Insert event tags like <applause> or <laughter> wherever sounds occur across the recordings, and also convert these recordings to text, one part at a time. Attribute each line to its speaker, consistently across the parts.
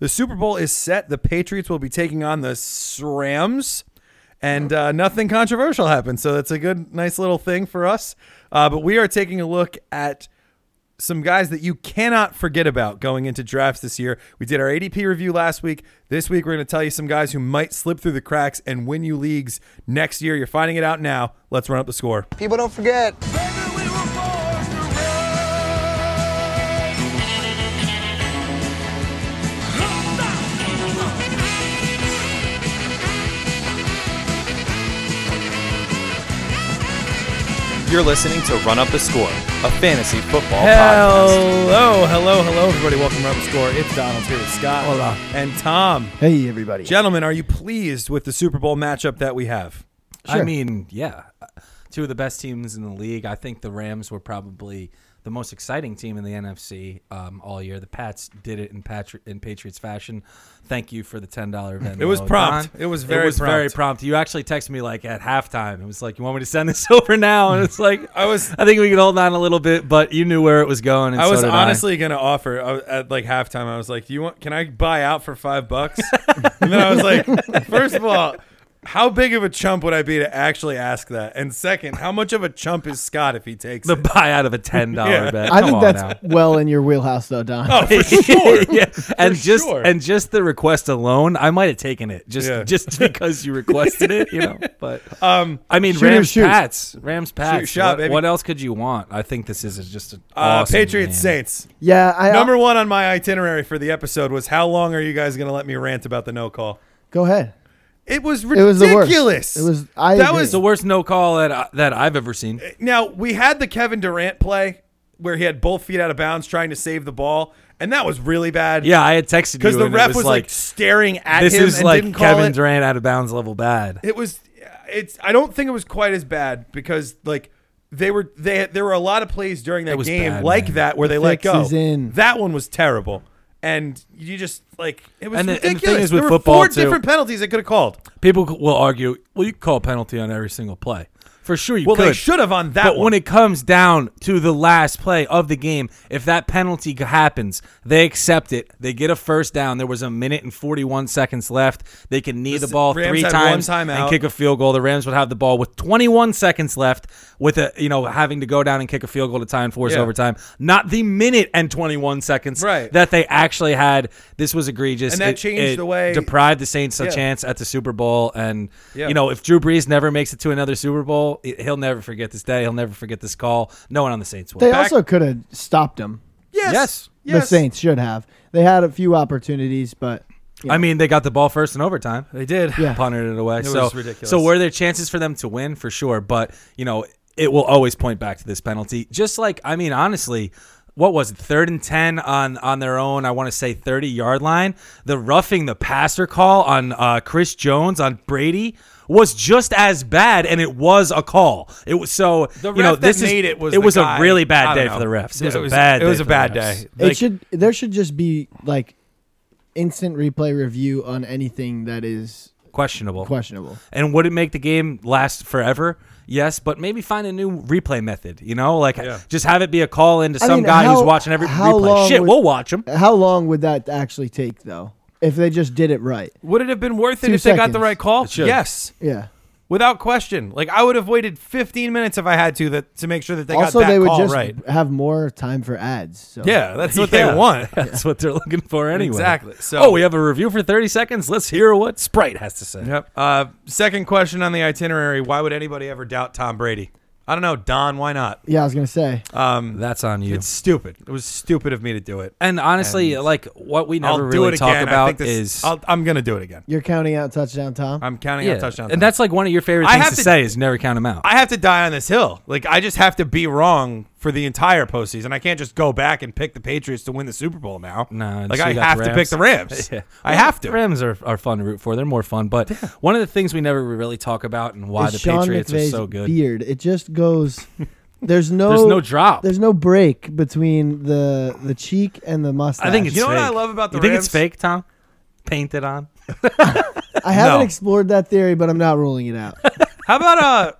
Speaker 1: The Super Bowl is set. The Patriots will be taking on the S- Rams, and uh, nothing controversial happened. So that's a good, nice little thing for us. Uh, but we are taking a look at some guys that you cannot forget about going into drafts this year. We did our ADP review last week. This week, we're going to tell you some guys who might slip through the cracks and win you leagues next year. You're finding it out now. Let's run up the score.
Speaker 2: People don't forget.
Speaker 3: You're listening to Run Up the Score, a fantasy football podcast.
Speaker 1: Hello, hello, hello, everybody. Welcome to Run Up the Score. It's Donald here with Scott
Speaker 2: Hola.
Speaker 1: and Tom.
Speaker 2: Hey, everybody.
Speaker 1: Gentlemen, are you pleased with the Super Bowl matchup that we have?
Speaker 2: Sure.
Speaker 4: I mean, yeah, two of the best teams in the league. I think the Rams were probably the most exciting team in the NFC um, all year. The Pats did it in, Patri- in Patriots fashion. Thank you for the ten dollar Venmo.
Speaker 1: It was prompt.
Speaker 4: Don.
Speaker 1: It was very prompt.
Speaker 4: very prompt. You actually texted me like at halftime. It was like, you want me to send this <laughs> over now? And it's like,
Speaker 1: I was-
Speaker 4: I think we could hold on a little bit, but you knew where it was going. And
Speaker 1: I
Speaker 4: so
Speaker 1: was
Speaker 4: did
Speaker 1: honestly going to offer I was- at like halftime. I was like, "Do you want? Can I buy out for five bucks?" and then I was
Speaker 4: <laughs>
Speaker 1: like, first of all, how big of a chump would I be to actually ask that? And second, how much of a chump is Scott if he takes
Speaker 4: the
Speaker 1: it? Uh,
Speaker 4: buyout of a ten
Speaker 1: <laughs>
Speaker 4: dollar
Speaker 1: Yeah.
Speaker 4: bet.
Speaker 5: I
Speaker 4: Come
Speaker 5: think
Speaker 4: on
Speaker 5: that's
Speaker 4: now. <laughs>
Speaker 5: well in your wheelhouse, though, Don.
Speaker 1: Oh, <laughs> for sure.
Speaker 4: yeah, and just
Speaker 1: sure.
Speaker 4: and just the request alone, I might have taken it just
Speaker 1: Yeah. <laughs>
Speaker 4: just because you requested it, you know. But
Speaker 1: Um,
Speaker 4: I mean,
Speaker 5: Shoot 'em,
Speaker 4: Rams
Speaker 5: shoot.
Speaker 4: Pats, Rams Pats.
Speaker 1: shot,
Speaker 4: what,
Speaker 1: baby.
Speaker 4: what else could you want? I think this is just an
Speaker 1: uh,
Speaker 4: awesome
Speaker 1: Patriots
Speaker 4: game.
Speaker 1: Saints.
Speaker 5: Yeah, I
Speaker 1: Number one on my itinerary for the episode was how long are you guys going to let me rant about the no call?
Speaker 5: go ahead.
Speaker 1: It was
Speaker 5: It was
Speaker 1: ridiculous.
Speaker 5: the worst. It was. I
Speaker 1: That
Speaker 5: agree.
Speaker 1: was
Speaker 4: It's the worst no call that I, that I've ever seen.
Speaker 1: Now we had the Kevin Durant play where he had both feet out of bounds trying to save the ball, and that was really bad.
Speaker 4: Yeah, I had texted you
Speaker 1: because the
Speaker 4: and it
Speaker 1: ref
Speaker 4: was,
Speaker 1: like, staring at
Speaker 4: "This
Speaker 1: him
Speaker 4: is
Speaker 1: and
Speaker 4: like
Speaker 1: didn't call
Speaker 4: Kevin
Speaker 1: it.
Speaker 4: Durant out of bounds level bad."
Speaker 1: It was. It's. I don't think it was quite as bad because like they were they there were a lot of plays during that
Speaker 4: was
Speaker 1: game
Speaker 4: bad,
Speaker 1: like
Speaker 4: man.
Speaker 1: that where they
Speaker 5: The
Speaker 1: let
Speaker 5: fix
Speaker 1: go.
Speaker 5: is in.
Speaker 1: That one was terrible. And you just like it was
Speaker 4: And the- and the thing
Speaker 1: ridiculous.
Speaker 4: is with
Speaker 1: there
Speaker 4: football,
Speaker 1: were four
Speaker 4: too-
Speaker 1: different penalties they could have called.
Speaker 4: People c- will argue, "Well, you could call a penalty on every single play." For sure, you
Speaker 1: Well,
Speaker 4: could.
Speaker 1: they should have on that
Speaker 4: But
Speaker 1: one.
Speaker 4: when it comes down to the last play of the game, if that penalty g- happens, they accept it. They get a first down. There was a minute and 41 seconds left. They can knee
Speaker 1: The
Speaker 4: the
Speaker 1: S-
Speaker 4: ball
Speaker 1: Rams
Speaker 4: three
Speaker 1: had
Speaker 4: times
Speaker 1: one timeout.
Speaker 4: and kick a field goal. The Rams would have the ball with 21 seconds left, with a you know having to go down and kick a field goal to tie and force
Speaker 1: Yeah.
Speaker 4: overtime. Not the minute and 21 seconds
Speaker 1: Right.
Speaker 4: that they actually had. This was egregious,
Speaker 1: And that changed the way-
Speaker 4: deprived the Saints a
Speaker 1: Yeah.
Speaker 4: chance at the Super Bowl. And
Speaker 1: Yeah.
Speaker 4: you know if Drew Brees never makes it to another Super Bowl, i- he'll never forget this day. He'll never forget this call. No one on the Saints will.
Speaker 5: They
Speaker 1: back-
Speaker 5: also could have stopped him.
Speaker 1: yes, yes,
Speaker 4: Yes.
Speaker 5: The Saints should have. They had a few opportunities, but
Speaker 4: I mean, they got the ball first in overtime. They did.
Speaker 5: Yeah.
Speaker 4: Punted it away.
Speaker 1: It
Speaker 4: so
Speaker 1: was ridiculous.
Speaker 4: So were there chances for them to win for sure? But you know, it will always point back to this penalty. Just like I mean, honestly. What was it? Third and ten on on their own. I want to say thirty yard line. The roughing the passer call on uh, Chris Jones on Brady was just as bad, and it was a call. It was so
Speaker 1: The
Speaker 4: you know
Speaker 1: ref that
Speaker 4: this is-
Speaker 1: made it was
Speaker 4: it
Speaker 1: the
Speaker 4: was
Speaker 1: guy-
Speaker 4: a really
Speaker 1: I
Speaker 4: bad
Speaker 1: don't
Speaker 4: day
Speaker 1: know.
Speaker 4: for the refs. It was
Speaker 1: It
Speaker 4: a
Speaker 1: was-
Speaker 4: bad.
Speaker 1: it was
Speaker 4: day
Speaker 1: a
Speaker 4: for the
Speaker 1: bad
Speaker 4: refs.
Speaker 1: day.
Speaker 5: it should. There should just be like instant replay review on anything that is
Speaker 4: Questionable.
Speaker 5: questionable.
Speaker 4: And would it make the game last forever? Yes, but maybe find a new replay method. You know, like
Speaker 1: Yeah.
Speaker 4: just have it be a call in to
Speaker 5: I
Speaker 4: some
Speaker 5: mean,
Speaker 4: guy
Speaker 5: how-
Speaker 4: who's watching every
Speaker 5: how
Speaker 4: replay.
Speaker 5: long
Speaker 4: Shit,
Speaker 5: would-
Speaker 4: we'll watch him.
Speaker 5: How long would that actually take, though? If they just did it right,
Speaker 1: Would it have been worth it
Speaker 5: Two
Speaker 1: if they got the
Speaker 5: seconds.
Speaker 1: right call?
Speaker 4: should.
Speaker 1: Yes,
Speaker 5: yeah.
Speaker 1: without question. Like I would have waited 15 minutes if I had to that to make sure that they
Speaker 5: also,
Speaker 1: got that
Speaker 5: they would
Speaker 1: call
Speaker 5: just
Speaker 1: right.
Speaker 5: have more time for ads. So.
Speaker 1: Yeah, that's what
Speaker 4: Yeah.
Speaker 1: they want.
Speaker 4: <laughs> That's what they're looking for anyway.
Speaker 1: Exactly. So-
Speaker 4: oh, we have a review for thirty seconds. Let's hear what Sprite has to say.
Speaker 1: Yep. Uh, second question on the itinerary: Why would anybody ever doubt Tom Brady? I don't know, Don. Why not?
Speaker 5: Yeah, I was gonna say.
Speaker 4: Uh,
Speaker 1: Um,
Speaker 4: That's on you.
Speaker 1: it's stupid. It was stupid of me to do it.
Speaker 4: and honestly, like what we never
Speaker 1: I'll
Speaker 4: really
Speaker 1: do it
Speaker 4: talk
Speaker 1: again. I
Speaker 4: about
Speaker 1: think this,
Speaker 4: is
Speaker 1: I'll, I'm going to do it again.
Speaker 5: You're counting out touchdown, Tom.
Speaker 1: I'm counting
Speaker 4: yeah.
Speaker 1: on touchdown.
Speaker 4: and that's like one of your favorite
Speaker 1: I
Speaker 4: things
Speaker 1: have
Speaker 4: to,
Speaker 1: to-
Speaker 4: say is never count them out.
Speaker 1: I have to die on this hill. Like I just have to be wrong for the entire postseason. I can't just go back and pick the Patriots to win the Super Bowl now.
Speaker 4: No, and
Speaker 1: like
Speaker 4: so
Speaker 1: I
Speaker 4: you got
Speaker 1: have
Speaker 4: the
Speaker 1: to pick the Rams.
Speaker 4: <laughs> Yeah.
Speaker 1: I have to.
Speaker 4: Rams are, are fun to root for. They're more fun. But one of the things we never really talk about and why
Speaker 5: is
Speaker 4: the
Speaker 5: Sean
Speaker 4: Patriots
Speaker 5: McVay's
Speaker 4: are so good.
Speaker 5: Beard. It just
Speaker 4: <laughs>
Speaker 5: goes. There's no.
Speaker 4: There's no drop.
Speaker 5: There's no break between the the cheek and the mustache.
Speaker 4: I think it's
Speaker 1: You know what
Speaker 4: fake.
Speaker 1: I love about the
Speaker 4: You think
Speaker 1: Rams?
Speaker 4: it's fake, Tom? Painted on.
Speaker 5: I haven't
Speaker 1: No.
Speaker 5: explored that theory, but I'm not ruling it
Speaker 4: <laughs>
Speaker 5: out.
Speaker 1: How about uh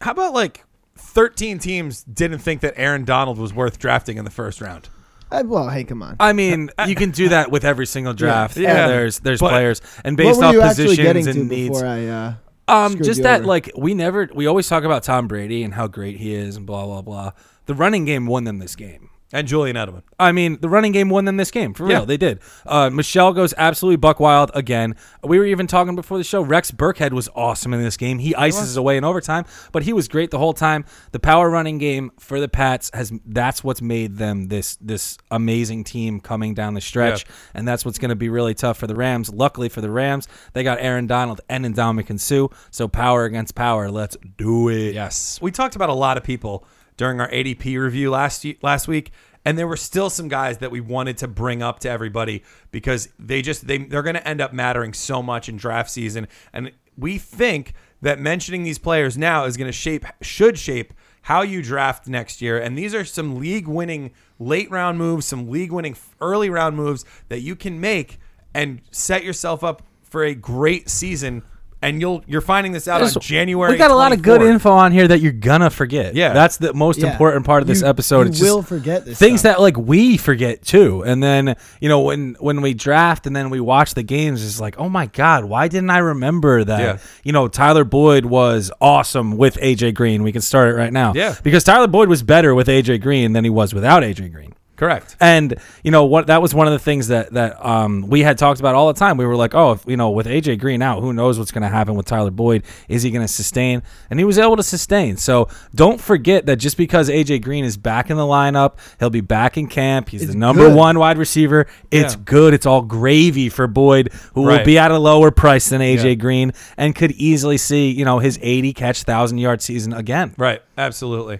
Speaker 1: how about like 13 teams didn't think that Aaron Donald was worth drafting in the first round?
Speaker 5: Uh, well, hey, come on.
Speaker 1: <laughs>
Speaker 4: I mean, you can do that with every single draft.
Speaker 1: Yeah. Yeah.
Speaker 4: There's there's
Speaker 1: But-
Speaker 4: players and
Speaker 5: what
Speaker 4: based
Speaker 5: were
Speaker 4: off
Speaker 5: you actually
Speaker 4: positions
Speaker 5: getting to
Speaker 4: and needs.
Speaker 5: before I? Uh,
Speaker 4: Um,
Speaker 5: screwed
Speaker 4: just
Speaker 5: you
Speaker 4: that,
Speaker 5: over?
Speaker 4: like, we never, we always talk about Tom Brady and how great he is and blah, blah, blah. The running game won them this game.
Speaker 1: and Julian Edelman.
Speaker 4: I mean, the running game won them this game for real.
Speaker 1: Yeah.
Speaker 4: They did. Uh, Michelle goes absolutely buck wild again. We were even talking before the show. Rex Burkhead was awesome in this game. He ices away in overtime, but he was great the whole time. The power running game for the Pats has that's what's made them this this amazing team coming down the stretch, and that's what's going to be really tough for the Rams. Luckily for the Rams, they got Aaron Donald and Ndamukong Sue. So power against power. Let's do it.
Speaker 1: Yes. We talked about a lot of people during our ADP review last ye- last week, and there were still some guys that we wanted to bring up to everybody because they just they they're going to end up mattering so much in draft season, and we think that mentioning these players now is going to shape should shape how you draft next year. And these are some league winning late round moves, some league winning early round moves that you can make and set yourself up for a great season. And you'll you're finding this out on
Speaker 4: There's-
Speaker 1: January.
Speaker 4: We got a lot of good
Speaker 1: 24th.
Speaker 4: info on here that you're gonna forget.
Speaker 1: Yeah.
Speaker 4: that's the most
Speaker 5: Yeah.
Speaker 4: important part of this
Speaker 5: You-
Speaker 4: episode.
Speaker 5: you
Speaker 4: It's just
Speaker 5: will forget this
Speaker 4: things
Speaker 5: stuff.
Speaker 4: that like we forget too, and then you know when when we draft and then we watch the games, it's like oh my god, why didn't I remember that?
Speaker 1: Yeah.
Speaker 4: You know, Tyler Boyd was awesome with AJ Green. We can start it right now.
Speaker 1: Yeah.
Speaker 4: because Tyler Boyd was better with AJ Green than he was without AJ Green.
Speaker 1: Correct.
Speaker 4: And you know what? That was one of the things that that um, we had talked about all the time. We were like, oh, if, you know, with AJ Green out, who knows what's going to happen with Tyler Boyd? Is he going to sustain? And he was able to sustain. So don't forget that just because AJ Green is back in the lineup, he'll be back in camp. He's
Speaker 5: It's
Speaker 4: the number
Speaker 5: good.
Speaker 4: one wide receiver. It's
Speaker 1: Yeah.
Speaker 4: good. It's all gravy for Boyd, who
Speaker 1: Right.
Speaker 4: will be at a lower price than AJ
Speaker 1: Yeah.
Speaker 4: Green and could easily see you know his eighty catch thousand yard season again.
Speaker 1: Right. Absolutely.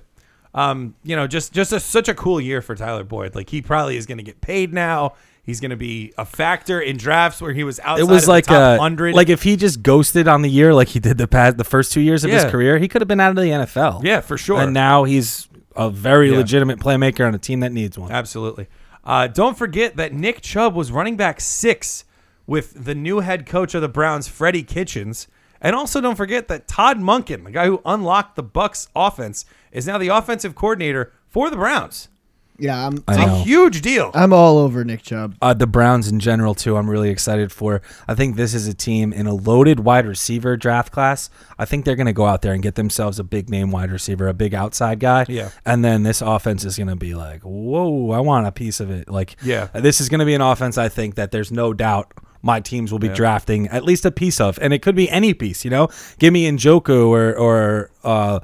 Speaker 1: Um, you know, just just a, such a cool year for Tyler Boyd. Like he probably is going to get paid now. He's going to be a factor in drafts where he was outside.
Speaker 4: it was
Speaker 1: of
Speaker 4: like
Speaker 1: the top
Speaker 4: a
Speaker 1: 100.
Speaker 4: like if he just ghosted on the year like he did the past the first two years of
Speaker 1: Yeah.
Speaker 4: his career, he could have been out of the NFL.
Speaker 1: yeah, for sure.
Speaker 4: and now he's a very
Speaker 1: Yeah.
Speaker 4: legitimate playmaker on a team that needs one.
Speaker 1: Absolutely. Uh, don't forget that Nick Chubb was running back six with the new head coach of the Browns, Freddie Kitchens. And also don't forget that Todd Munkin, the guy who unlocked the Bucks offense, is now the offensive coordinator for the Browns.
Speaker 5: yeah, I'm.
Speaker 4: I
Speaker 1: It's a
Speaker 4: know.
Speaker 1: huge deal.
Speaker 5: I'm all over Nick Chubb.
Speaker 4: Uh, the Browns in general too. I'm really excited for. I think this is a team in a loaded wide receiver draft class. I think they're going to go out there and get themselves a big name wide receiver, a big outside guy.
Speaker 1: Yeah.
Speaker 4: And then this offense is going to be like, whoa, I want a piece of it. Like,
Speaker 1: Yeah.
Speaker 4: this is going to be an offense. I think that there's no doubt my teams will be drafting at least a piece of, and it could be any piece. You know, give me Njoku or or uh,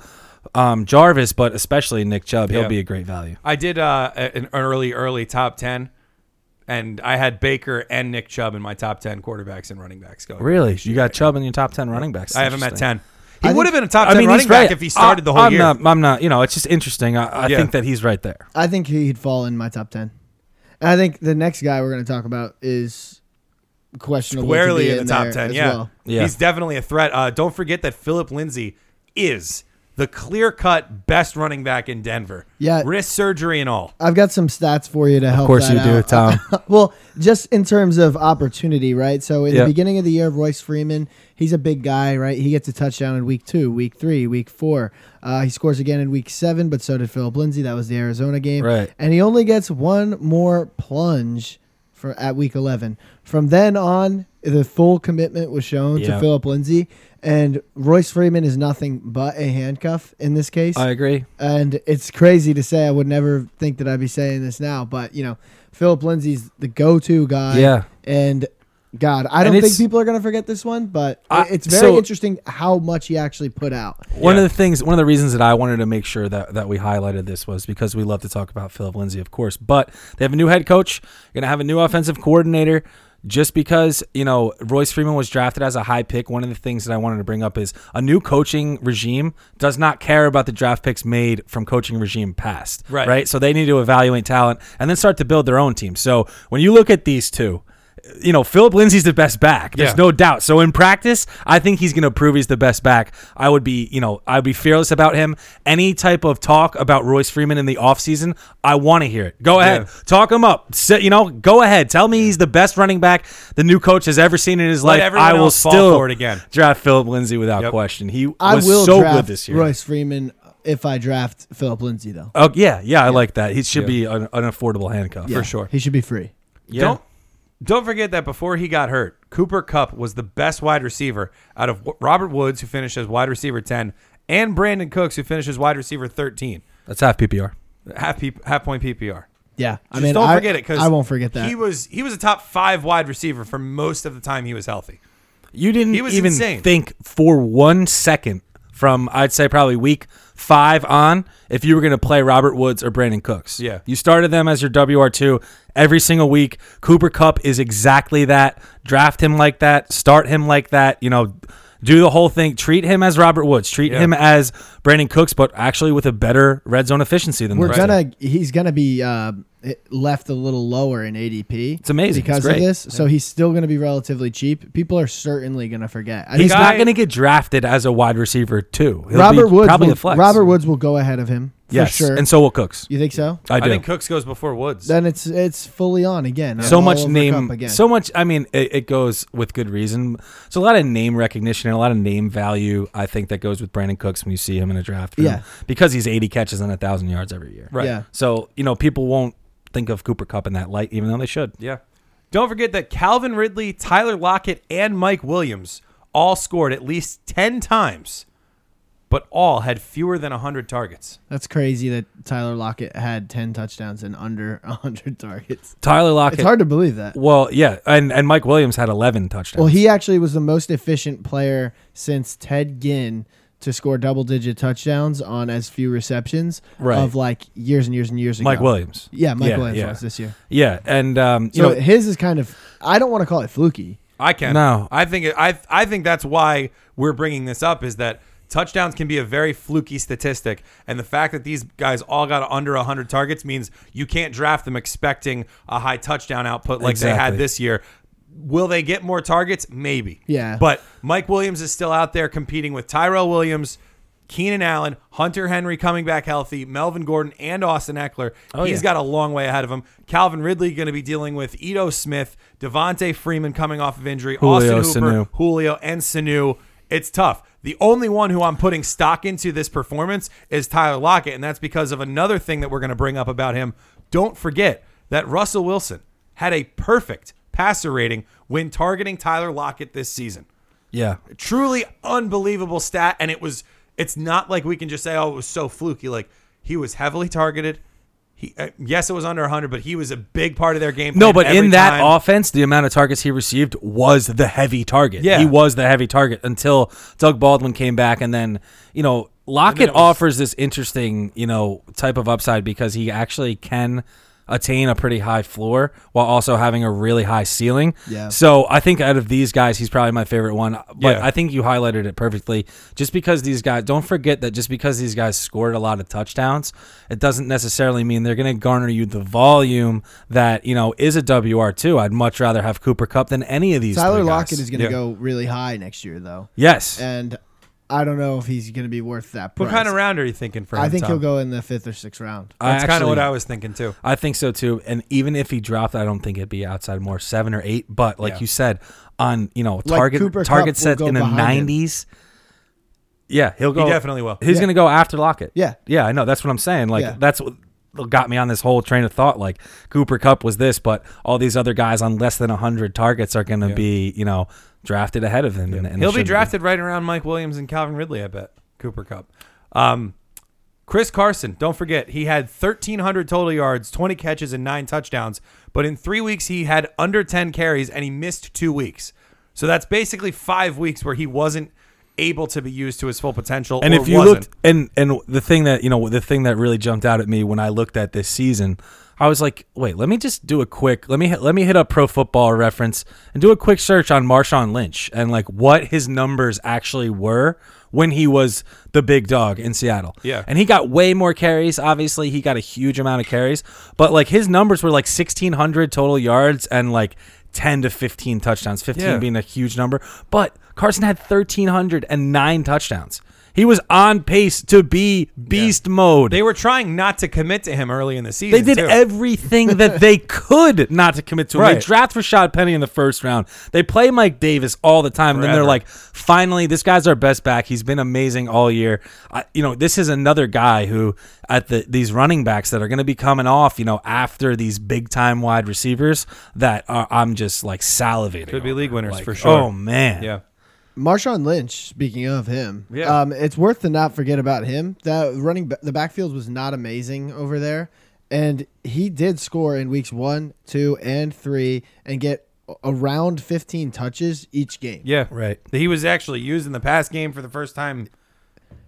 Speaker 4: um, Jarvis, but especially Nick Chubb. He'll
Speaker 1: Yeah.
Speaker 4: be a great value.
Speaker 1: I did uh, a- an early, early top 10, and I had Baker and Nick Chubb in my top 10 quarterbacks and running backs going.
Speaker 4: Really, you got Chubb in your top ten running backs.
Speaker 1: I have him at
Speaker 4: Interesting.
Speaker 1: 10. He
Speaker 5: I
Speaker 1: would have
Speaker 5: think-
Speaker 1: been a top 10 running
Speaker 4: he's
Speaker 1: back
Speaker 4: right.
Speaker 1: if he started
Speaker 4: I-
Speaker 1: the whole
Speaker 4: I'm
Speaker 1: year.
Speaker 4: Not, I'm not, you know, it's just interesting. I, I
Speaker 1: Yeah.
Speaker 4: think that he's right there.
Speaker 5: I think he'd fall in my top ten. And I think the next guy we're going to talk about is questionable. to
Speaker 1: Squarely
Speaker 5: be
Speaker 1: in the top
Speaker 5: there
Speaker 1: 10.
Speaker 5: as
Speaker 1: Yeah.
Speaker 5: well.
Speaker 4: Yeah.
Speaker 1: He's definitely a threat. Uh, don't forget that Philip Lindsay is the clear cut best running back in Denver.
Speaker 5: Yeah.
Speaker 1: Wrist surgery and all.
Speaker 5: I've got some stats for you to help. that out.
Speaker 4: Tom.
Speaker 5: <laughs> well, just in terms of opportunity, right? So in
Speaker 4: Yeah.
Speaker 5: the beginning of the year, Royce Freeman, he's a big guy, right? He gets a touchdown in week two, week three, week four. Uh, he scores again in week seven, but so did Philip Lindsay. That was the Arizona game,
Speaker 4: Right.
Speaker 5: And he only gets one more plunge for at week eleven. From then on, the full commitment was shown
Speaker 4: Yeah.
Speaker 5: to Philip Lindsay, and Royce Freeman is nothing but a handcuff in this case
Speaker 4: I agree.
Speaker 5: and it's crazy to say. I would never think that I'd be saying this now, but you know, Philip Lindsay's the go-to guy.
Speaker 4: Yeah.
Speaker 5: and God, I
Speaker 4: And
Speaker 5: don't think
Speaker 4: it's-
Speaker 5: people are gonna forget this one, but
Speaker 4: I-
Speaker 5: it's very
Speaker 4: so-
Speaker 5: interesting how much he actually put out.
Speaker 4: One
Speaker 1: Yeah.
Speaker 4: of the things, one of the reasons that I wanted to make sure that, that we highlighted this was because we love to talk about Philip Lindsay, of course. But they have a new head coach. You're gonna have a new offensive coordinator. Just because you know Royce Freeman was drafted as a high pick, one of the things that I wanted to bring up is a new coaching regime does not care about the draft picks made from coaching regime past,
Speaker 1: Right.
Speaker 4: Right. So they need to evaluate talent and then start to build their own team. So when you look at these two. You know, Philip Lindsay's the best back. There's
Speaker 1: Yeah.
Speaker 4: no no doubt. So in practice, I think he's going to prove he's the best back. I would be, you know, I'd be fearless about him. Any type of talk about Royce Freeman in the offseason, I want to hear it. Go ahead.
Speaker 1: Yeah.
Speaker 4: Talk him up. Sit, you know, go ahead. Tell me he's the best running back the new coach has ever seen in his
Speaker 1: Let
Speaker 4: life.
Speaker 1: everyone
Speaker 4: I will
Speaker 1: else fall
Speaker 4: still
Speaker 1: for it again.
Speaker 4: draft Philip Lindsay without
Speaker 1: Yep.
Speaker 4: question. He
Speaker 5: I
Speaker 4: was
Speaker 5: will
Speaker 4: so
Speaker 5: draft
Speaker 4: good this year.
Speaker 5: Royce Freeman if I draft Philip Lindsay though.
Speaker 4: Oh yeah, yeah, I like that. He should be an, an affordable handcuff
Speaker 5: Yeah,
Speaker 4: for sure.
Speaker 5: He should be free.
Speaker 4: Yeah.
Speaker 1: Don't don't forget that before he got hurt, Cooper Cup was the best wide receiver out of Robert Woods, who finished as wide receiver ten, and Brandon Cooks, who finished as wide receiver thirteen,
Speaker 4: That's half PPR.
Speaker 1: half P- half point PPR.
Speaker 5: Yeah, I
Speaker 1: Just
Speaker 5: mean,
Speaker 1: don't
Speaker 5: I,
Speaker 1: forget it because
Speaker 5: I won't forget that.
Speaker 1: he was he was a top five wide receiver for most of the time he was healthy.
Speaker 4: You didn't
Speaker 1: He was
Speaker 4: even
Speaker 1: insane.
Speaker 4: think for one second from I'd say probably week five on if you were going to play Robert Woods or Brandon Cooks.
Speaker 1: Yeah.
Speaker 4: you started them as your WR two every single week. Cooper Cup is exactly that. Draft him like that. Start him like that. You know. Do the whole thing. Treat him as Robert Woods. Treat
Speaker 1: Yeah.
Speaker 4: him as Brandon Cooks, but actually with a better red zone efficiency than
Speaker 5: We're
Speaker 4: the rest of them.
Speaker 5: gonna he's gonna be uh, left a little lower in ADP.
Speaker 4: It's amazing. It's
Speaker 5: because
Speaker 4: great.
Speaker 5: of this. So he's still gonna be relatively cheap. People are certainly gonna forget. I
Speaker 4: He's
Speaker 5: think
Speaker 1: guy-
Speaker 4: not going to get drafted as a wide receiver too. He'll
Speaker 5: Robert
Speaker 4: be
Speaker 5: Woods
Speaker 4: probably
Speaker 5: will,
Speaker 4: a flex.
Speaker 5: Robert Woods will go ahead of him for
Speaker 4: yes,
Speaker 5: sure.
Speaker 4: and so will Cooks.
Speaker 5: you think so?
Speaker 4: I
Speaker 1: I,
Speaker 4: do.
Speaker 1: think Cooks goes before Woods.
Speaker 5: Then it's it's fully on again. I'm
Speaker 4: so
Speaker 5: all
Speaker 4: much
Speaker 5: over Cup
Speaker 4: name
Speaker 5: again.
Speaker 4: so much i mean it, it goes with good reason it's a lot of name recognition and a lot of name value i think that goes with brandon cooks when you see him in a draft room
Speaker 5: Yeah.
Speaker 4: because he's 80 catches and 1000 yards every year
Speaker 1: right.
Speaker 5: Yeah.
Speaker 4: so you know people won't think of cooper cup in that light even though they should
Speaker 1: Yeah. Don't forget that Calvin Ridley, Tyler Lockett, and Mike Williams all scored at least 10 times, but all had fewer than 100 targets.
Speaker 5: That's crazy that Tyler Lockett had ten touchdowns and under <laughs> hundred targets.
Speaker 4: tyler
Speaker 5: It's
Speaker 4: lockett
Speaker 5: hard to believe that.
Speaker 4: well yeah and, and mike williams had 11 touchdowns
Speaker 5: Well, he actually was the most efficient player since Ted Ginn to score double digit touchdowns on as few receptions
Speaker 4: Right.
Speaker 5: of like years and years and years ago.
Speaker 4: mike williams
Speaker 5: Yeah, Mike
Speaker 4: Yeah,
Speaker 5: Williams
Speaker 4: yeah.
Speaker 5: was this year.
Speaker 4: yeah and um you
Speaker 5: So
Speaker 4: know
Speaker 5: his is kind of I don't want to call it fluky.
Speaker 1: I can.
Speaker 4: No.
Speaker 1: I think it, I I think that's why we're bringing this up is that touchdowns can be a very fluky statistic and the fact that these guys all got under 100 targets means you can't draft them expecting a high touchdown output like they had
Speaker 4: Exactly.
Speaker 1: this year. Will they get more targets? Maybe.
Speaker 5: Yeah.
Speaker 1: But Mike Williams is still out there competing with Tyrell Williams, Keenan Allen, Hunter Henry coming back healthy, Melvin Gordon, and Austin Eckler.
Speaker 4: Oh,
Speaker 1: He's
Speaker 4: yeah.
Speaker 1: got a long way ahead of him. Calvin Ridley going to be dealing with Ito Smith, Devontae Freeman coming off of injury,
Speaker 4: Julio,
Speaker 1: Austin Hooper,
Speaker 4: Sanu.
Speaker 1: Julio, and Sanu. It's tough. The only one who I'm putting stock into this performance is Tyler Lockett, and that's because of another thing that we're going to bring up about him. Don't forget that Russell Wilson had a perfect passer rating when targeting Tyler Lockett this season
Speaker 4: yeah
Speaker 1: truly unbelievable stat and it was it's not like we can just say oh it was so fluky like he was heavily targeted he uh, yes it was under 100 but he was a big part of their game
Speaker 4: No,
Speaker 1: plan
Speaker 4: but
Speaker 1: every
Speaker 4: in that
Speaker 1: time.
Speaker 4: offense, the amount of targets he received was the heavy target.
Speaker 1: Yeah.
Speaker 4: He was the heavy target until Doug Baldwin came back. And then, you know,
Speaker 1: it
Speaker 4: Lockett
Speaker 1: was-
Speaker 4: offers this interesting, you know, type of upside because he actually can attain a pretty high floor while also having a really high ceiling.
Speaker 5: Yeah.
Speaker 4: So I think out of these guys, he's probably my favorite one. But
Speaker 1: Yeah.
Speaker 4: I think you highlighted it perfectly. Just because these guys, don't forget that just because these guys scored a lot of touchdowns, it doesn't necessarily mean they're going to garner you the volume that you know is a WR two. I'd much rather have Cooper Cup than any of these.
Speaker 5: Tyler
Speaker 4: three guys.
Speaker 5: Lockett is going to
Speaker 1: Yeah.
Speaker 5: go really high next year though,
Speaker 4: Yes.
Speaker 5: and I don't know if he's going to be worth that. Price.
Speaker 1: what kind of round are you thinking for him
Speaker 5: I think
Speaker 1: Tom?
Speaker 5: he'll go in the fifth or sixth round.
Speaker 4: I
Speaker 1: that's kind of
Speaker 4: actually-
Speaker 1: what i was thinking too
Speaker 4: I think so too. And even if he dropped, I don't think it'd be outside more seven or eight. But like
Speaker 1: Yeah.
Speaker 4: you said, on you know target
Speaker 5: Cooper Kupp will
Speaker 4: target sets
Speaker 5: go
Speaker 4: in the
Speaker 5: behind him.
Speaker 4: nineties. Yeah, he'll go.
Speaker 1: he definitely will
Speaker 4: He's
Speaker 5: Yeah.
Speaker 4: gonna go after Lockett.
Speaker 5: Yeah.
Speaker 4: yeah, I know. That's what I'm saying. Like
Speaker 5: Yeah.
Speaker 4: that's what got me on this whole train of thought. Like Cooper Cup was this, but all these other guys on less than hundred targets are gonna be you know drafted ahead of him. And, and
Speaker 1: he'll be
Speaker 4: should
Speaker 1: drafted right around mike williams and calvin ridley i bet cooper cup um Chris Carson, don't forget, he had 1,300 total yards, 20 catches, and nine touchdowns. But in three weeks, he had under 10 carries and he missed two weeks. So that's basically five weeks where he wasn't able to be used to his full potential.
Speaker 4: and
Speaker 1: or
Speaker 4: if you
Speaker 1: wasn't.
Speaker 4: looked and and the thing that you know the thing that really jumped out at me when i looked at this season i was like wait let me just do a quick let me hit- let me hit up pro football reference and do a quick search on marshawn lynch and like what his numbers actually were when he was the big dog in seattle
Speaker 1: Yeah.
Speaker 4: and he got way more carries obviously he got a huge amount of carries but like his numbers were like 1600 total yards and like 10 to 15 touchdowns 15
Speaker 1: Yeah.
Speaker 4: being a huge number but carson had 1309 touchdowns He was on pace to be beast mode.
Speaker 1: They were trying not to commit to him early in the season.
Speaker 4: They did
Speaker 1: too.
Speaker 4: everything
Speaker 1: <laughs>
Speaker 4: that they could not to commit to him. They
Speaker 1: Right.
Speaker 4: draft Rashad Penny in the first round. They play Mike Davis all the time. And then they're
Speaker 1: Forever.
Speaker 4: like, finally, this guy's our best back. He's been amazing all year. I, you know, this is another guy who at the these running backs that are going to be coming off. You know, after these big time wide receivers that are, I'm just like salivating.
Speaker 1: Could be
Speaker 4: over.
Speaker 1: league winners
Speaker 4: Like,
Speaker 1: for sure.
Speaker 4: Oh man,
Speaker 1: yeah.
Speaker 5: Marshawn Lynch. Speaking of him,
Speaker 1: Yeah.
Speaker 5: um, it's worth to not forget about him. That running ba- the backfield was not amazing over there, and he did score in weeks one, two, and three, and get a- around 15 touches each game.
Speaker 1: Yeah.
Speaker 4: Right.
Speaker 1: He was actually used in the past game for the first time,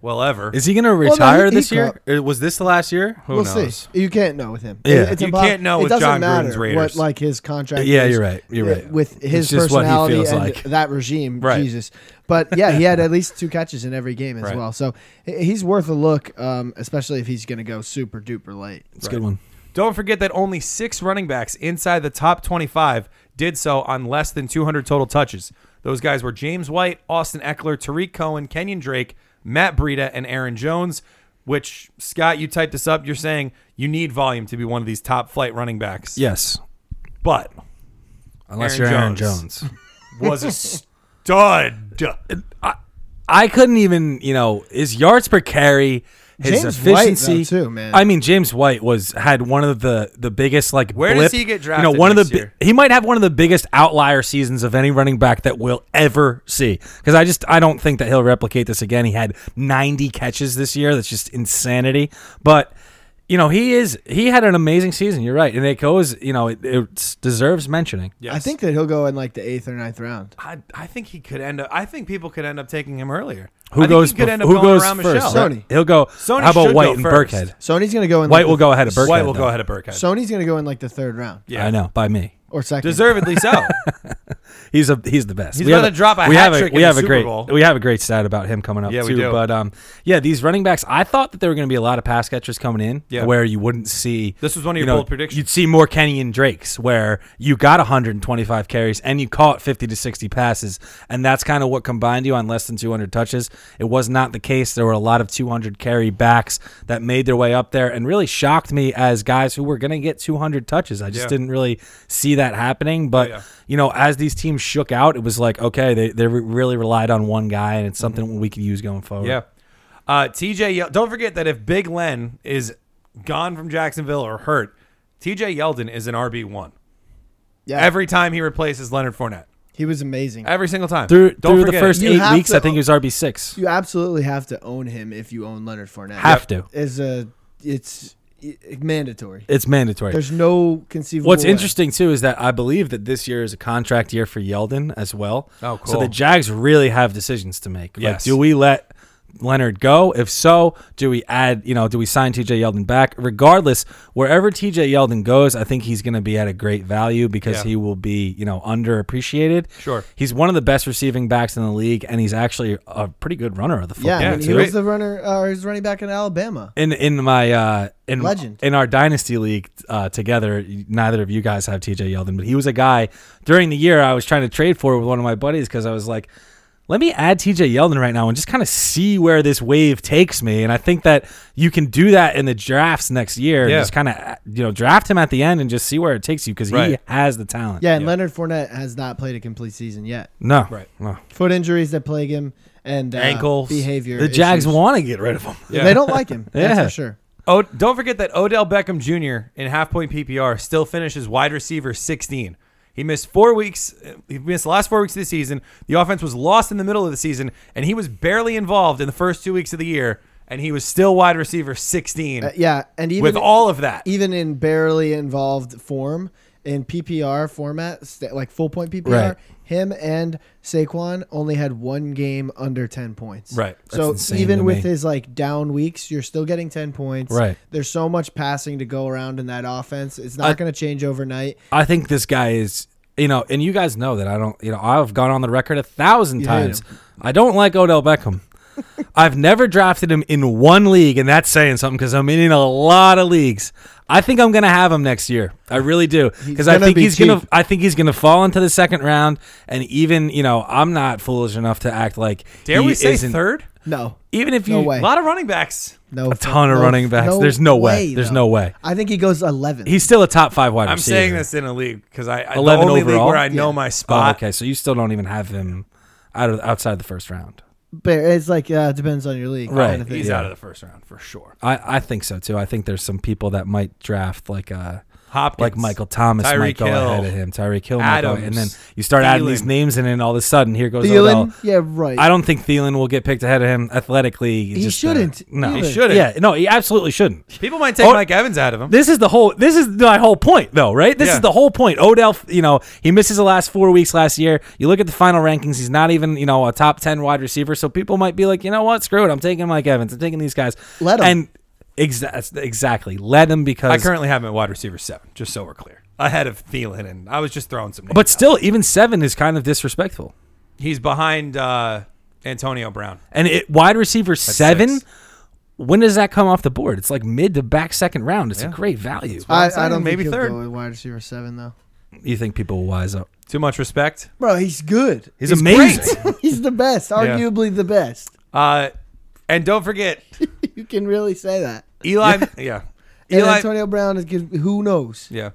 Speaker 1: well, ever.
Speaker 4: Is he going to
Speaker 5: he-
Speaker 4: retire
Speaker 5: he
Speaker 4: this year?
Speaker 5: caught-
Speaker 4: Or Was this the last year?
Speaker 1: Who
Speaker 5: we'll
Speaker 1: knows?
Speaker 5: see. You can't know with him.
Speaker 4: Yeah.
Speaker 5: it's
Speaker 1: You
Speaker 5: impo-
Speaker 1: can't know
Speaker 5: it
Speaker 1: with John Gruden's
Speaker 5: doesn't matter What
Speaker 1: Raiders.
Speaker 5: like his contract?
Speaker 4: Yeah,
Speaker 5: is
Speaker 4: you're right. You're
Speaker 5: wi-
Speaker 4: right.
Speaker 5: With his
Speaker 4: just what he
Speaker 5: personality
Speaker 4: feels
Speaker 5: and
Speaker 4: like.
Speaker 5: that regime,
Speaker 1: Right.
Speaker 5: Jesus. But yeah, he had at least two catches in every game as
Speaker 1: Right.
Speaker 5: well. So h- he's worth a look, um, especially if he's going to go super duper late.
Speaker 4: It's a good one.
Speaker 1: Don't forget that only six running backs inside the top 25 did so on less than 200 total touches. Those guys were James White, Austin Eckler, Tariq Cohen, Kenyon Drake, Matt Breida, and Aaron Jones. Which Scott, you typed this up. You're saying you need volume to be one of these top flight running backs.
Speaker 4: Yes.
Speaker 1: but
Speaker 4: Unless
Speaker 1: Aaron
Speaker 4: you're Aaron
Speaker 1: Jones.
Speaker 4: Jones.
Speaker 1: was
Speaker 4: <laughs>
Speaker 1: a stud.
Speaker 4: I couldn't even, you know, his yards per carry, his
Speaker 5: James White,
Speaker 4: efficiency
Speaker 5: though, too, man.
Speaker 4: I mean, James White was had one of the the biggest like
Speaker 1: Where
Speaker 4: blip.
Speaker 1: does he get
Speaker 4: You know,
Speaker 1: drafted
Speaker 4: one of
Speaker 1: next
Speaker 4: the bi-
Speaker 1: year?
Speaker 4: he might have one of the biggest outlier seasons of any running back that we'll ever see. Because I just I don't think that he'll replicate this again. He had 90 catches this year. That's just insanity. But you know, he is he had an amazing season. You're right, and it goes. You know, it, it deserves mentioning.
Speaker 1: Yes.
Speaker 5: I think that he'll go in like the eighth or ninth round.
Speaker 1: I, I think he could end up. I think people could end up taking him earlier.
Speaker 4: Who
Speaker 1: I think
Speaker 4: goes?
Speaker 1: He could end
Speaker 4: bef-
Speaker 1: up
Speaker 4: who
Speaker 1: going
Speaker 4: goes
Speaker 1: around
Speaker 4: first?
Speaker 1: Michelle.
Speaker 5: Sony.
Speaker 4: He'll go.
Speaker 1: Sony
Speaker 4: how about
Speaker 1: should
Speaker 4: White
Speaker 1: go
Speaker 4: and
Speaker 1: first.
Speaker 4: Burkhead?
Speaker 5: Sony's going to go in.
Speaker 4: White
Speaker 5: like
Speaker 4: will
Speaker 5: the-
Speaker 4: go ahead of Burkhead.
Speaker 1: White will go
Speaker 4: though.
Speaker 1: ahead of Burkhead.
Speaker 5: Sony's going to go in like the third round
Speaker 1: Yeah.
Speaker 4: I know, by me.
Speaker 5: or second.
Speaker 1: Deservedly
Speaker 4: <laughs>
Speaker 1: so.
Speaker 4: He's a he's the best.
Speaker 1: He's about to drop a
Speaker 4: we
Speaker 1: hat
Speaker 4: have
Speaker 1: trick
Speaker 4: we
Speaker 1: in the
Speaker 4: have a
Speaker 1: Super
Speaker 4: great
Speaker 1: Bowl.
Speaker 4: we have a great stat about him coming up
Speaker 1: Yeah,
Speaker 4: too.
Speaker 1: we do.
Speaker 4: But um, yeah, these running backs. I thought that there were going to be a lot of pass catchers coming in
Speaker 1: Yeah.
Speaker 4: where you wouldn't see.
Speaker 1: This was one of
Speaker 4: you
Speaker 1: your
Speaker 4: know,
Speaker 1: bold predictions.
Speaker 4: You'd see more Kenny and Drakes where you got 125 carries and you caught 50 to 60 passes, and that's kind of what combined you on less than 200 touches. It was not the case. There were a lot of 200 carry backs that made their way up there and really shocked me as guys who were going to get 200 touches. I just
Speaker 1: Yeah.
Speaker 4: didn't really see that happening, but
Speaker 1: yeah.
Speaker 4: you know, as these teams shook out, it was like, okay, they, they re- really relied on one guy, and it's something we could use going forward.
Speaker 1: Yeah. Uh, TJ, Yel- don't forget that if Big Len is gone from Jacksonville or hurt, TJ Yeldon is an RB1
Speaker 5: Yeah,
Speaker 1: every time he replaces Leonard Fournette.
Speaker 5: he was amazing.
Speaker 1: Every single time.
Speaker 4: Through,
Speaker 1: don't
Speaker 4: through the
Speaker 1: forget
Speaker 4: first
Speaker 1: it.
Speaker 5: You
Speaker 4: eight
Speaker 5: have
Speaker 4: weeks,
Speaker 5: to-
Speaker 4: I think he was RB6.
Speaker 5: You absolutely have to own him if you own Leonard Fournette.
Speaker 4: Have to.
Speaker 5: Is a it's i- mandatory.
Speaker 4: It's mandatory.
Speaker 5: There's no conceivable.
Speaker 4: What's
Speaker 5: way.
Speaker 4: interesting, too, is that I believe that this year is a contract year for Yeldon as well.
Speaker 1: Oh,
Speaker 4: So the
Speaker 1: cool.
Speaker 4: Jags really have decisions to make. Like,
Speaker 1: Yes.
Speaker 4: do we let Leonard go? If so, do we add, you know, do we sign TJ Yeldon back? Regardless, wherever TJ Yeldon goes, I think he's going to be at a great value because
Speaker 1: Yeah.
Speaker 4: he will be, you know, underappreciated.
Speaker 1: Sure.
Speaker 4: He's one of the best receiving backs in the league, and he's actually a pretty good runner of the
Speaker 5: Yeah,
Speaker 4: football.
Speaker 5: I
Speaker 1: Yeah,
Speaker 5: mean,
Speaker 1: it's
Speaker 5: he
Speaker 1: great.
Speaker 5: was the runner or his running back in Alabama.
Speaker 4: In in my uh in
Speaker 5: Legend.
Speaker 4: in our dynasty league uh, together, neither of you guys have TJ Yeldon, but he was a guy during the year I was trying to trade for with one of my buddies because I was like, let me add TJ Yeldon right now and just kind of see where this wave takes me. And I think that you can do that in the drafts next year.
Speaker 1: Yeah.
Speaker 4: And just kind of you know draft him at the end and just see where it takes you because he
Speaker 1: Right.
Speaker 4: has the talent.
Speaker 5: Yeah, and Leonard Fournette has not played a complete season yet.
Speaker 4: No.
Speaker 1: Right.
Speaker 4: No.
Speaker 5: Foot injuries that plague him and uh,
Speaker 1: Ankles.
Speaker 5: behavior.
Speaker 4: The Jags
Speaker 5: issues.
Speaker 4: want to get rid of him.
Speaker 1: Yeah.
Speaker 5: They don't like him.
Speaker 4: <laughs> Yeah.
Speaker 5: That's for sure.
Speaker 1: Oh, don't forget that Odell Beckham Jr. in half point PPR still finishes wide receiver 16. He missed four weeks. He missed the last four weeks of the season. The offense was lost in the middle of the season, and he was barely involved in the first two weeks of the year, and he was still wide receiver 16
Speaker 5: Uh, yeah, and even
Speaker 1: with all of that.
Speaker 5: even in barely involved form in PPR format, st- like full point PPR,
Speaker 4: Right.
Speaker 5: him and Saquon only had one game under ten points.
Speaker 1: Right.
Speaker 4: That's
Speaker 5: so
Speaker 4: insane to
Speaker 5: even with
Speaker 4: me.
Speaker 5: his like down weeks, you're still getting ten points.
Speaker 4: Right.
Speaker 5: There's so much passing to go around in that offense. It's not
Speaker 4: I-
Speaker 5: going to change overnight.
Speaker 4: I think this guy is, you know, and you guys know that I don't, you know, I've gone on the record a thousand
Speaker 5: You hate
Speaker 4: times. I don't like Odell Beckham.
Speaker 5: <laughs>
Speaker 4: I've never drafted him in one league, and that's saying something because I'm in a lot of leagues. I think I'm going to have him next year. I really do because I
Speaker 5: gonna
Speaker 4: think
Speaker 5: be
Speaker 4: he's going to.
Speaker 5: cheap.
Speaker 4: I think he's going to fall into the second round, and even you know, I'm not foolish enough to act like
Speaker 1: Dare
Speaker 4: he
Speaker 1: we say
Speaker 4: isn't-
Speaker 1: third?
Speaker 5: No.
Speaker 4: Even if you
Speaker 5: No way.
Speaker 1: A lot of running backs.
Speaker 5: No.
Speaker 4: a ton of
Speaker 5: no-
Speaker 4: running backs, there's no way. There's
Speaker 5: though.
Speaker 4: no way.
Speaker 5: I think he goes 11.
Speaker 4: He's still a top five wide
Speaker 1: I'm
Speaker 4: receiver.
Speaker 1: saying this in a league because I, I the
Speaker 4: 11
Speaker 1: only league
Speaker 4: overall?
Speaker 1: where I know
Speaker 5: Yeah.
Speaker 1: my
Speaker 4: Oh,
Speaker 1: spot.
Speaker 4: okay. So you still don't even have him out of outside the first round.
Speaker 5: but it's like uh, it depends on your league.
Speaker 4: Right.
Speaker 5: kind of thing.
Speaker 1: He's
Speaker 4: Yeah.
Speaker 1: out of the first round for sure.
Speaker 4: I, I think so too. I think there's some people that might draft like uh
Speaker 1: Hopkins,
Speaker 4: like Michael Thomas might
Speaker 1: Tyreek
Speaker 4: go
Speaker 1: Hill,
Speaker 4: ahead of him. Tyreek Hill might go, and then
Speaker 1: Adams,
Speaker 4: you start adding these
Speaker 1: Thielen.
Speaker 4: names, and then all of a sudden here goes
Speaker 5: Thielen.
Speaker 4: Odell.
Speaker 5: Yeah. Right.
Speaker 4: I don't think Thielen will get picked ahead of him athletically.
Speaker 5: He
Speaker 4: just, uh,
Speaker 5: shouldn't
Speaker 4: no,
Speaker 5: either.
Speaker 1: He shouldn't.
Speaker 4: Yeah, no, he absolutely shouldn't.
Speaker 1: People might take
Speaker 4: Oh.
Speaker 1: Mike Evans out of him.
Speaker 4: This is the whole. This is my whole point, though, right? This
Speaker 1: Yeah.
Speaker 4: is the whole point. Odell, you know, he misses the last four weeks last year. You look at the final rankings; he's not even, you know, a top ten wide receiver. So people might be like, you know what? Screw it. I'm taking Mike Evans. I'm taking these guys.
Speaker 5: Let 'em.
Speaker 4: And exa- exactly, let him because.
Speaker 1: I currently have him at wide receiver seven. Just so we're clear, ahead of Thielen, and I was just throwing some. Names
Speaker 4: but
Speaker 1: out.
Speaker 4: still, even seven is kind of disrespectful.
Speaker 1: he's behind uh, Antonio Brown.
Speaker 4: And it, wide receiver seven.
Speaker 1: six.
Speaker 4: When does that come off the board? It's like mid to back second round. It's a great value.
Speaker 5: I,
Speaker 1: saying,
Speaker 5: I don't
Speaker 1: maybe
Speaker 5: think he'll
Speaker 1: third.
Speaker 5: go with wide receiver seven though.
Speaker 4: You think people will wise up?
Speaker 1: Too much respect.
Speaker 5: Bro, he's good.
Speaker 4: He's,
Speaker 1: He's
Speaker 4: amazing.
Speaker 5: <laughs> he's the best. Arguably the best. <laughs>
Speaker 1: Uh, and don't forget
Speaker 5: You can really say that.
Speaker 1: Eli. <laughs> yeah,
Speaker 5: <laughs> And
Speaker 1: Eli.
Speaker 5: Antonio Brown is good. Who knows?
Speaker 1: yeah,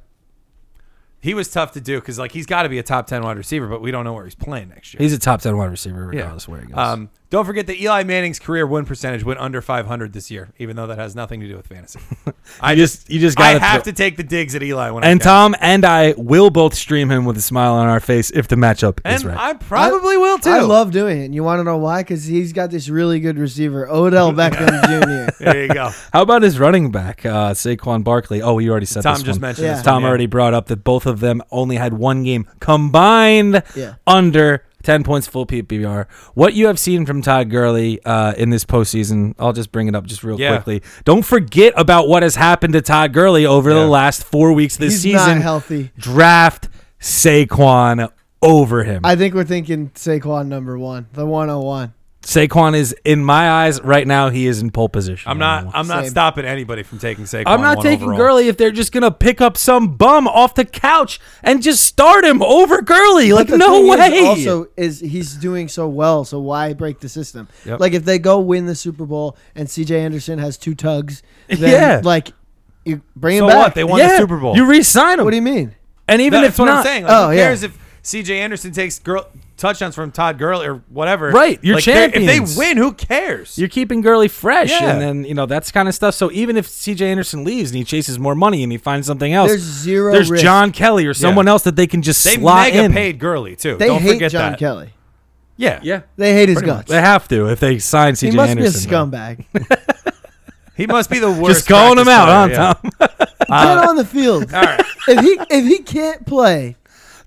Speaker 1: he was tough to do because like he's got to be a top ten wide receiver, but we don't know where he's playing next year.
Speaker 4: He's a top ten wide receiver,
Speaker 1: Yeah.
Speaker 4: regardless where he goes.
Speaker 1: Um, don't forget that Eli Manning's career win percentage went under 500 this year, even though that has nothing to do with
Speaker 4: <laughs>
Speaker 1: fantasy. I just,
Speaker 4: you just
Speaker 1: I
Speaker 4: gotta
Speaker 1: have
Speaker 4: throw-
Speaker 1: to take the digs at Eli when
Speaker 4: And
Speaker 1: I can.
Speaker 4: Tom and I will both stream him with a smile on our face if the matchup is
Speaker 1: and
Speaker 4: right.
Speaker 1: I
Speaker 4: <laughs>
Speaker 1: probably will too.
Speaker 5: I love doing it. And you want to know why? Because he's got this really good receiver,
Speaker 4: <laughs>
Speaker 5: Odell Beckham Jr.
Speaker 1: There you go.
Speaker 4: How about his running back, uh, Saquon Barkley? Oh, you already said
Speaker 1: Tom
Speaker 4: this
Speaker 1: just
Speaker 4: one.
Speaker 1: mentioned
Speaker 5: Yeah.
Speaker 1: this
Speaker 4: Tom
Speaker 1: one, yeah.
Speaker 4: already brought up that both of them only had one game combined
Speaker 5: Yeah.
Speaker 4: under 10 points full PPR. What you have seen from Todd Gurley uh, in this postseason, I'll just bring it up just real
Speaker 1: Yeah.
Speaker 4: quickly. Don't forget about what has happened to Todd Gurley over
Speaker 1: Yeah.
Speaker 4: the last four weeks this
Speaker 5: He's
Speaker 4: season.
Speaker 5: not healthy.
Speaker 4: Draft Saquon over him.
Speaker 5: I think we're thinking Saquon number one, the 101.
Speaker 4: Saquon is in my eyes right now. He is in pole position.
Speaker 1: I'm not. I'm not
Speaker 5: Same.
Speaker 1: stopping anybody from taking Saquon.
Speaker 4: I'm not
Speaker 1: one
Speaker 4: taking
Speaker 1: overall.
Speaker 4: Gurley if they're just gonna pick up some bum off the couch and just start him over Gurley. Like
Speaker 5: But the
Speaker 4: no
Speaker 5: thing is
Speaker 4: way.
Speaker 5: also, is he's doing so well, so why break the system?
Speaker 1: Yep.
Speaker 5: Like if they go win the Super Bowl and CJ Anderson has two
Speaker 4: <laughs>
Speaker 5: tugs, then
Speaker 4: Yeah.
Speaker 5: like you bring him
Speaker 1: So
Speaker 5: back.
Speaker 1: what? They won the Super Bowl.
Speaker 4: You re-sign him.
Speaker 5: What do you mean?
Speaker 4: and even
Speaker 1: That's
Speaker 4: if
Speaker 1: what
Speaker 4: not,
Speaker 1: I'm saying. Like,
Speaker 5: Oh,
Speaker 1: who
Speaker 5: yeah.
Speaker 1: cares if C.J. Anderson takes girl touchdowns from Todd Gurley or whatever?
Speaker 4: Right, you're
Speaker 1: Like, they're- If
Speaker 4: champions.
Speaker 1: they win, who cares?
Speaker 4: you're keeping Gurley fresh,
Speaker 1: Yeah.
Speaker 4: and then you know that's kind of stuff. So even if CJ Anderson leaves and he chases more money and he finds something else,
Speaker 5: There's zero
Speaker 4: There's
Speaker 5: risk.
Speaker 4: John Kelly or someone else that they can just
Speaker 1: they
Speaker 4: slot
Speaker 1: mega
Speaker 4: in.
Speaker 1: paid Gurley too.
Speaker 5: They
Speaker 1: Don't
Speaker 5: hate
Speaker 1: forget
Speaker 5: John
Speaker 1: that.
Speaker 5: Kelly.
Speaker 1: Yeah,
Speaker 4: Yeah,
Speaker 5: They hate his
Speaker 1: Pretty
Speaker 5: guts.
Speaker 4: they have to if they sign CJ
Speaker 5: He must
Speaker 4: Anderson.
Speaker 5: be a scumbag.
Speaker 1: He must be the worst.
Speaker 4: <laughs> Just calling him
Speaker 1: practice
Speaker 4: out, huh,
Speaker 1: player, yeah.
Speaker 4: Tom?
Speaker 5: Get on the field.
Speaker 1: All right.
Speaker 5: if he if he can't play,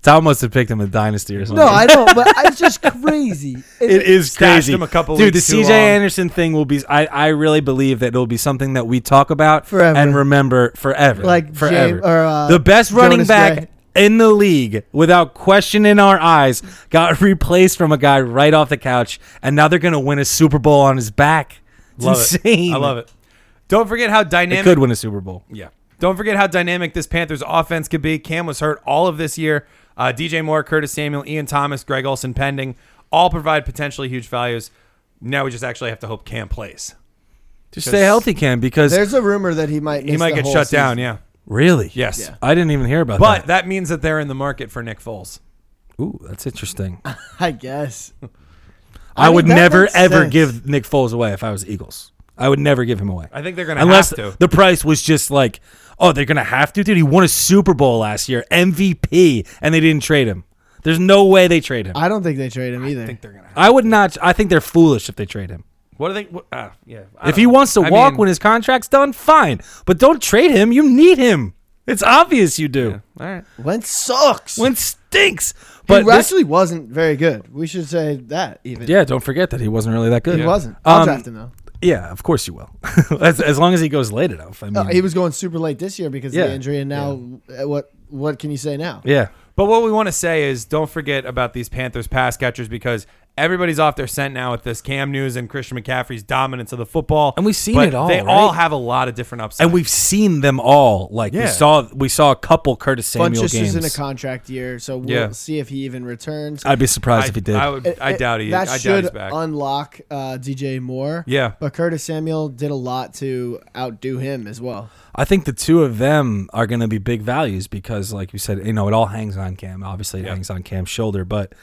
Speaker 4: Tom must have picked him a dynasty or something.
Speaker 5: no, I don't. But it's just crazy.
Speaker 4: it is
Speaker 1: Stashed
Speaker 4: crazy.
Speaker 1: him a couple
Speaker 4: Dude,
Speaker 1: weeks
Speaker 4: the
Speaker 1: too
Speaker 4: CJ
Speaker 1: long.
Speaker 4: Anderson thing will be. I, I really believe that it'll be something that we talk about
Speaker 5: Forever.
Speaker 4: and remember forever.
Speaker 5: Like
Speaker 4: forever.
Speaker 5: James- or, uh,
Speaker 4: the best running
Speaker 5: Jonas
Speaker 4: back.
Speaker 5: Gray.
Speaker 4: In the league, without question in our eyes, got <laughs> replaced from a guy right off the couch, and now they're gonna win a Super Bowl on his back. It's
Speaker 1: Love
Speaker 4: insane.
Speaker 1: It. I love it. Don't forget how
Speaker 4: They
Speaker 1: dynamic.
Speaker 4: could win a Super Bowl.
Speaker 1: Yeah. Don't forget how dynamic this Panthers offense could be. Cam was hurt all of this year. Uh, DJ Moore, Curtis Samuel, Ian Thomas, Greg Olson pending, all provide potentially huge values. Now we just actually have to hope Cam plays.
Speaker 4: Just stay healthy, Cam, because
Speaker 5: There's a rumor that he might miss
Speaker 1: He might
Speaker 5: the
Speaker 1: get
Speaker 5: whole
Speaker 1: shut
Speaker 5: season.
Speaker 1: down. Yeah.
Speaker 4: really,
Speaker 1: Yes.
Speaker 5: Yeah.
Speaker 4: I didn't even hear about
Speaker 1: But
Speaker 4: that.
Speaker 1: that means that they're in the market for Nick Foles.
Speaker 4: Ooh, that's interesting. I,
Speaker 5: I guess. mean,
Speaker 4: would
Speaker 5: that
Speaker 4: never
Speaker 5: makes
Speaker 4: ever
Speaker 5: sense.
Speaker 4: give Nick Foles away if I was Eagles. I would never give him away.
Speaker 1: I think they're going to
Speaker 4: unless
Speaker 1: have to.
Speaker 4: the price was just like, oh, they're gonna have to, dude. He won a Super Bowl last year, MVP, and they didn't trade him. There's no way they trade him. I,
Speaker 5: I don't think they trade him either.
Speaker 1: they're going to.
Speaker 4: would not. I think they're foolish if they trade him.
Speaker 1: What do they? What, ah, yeah. I
Speaker 4: If
Speaker 1: don't
Speaker 4: he
Speaker 1: know.
Speaker 4: wants to
Speaker 1: I
Speaker 4: walk
Speaker 1: mean,
Speaker 4: when his contract's done, fine. But don't trade him. You need him. It's obvious you do.
Speaker 1: All right.
Speaker 5: Wentz sucks.
Speaker 4: When stinks,
Speaker 5: but
Speaker 4: but
Speaker 5: he
Speaker 4: this-
Speaker 5: actually wasn't very good. We should say that even.
Speaker 4: yeah, don't forget that he wasn't really that good.
Speaker 5: He wasn't. I'll
Speaker 4: Um,
Speaker 5: draft him though.
Speaker 4: Yeah, of course you will. <laughs> as, as long as he goes late enough. I mean,
Speaker 5: No, he was going super late this year because of
Speaker 4: Yeah.
Speaker 5: the injury, and now uh what? What can you say now?
Speaker 4: yeah.
Speaker 1: But what we want to say is don't forget about these Panthers pass catchers because Everybody's off their scent now with this Cam news and Christian McCaffrey's dominance of the football.
Speaker 4: And we've seen
Speaker 1: But
Speaker 4: it all,
Speaker 1: They all
Speaker 4: right?
Speaker 1: have a lot of different upsides.
Speaker 4: and we've seen them all. Like
Speaker 1: Yeah.
Speaker 4: we saw, we saw a couple Curtis Samuel
Speaker 5: Funchess
Speaker 4: games.
Speaker 5: is in a contract year, so we'll
Speaker 1: Yeah.
Speaker 5: see if he even returns.
Speaker 4: I'd be surprised if he did.
Speaker 1: I, would,
Speaker 5: It-
Speaker 1: I
Speaker 5: it-
Speaker 1: doubt he.
Speaker 5: That
Speaker 1: I doubt
Speaker 5: should
Speaker 1: he's back.
Speaker 5: unlock uh, DJ Moore.
Speaker 1: Yeah.
Speaker 5: but Curtis Samuel did a lot to outdo him as well.
Speaker 4: I think the two of them are going to be big values because, like you said, you know, it all hangs on Cam. Obviously, it
Speaker 1: Yeah.
Speaker 4: hangs on Cam's shoulder, but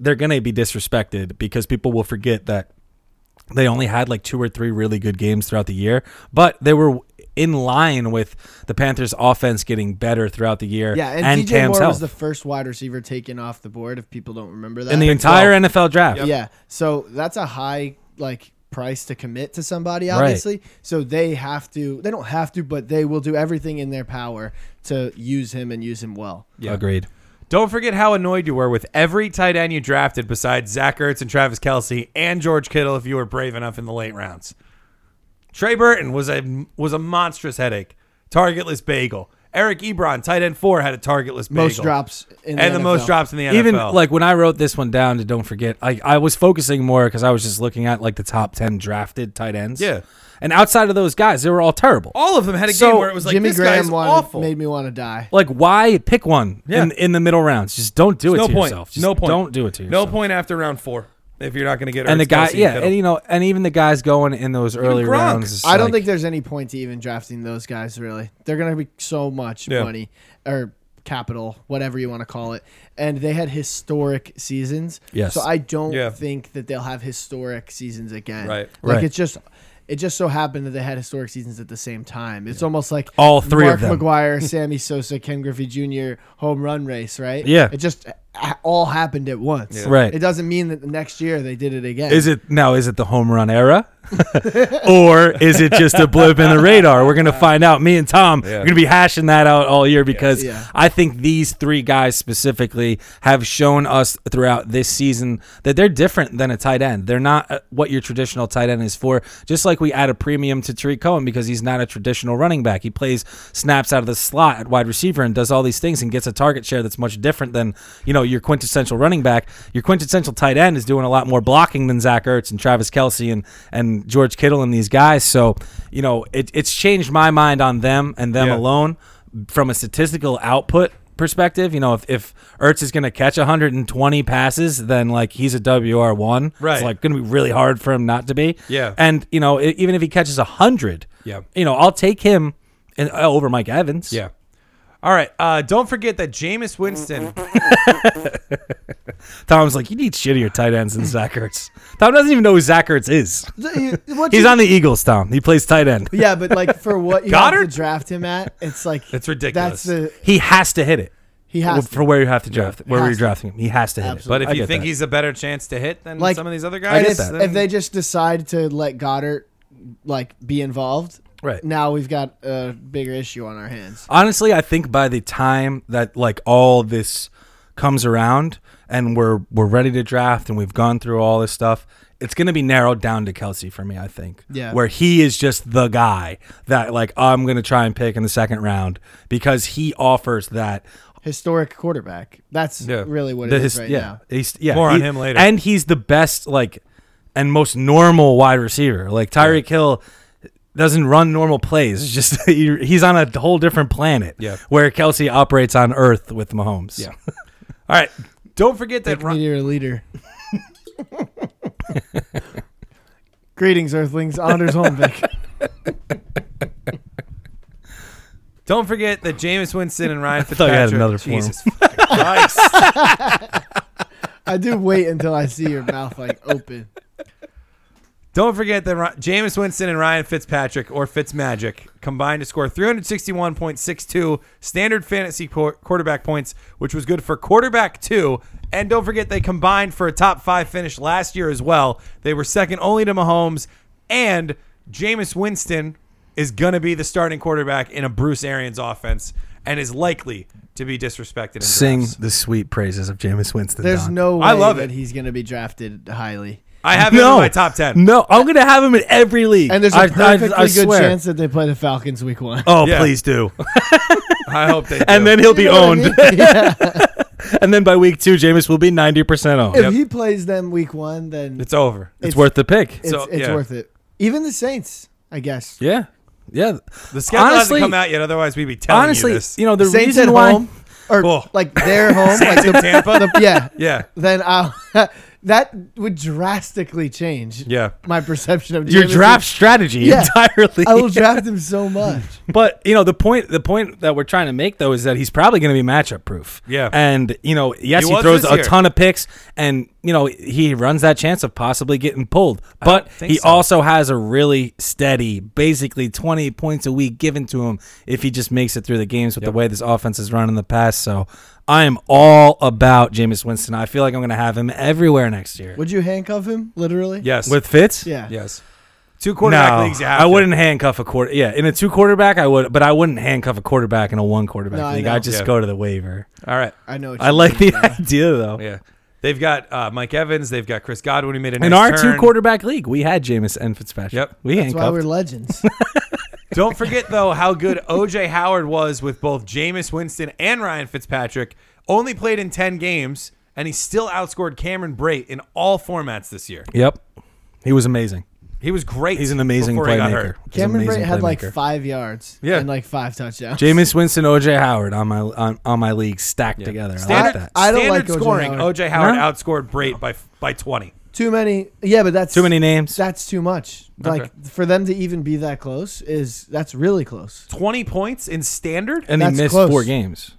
Speaker 4: they're going to be disrespected because people will forget that they only had like two or three really good games throughout the year, but they were in line with the Panthers' offense getting better throughout the year.
Speaker 5: Yeah, and, DJ
Speaker 4: Cam's
Speaker 5: Moore
Speaker 4: health
Speaker 5: was the first wide receiver taken off the board. If people don't remember that,
Speaker 4: in the entire NFL draft.
Speaker 5: yeah, so that's a high like price to commit to somebody,
Speaker 4: Right.
Speaker 5: obviously. So they have to. They don't have to, but they will do everything in their power to use him and use him well.
Speaker 4: Agreed.
Speaker 1: Don't forget how annoyed you were with every tight end you drafted besides Zach Ertz and Travis Kelsey and George Kittle if you were brave enough in the late rounds. Trey Burton was a was a monstrous headache. Targetless bagel. Eric Ebron, tight end four, had a targetless bagel.
Speaker 5: Most drops in the
Speaker 1: and the most
Speaker 5: NFL.
Speaker 1: drops in the NFL.
Speaker 4: Even like when I wrote this one down to don't forget, I, I was focusing more because I was just looking at like the top ten drafted tight ends.
Speaker 1: Yeah.
Speaker 4: And outside of those guys, they were all terrible.
Speaker 1: all of them had a
Speaker 4: So,
Speaker 1: game where it was like
Speaker 5: Jimmy
Speaker 1: this
Speaker 5: Graham
Speaker 1: guy's
Speaker 5: wanted,
Speaker 1: awful.
Speaker 5: made me want to die.
Speaker 4: Like why pick one
Speaker 1: Yeah.
Speaker 4: in, in the middle rounds? Just don't do it
Speaker 1: no
Speaker 4: to
Speaker 1: point.
Speaker 4: yourself. Just
Speaker 1: no point.
Speaker 4: Don't do it to
Speaker 1: No
Speaker 4: yourself.
Speaker 1: point after round four if you're not going to get.
Speaker 4: And the
Speaker 1: Ertz,
Speaker 4: guy,
Speaker 1: Kelsey,
Speaker 4: yeah,
Speaker 1: Kittle.
Speaker 4: and you know, and even the guys going in those early
Speaker 1: Gronk.
Speaker 4: rounds. it's
Speaker 5: I don't
Speaker 4: like-
Speaker 5: think there's any point to even drafting those guys. Really, they're going to be so much
Speaker 1: Yeah.
Speaker 5: money or capital, whatever you want to call it. And they had historic seasons.
Speaker 4: Yes.
Speaker 5: So I don't
Speaker 1: Yeah.
Speaker 5: think that they'll have historic seasons again.
Speaker 1: Right.
Speaker 5: Like
Speaker 4: Right.
Speaker 5: it's just. It just so happened that they had historic seasons at the same time. It's almost like
Speaker 4: All three
Speaker 5: Mark
Speaker 4: of them. <laughs>
Speaker 5: McGuire, Sammy Sosa, Ken Griffey Jr. home run race, right?
Speaker 4: Yeah.
Speaker 5: It just a- all happened at once.
Speaker 4: Right.
Speaker 5: It doesn't mean that the next year they did it again.
Speaker 4: Is it now? Is it the home run era, <laughs> or is it just a blip in the radar? We're
Speaker 1: <laughs>
Speaker 4: gonna find out. Me and Tom we are gonna be hashing that out all year because
Speaker 5: Yeah.
Speaker 4: I think these three guys specifically have shown us throughout this season that they're different than a tight end. They're not uh, what your traditional tight end is for. Just like we add a premium to Tariq Cohen because he's not a traditional running back. He plays snaps out of the slot at wide receiver and does all these things and gets a target share that's much different than you know your quintessential running back. Your quintessential tight end is doing a lot more blocking than Zach Ertz and Travis Kelsey and and George Kittle and these guys. So you know it, it's changed my mind on them and them
Speaker 1: Yeah.
Speaker 4: alone from a statistical output perspective, you know, if, if Ertz is going to catch 120 passes, then like he's a WR1.
Speaker 1: Right.
Speaker 4: It's like going to be really hard for him not to be.
Speaker 1: Yeah.
Speaker 4: And, you know, e- even if he catches 100,
Speaker 1: Yeah.
Speaker 4: you know, I'll take him in, uh, over Mike Evans.
Speaker 1: yeah. All right. Uh, don't forget that Jameis Winston
Speaker 4: Tom's like, you need shittier tight ends than Zach Ertz. Tom doesn't even know who Zach Ertz is.
Speaker 5: What
Speaker 4: He's
Speaker 5: you-
Speaker 4: on the Eagles, Tom. He plays tight end.
Speaker 5: Yeah, but like for what you
Speaker 1: Goddard?
Speaker 5: have to draft him at, it's like
Speaker 1: That's ridiculous.
Speaker 5: That's the
Speaker 4: He has to hit it.
Speaker 5: he has
Speaker 4: for where you have to draft, where
Speaker 5: has
Speaker 4: you're
Speaker 5: to.
Speaker 4: drafting him, he has to hit
Speaker 5: Absolutely.
Speaker 4: it.
Speaker 1: But if
Speaker 4: I
Speaker 1: you
Speaker 4: get
Speaker 1: think
Speaker 4: that.
Speaker 1: he's a better chance to hit than
Speaker 5: Like-
Speaker 1: some of these other
Speaker 5: to,
Speaker 1: guys,
Speaker 5: and if,
Speaker 1: then-
Speaker 5: if they just decide to let Goddard like be involved,
Speaker 4: Right.
Speaker 5: now we've got a bigger issue on our hands.
Speaker 4: honestly i think by the time that like all this comes around and we're we're ready to draft and we've gone through all this stuff it's going to be narrowed down to kelsey for me i think
Speaker 5: Yeah.
Speaker 4: where he is just the guy that like i'm going to try and pick in the second round because he offers that
Speaker 5: Historic quarterback. That's
Speaker 1: Yeah.
Speaker 5: really what
Speaker 4: the
Speaker 5: it is
Speaker 4: his-
Speaker 5: right
Speaker 4: yeah,
Speaker 5: now.
Speaker 4: He's, yeah,
Speaker 1: More on
Speaker 4: he-
Speaker 1: him later.
Speaker 4: And he's the best, like, and most normal wide receiver. Like Tyreek Hill doesn't run normal plays. It's just <laughs> he- he's on a whole different planet.
Speaker 1: Yeah.
Speaker 4: where Kelsey operates on Earth with Mahomes.
Speaker 1: Yeah. all right. Don't forget that. Ron-
Speaker 5: Meteor leader. Greetings, Earthlings.
Speaker 1: <laughs>
Speaker 5: Anders Holmbeck.
Speaker 1: don't forget that Jameis Winston and
Speaker 4: <laughs>
Speaker 1: Ryan
Speaker 4: thought you
Speaker 1: Fitzpatrick.
Speaker 4: had another form.
Speaker 1: Jesus fucking Christ.
Speaker 5: I do wait until I see your mouth like open.
Speaker 1: Don't forget that Ron- Jameis Winston and Ryan Fitzpatrick or Fitzmagic combined to score 361.62 standard fantasy qu- quarterback points, which was good for quarterback two. And don't forget they combined for a top five finish last year as well. They were second only to Mahomes and Jameis Winston is going to be the starting quarterback in a Bruce Arians offense and is likely to be disrespected. In
Speaker 4: <laughs> Sing
Speaker 1: drafts.
Speaker 4: the sweet praises of Jameis Winston.
Speaker 5: There's
Speaker 4: Don.
Speaker 5: no way
Speaker 1: I love it.
Speaker 5: that he's going to be drafted highly.
Speaker 1: I have him in my top 10.
Speaker 4: No, I'm gonna have him in every league.
Speaker 5: And there's a
Speaker 4: a
Speaker 5: perfectly good chance that they play the Falcons week one.
Speaker 4: Oh,
Speaker 1: Yeah. <laughs>
Speaker 4: please do.
Speaker 1: I hope they do.
Speaker 4: <laughs> and then he'll be
Speaker 5: You know what I
Speaker 4: owned.
Speaker 5: mean? <laughs> Yeah.
Speaker 4: <laughs> and then by week two, Jameis will be ninety percent owned.
Speaker 5: If he plays them week one, then it's,
Speaker 1: It's over.
Speaker 4: <laughs> It's,
Speaker 5: it's-
Speaker 4: worth the pick.
Speaker 5: it's,
Speaker 1: so, yeah.
Speaker 5: worth it. Even the Saints, I guess.
Speaker 4: yeah, yeah.
Speaker 1: The schedule
Speaker 4: Honestly-
Speaker 1: hasn't come out yet. Otherwise, we'd be telling
Speaker 4: Honestly,
Speaker 1: you
Speaker 4: you,
Speaker 1: this.
Speaker 4: know the
Speaker 5: Saints
Speaker 4: reason
Speaker 5: at
Speaker 4: why.
Speaker 5: home, or
Speaker 1: Cool.
Speaker 5: like their
Speaker 4: <laughs>
Speaker 5: home, like
Speaker 1: Saints in
Speaker 5: the,
Speaker 1: Tampa.
Speaker 5: the- yeah.
Speaker 1: yeah,
Speaker 5: Then I'll, <laughs> that would drastically change.
Speaker 1: yeah.
Speaker 5: my perception of
Speaker 4: Your
Speaker 5: Jameis.
Speaker 4: draft strategy
Speaker 5: Yeah.
Speaker 4: entirely. <laughs>
Speaker 5: I will draft him so much.
Speaker 4: But you know the point. The point that we're trying to make though is that he's probably going to be matchup proof.
Speaker 1: Yeah.
Speaker 4: And you know, yes,
Speaker 1: He
Speaker 4: he,
Speaker 1: was
Speaker 4: throws
Speaker 1: this
Speaker 4: a
Speaker 1: year.
Speaker 4: ton of picks, and you know he runs that chance of possibly getting pulled. But
Speaker 1: think
Speaker 4: he
Speaker 1: so.
Speaker 4: also has a really steady, basically twenty points a week given to him if he just makes it through the games with the way this offense is run in the past. So I am all about Jameis Winston. I feel like I'm going to have him everywhere next year.
Speaker 5: Would you handcuff him literally?
Speaker 1: Yes.
Speaker 4: With Fitz,
Speaker 5: Yeah.
Speaker 1: yes. Two quarterback leagues. You have
Speaker 4: I
Speaker 1: to.
Speaker 4: wouldn't handcuff a quarter. Yeah, in a two quarterback, I would, but I wouldn't handcuff a quarterback in a one quarterback
Speaker 5: No, I
Speaker 4: league.
Speaker 5: know. Oh,
Speaker 4: I just
Speaker 1: Yeah.
Speaker 4: go to the waiver.
Speaker 1: All right.
Speaker 5: I know. what
Speaker 4: I
Speaker 5: you
Speaker 4: like
Speaker 5: mean.
Speaker 4: the idea though.
Speaker 1: Yeah. They've got uh, Mike Evans. They've got Chris Godwin. He made a nice
Speaker 4: In our
Speaker 1: turn.
Speaker 4: two quarterback league, we had Jameis and Fitzpatrick.
Speaker 1: Yep.
Speaker 4: we
Speaker 5: That's why
Speaker 4: handcuffed.
Speaker 5: we're
Speaker 4: <laughs>
Speaker 5: legends.
Speaker 1: <laughs> Don't forget though how good OJ Howard was with both Jameis Winston and Ryan Fitzpatrick. Only played in ten games, and he still outscored Cameron Brate in all formats this year.
Speaker 4: Yep, he was amazing.
Speaker 1: He was great.
Speaker 4: He's an amazing
Speaker 1: before he got
Speaker 4: playmaker.
Speaker 1: hurt.
Speaker 4: He's an
Speaker 5: Cameron
Speaker 4: amazing
Speaker 5: Brate had like
Speaker 4: playmaker.
Speaker 5: five yards
Speaker 1: Yeah.
Speaker 5: and like five touchdowns.
Speaker 4: Jameis Winston, OJ Howard on my on, on my league stacked together. I like
Speaker 1: Standard,
Speaker 4: that.
Speaker 5: I don't
Speaker 1: standard
Speaker 5: like O.J.
Speaker 1: scoring.
Speaker 5: Howard.
Speaker 1: OJ Howard
Speaker 4: No?
Speaker 1: outscored Brate by by twenty.
Speaker 5: Too many. Yeah, but that's
Speaker 4: Too many names.
Speaker 5: That's too much. Like for them to even be that close is that's really close.
Speaker 1: 20 points in standard
Speaker 4: and he
Speaker 5: That's
Speaker 4: missed
Speaker 5: close.
Speaker 4: four games.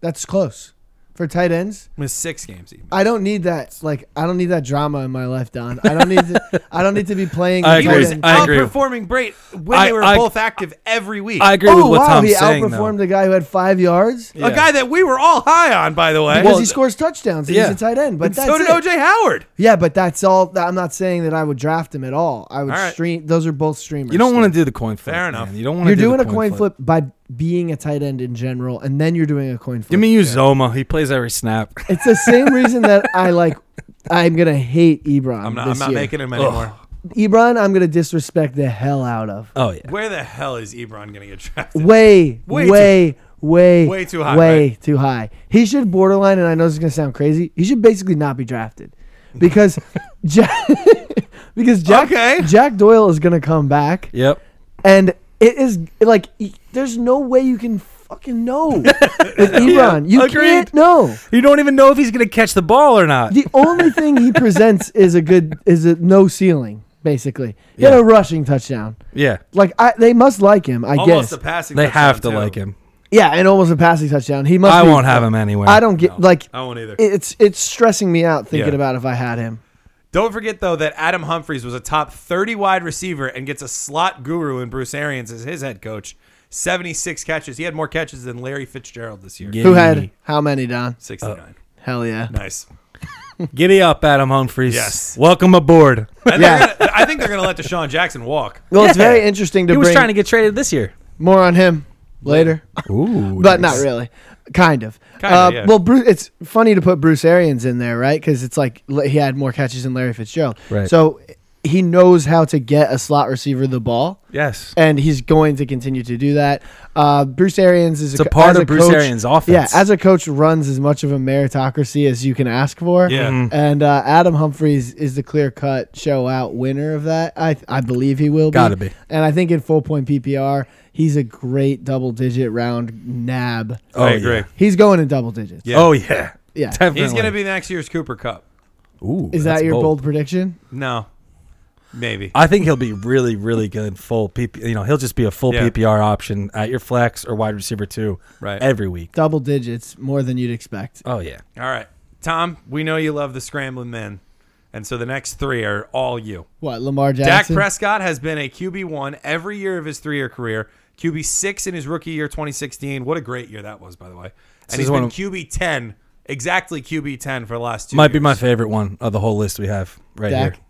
Speaker 5: That's close for tight ends.
Speaker 1: with six games even.
Speaker 5: I don't need that. Like I don't need that drama in my life, Don. I don't need. To, I don't need
Speaker 4: <laughs>
Speaker 5: to be playing.
Speaker 4: I
Speaker 5: tight
Speaker 1: He
Speaker 4: agree.
Speaker 1: was
Speaker 5: end.
Speaker 4: I agree.
Speaker 1: outperforming Brate when
Speaker 4: I-
Speaker 1: they were
Speaker 4: I-
Speaker 1: both active every week.
Speaker 4: I agree
Speaker 5: oh
Speaker 4: with what
Speaker 5: wow,
Speaker 4: Tom's
Speaker 5: he
Speaker 4: saying.
Speaker 5: outperformed
Speaker 4: though.
Speaker 5: the guy who had five yards
Speaker 1: A guy that we were all high on, by the way.
Speaker 5: because he scores touchdowns. And
Speaker 4: yeah.
Speaker 5: He's a tight end, but
Speaker 1: and
Speaker 5: that's
Speaker 1: so did
Speaker 5: it.
Speaker 1: OJ Howard.
Speaker 5: Yeah, but that's all. I'm not saying that I would draft him at all. I would
Speaker 1: All right.
Speaker 5: stream. Those are both streamers.
Speaker 4: You don't want to do the coin flip.
Speaker 1: Fair enough.
Speaker 4: man. You don't want
Speaker 5: You're
Speaker 4: to. do
Speaker 5: doing
Speaker 4: the
Speaker 5: a coin flip.
Speaker 4: flip.
Speaker 5: by being a tight end in general, and then you're doing a coin flip.
Speaker 4: Give me you Zoma. He plays every snap.
Speaker 5: it's the same reason that I like. I'm gonna hate Ebron.
Speaker 1: I'm not,
Speaker 5: This
Speaker 1: I'm not
Speaker 5: year.
Speaker 1: making him anymore.
Speaker 5: Ebron. I'm gonna disrespect the hell out of.
Speaker 4: <laughs> Oh yeah.
Speaker 1: Where the hell is Ebron going to get drafted?
Speaker 5: Way,
Speaker 1: Way
Speaker 5: way,
Speaker 1: too-
Speaker 5: way, way,
Speaker 1: Way too high,
Speaker 5: Way too high. He should borderline, and I know this is gonna sound crazy. He should basically not be drafted because <laughs> Jack, because Jack
Speaker 1: Okay.
Speaker 5: Jack Doyle is gonna come back.
Speaker 4: Yep.
Speaker 5: and it is like y- there's no way you can
Speaker 1: <laughs>
Speaker 5: fucking know with Ebron. You
Speaker 4: agreed.
Speaker 5: can't know.
Speaker 4: You don't even know if he's going to catch the ball or not.
Speaker 5: The only thing he presents is a good is a no ceiling basically. He
Speaker 4: Yeah.
Speaker 5: had a rushing touchdown.
Speaker 4: yeah.
Speaker 5: Like I, they must like him. I
Speaker 1: Almost
Speaker 5: guess.
Speaker 1: a passing.
Speaker 4: They
Speaker 1: touchdown,
Speaker 4: have to
Speaker 1: too.
Speaker 4: like him.
Speaker 5: yeah, and almost a passing touchdown. He must.
Speaker 4: I
Speaker 5: be-
Speaker 4: won't have him anywhere.
Speaker 5: I don't get like
Speaker 1: I won't either.
Speaker 5: it's it's stressing me out thinking
Speaker 1: Yeah.
Speaker 5: about if I had him.
Speaker 1: Don't forget though that Adam Humphries was a top 30 wide receiver and gets a slot guru in Bruce Arians as his head coach. 76 catches. He had more catches than Larry Fitzgerald this year.
Speaker 4: Giddy,
Speaker 5: Who had how many? Don.
Speaker 1: 69.
Speaker 4: Uh,
Speaker 5: Hell yeah.
Speaker 1: nice.
Speaker 4: Giddy up, Adam Humphries.
Speaker 1: Yes.
Speaker 4: Welcome aboard.
Speaker 1: And
Speaker 5: Yeah.
Speaker 1: they're gonna, I think they're going to let Deshaun Jackson walk.
Speaker 5: Well, it's
Speaker 4: Yeah.
Speaker 5: very interesting to
Speaker 4: he was
Speaker 5: bring
Speaker 4: trying to get traded this year.
Speaker 5: more on him later.
Speaker 4: <laughs> Ooh.
Speaker 5: <laughs> but not really. Kind of.
Speaker 1: Kinda,
Speaker 5: uh,
Speaker 1: yeah.
Speaker 5: Well, Bruce, it's funny to put Bruce Arians in there, right? Because it's like l- he had more catches than Larry Fitzgerald.
Speaker 4: Right.
Speaker 5: So he knows how to get a slot receiver the ball,
Speaker 4: Yes.
Speaker 5: and he's going to continue to do that. Uh, Bruce Arians is
Speaker 4: It's a
Speaker 5: co-
Speaker 4: part
Speaker 5: as
Speaker 4: of Bruce
Speaker 5: coach-
Speaker 4: Arians'
Speaker 5: Yeah,
Speaker 4: offense.
Speaker 5: as a coach, runs as much of a meritocracy as you can ask for.
Speaker 1: Yeah.
Speaker 4: Mm-hmm.
Speaker 1: Mhm.
Speaker 5: And uh, Adam Humphries is the clear cut show out winner of that. I I believe he will be.
Speaker 4: Gotta be.
Speaker 5: And I think in full point PPR, he's a great double digit round nab.
Speaker 4: Oh,
Speaker 1: I agree.
Speaker 4: yeah.
Speaker 5: He's going in double digits.
Speaker 1: Yeah.
Speaker 4: Oh, yeah.
Speaker 5: Yeah.
Speaker 4: Definitely.
Speaker 1: He's going to be next year's Cooper Cup.
Speaker 4: Ooh,
Speaker 5: Is
Speaker 4: that's
Speaker 5: that your bold. prediction?
Speaker 1: No. Maybe.
Speaker 4: I think he'll be really, really good full PP. You know, he'll just be a full
Speaker 1: Yeah.
Speaker 4: PPR option at your flex or wide receiver two
Speaker 1: Right.
Speaker 4: every week.
Speaker 5: Double digits, more than you'd expect.
Speaker 4: Oh, yeah.
Speaker 1: All right. Tom, we know you love the scrambling men. And so the next three are all you.
Speaker 5: What, Lamar
Speaker 1: Dak
Speaker 5: Jackson?
Speaker 1: Prescott has been a QB1 every year of his three year career, QB6 in his rookie year 2016. What a great year that was, by the way. And
Speaker 4: is
Speaker 1: he's been
Speaker 4: one of-
Speaker 1: QB10, exactly QB10 for the last two
Speaker 4: Might be my
Speaker 1: years.
Speaker 4: favorite one of the whole list we have right
Speaker 5: Dak.
Speaker 4: here.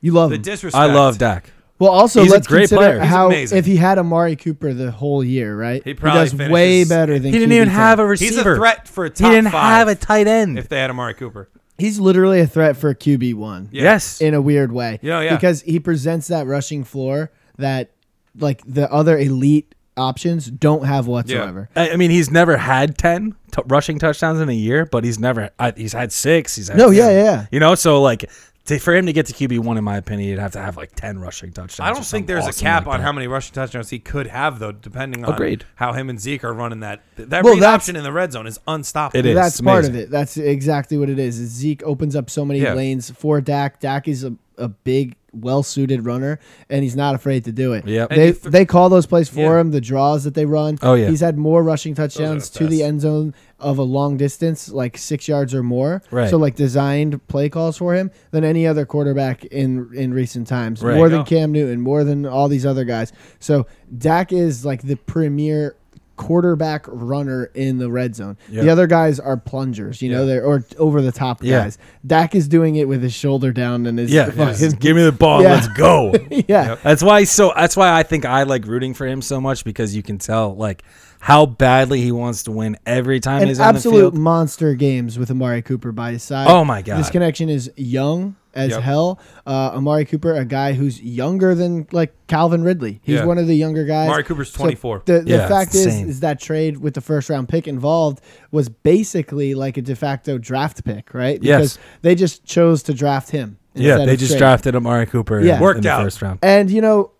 Speaker 5: You love
Speaker 1: The
Speaker 5: him.
Speaker 1: disrespect.
Speaker 4: I love Dak.
Speaker 5: well, also,
Speaker 4: He's a
Speaker 5: let's
Speaker 4: great
Speaker 5: consider
Speaker 4: player. He's
Speaker 5: how
Speaker 1: amazing.
Speaker 5: if he had Amari Cooper the whole year, right?
Speaker 1: He probably
Speaker 5: does way
Speaker 1: finishes-
Speaker 5: better than
Speaker 4: He didn't even
Speaker 5: QB10.
Speaker 4: have a receiver.
Speaker 1: He's a threat for a
Speaker 4: He
Speaker 1: top
Speaker 4: didn't
Speaker 1: five
Speaker 4: have a tight end.
Speaker 1: if they had Amari Cooper.
Speaker 5: He's literally a threat for QB one.
Speaker 1: Yeah.
Speaker 4: Yes.
Speaker 5: in a weird way.
Speaker 1: Yeah, yeah.
Speaker 5: Because he presents that rushing floor that like the other elite options don't have whatsoever.
Speaker 4: I I mean, he's never had ten t- rushing touchdowns in a year, but he's never I, he's had six. He's had
Speaker 5: No, yeah,
Speaker 4: 10.
Speaker 5: yeah.
Speaker 4: You know, so like to, for him to get to QB one, in my opinion, you'd have to have like ten rushing touchdowns.
Speaker 1: I
Speaker 4: or
Speaker 1: don't
Speaker 4: something
Speaker 1: think there's a
Speaker 4: awesome
Speaker 1: cap
Speaker 4: like
Speaker 1: on
Speaker 4: that.
Speaker 1: how many rushing touchdowns he could have, though, depending on
Speaker 4: Agreed.
Speaker 1: how him and Zeke are running that. th- That
Speaker 5: Well,
Speaker 1: read
Speaker 5: that's-
Speaker 1: option in the red zone is unstoppable.
Speaker 4: It is.
Speaker 5: That's
Speaker 4: It's
Speaker 5: part of
Speaker 4: amazing.
Speaker 5: it. That's exactly what it is. is Zeke opens up so many
Speaker 1: Yeah.
Speaker 5: lanes for Dak. Dak is a, a big, well suited runner, and he's not afraid to do it.
Speaker 4: Yep. And
Speaker 5: They
Speaker 1: you th-
Speaker 5: they call those plays for
Speaker 1: Yeah.
Speaker 5: him, the draws that they run.
Speaker 4: Oh, yeah.
Speaker 5: He's had more rushing touchdowns
Speaker 1: the
Speaker 5: to the
Speaker 1: best.
Speaker 5: end zone of a long distance, like six yards or more.
Speaker 4: Right.
Speaker 5: So like designed play calls for him than any other quarterback in in recent times.
Speaker 4: Right.
Speaker 5: More than
Speaker 1: Yeah.
Speaker 5: Cam Newton, more than all these other guys. So Dak is like the premier quarterback runner in the red zone.
Speaker 4: Yeah.
Speaker 5: The other guys are plungers, you know, they're or over the top
Speaker 4: Yeah.
Speaker 5: guys. Dak is doing it with his shoulder down and his
Speaker 4: Yeah,
Speaker 5: <laughs> fucking-
Speaker 4: just give me the ball.
Speaker 5: Yeah. <laughs>
Speaker 4: Let's go.
Speaker 5: yeah.
Speaker 4: That's why he's so that's why I think I like rooting for him so much because you can tell like how badly he wants to win every time
Speaker 5: And
Speaker 4: he's on the
Speaker 5: absolute
Speaker 4: field.
Speaker 5: monster games with Amari Cooper by his side.
Speaker 4: Oh my God.
Speaker 5: This connection is young as
Speaker 1: Yep.
Speaker 5: hell. Uh, Amari Cooper, a guy who's younger than like Calvin Ridley. He's
Speaker 1: Yeah.
Speaker 5: one of the younger guys.
Speaker 1: Amari Cooper's 24.
Speaker 5: So the the
Speaker 4: Yeah, it's
Speaker 5: fact is,
Speaker 4: insane.
Speaker 5: is that trade with the first round pick involved was basically like a de facto draft pick, right?
Speaker 4: Yes.
Speaker 5: Because they just chose to draft him.
Speaker 4: Yeah,
Speaker 5: instead
Speaker 4: they
Speaker 5: of
Speaker 4: just
Speaker 5: trade.
Speaker 4: drafted Amari Cooper.
Speaker 5: Yeah.
Speaker 4: in,
Speaker 1: Worked
Speaker 4: in the
Speaker 1: out.
Speaker 4: first round.
Speaker 5: And you know,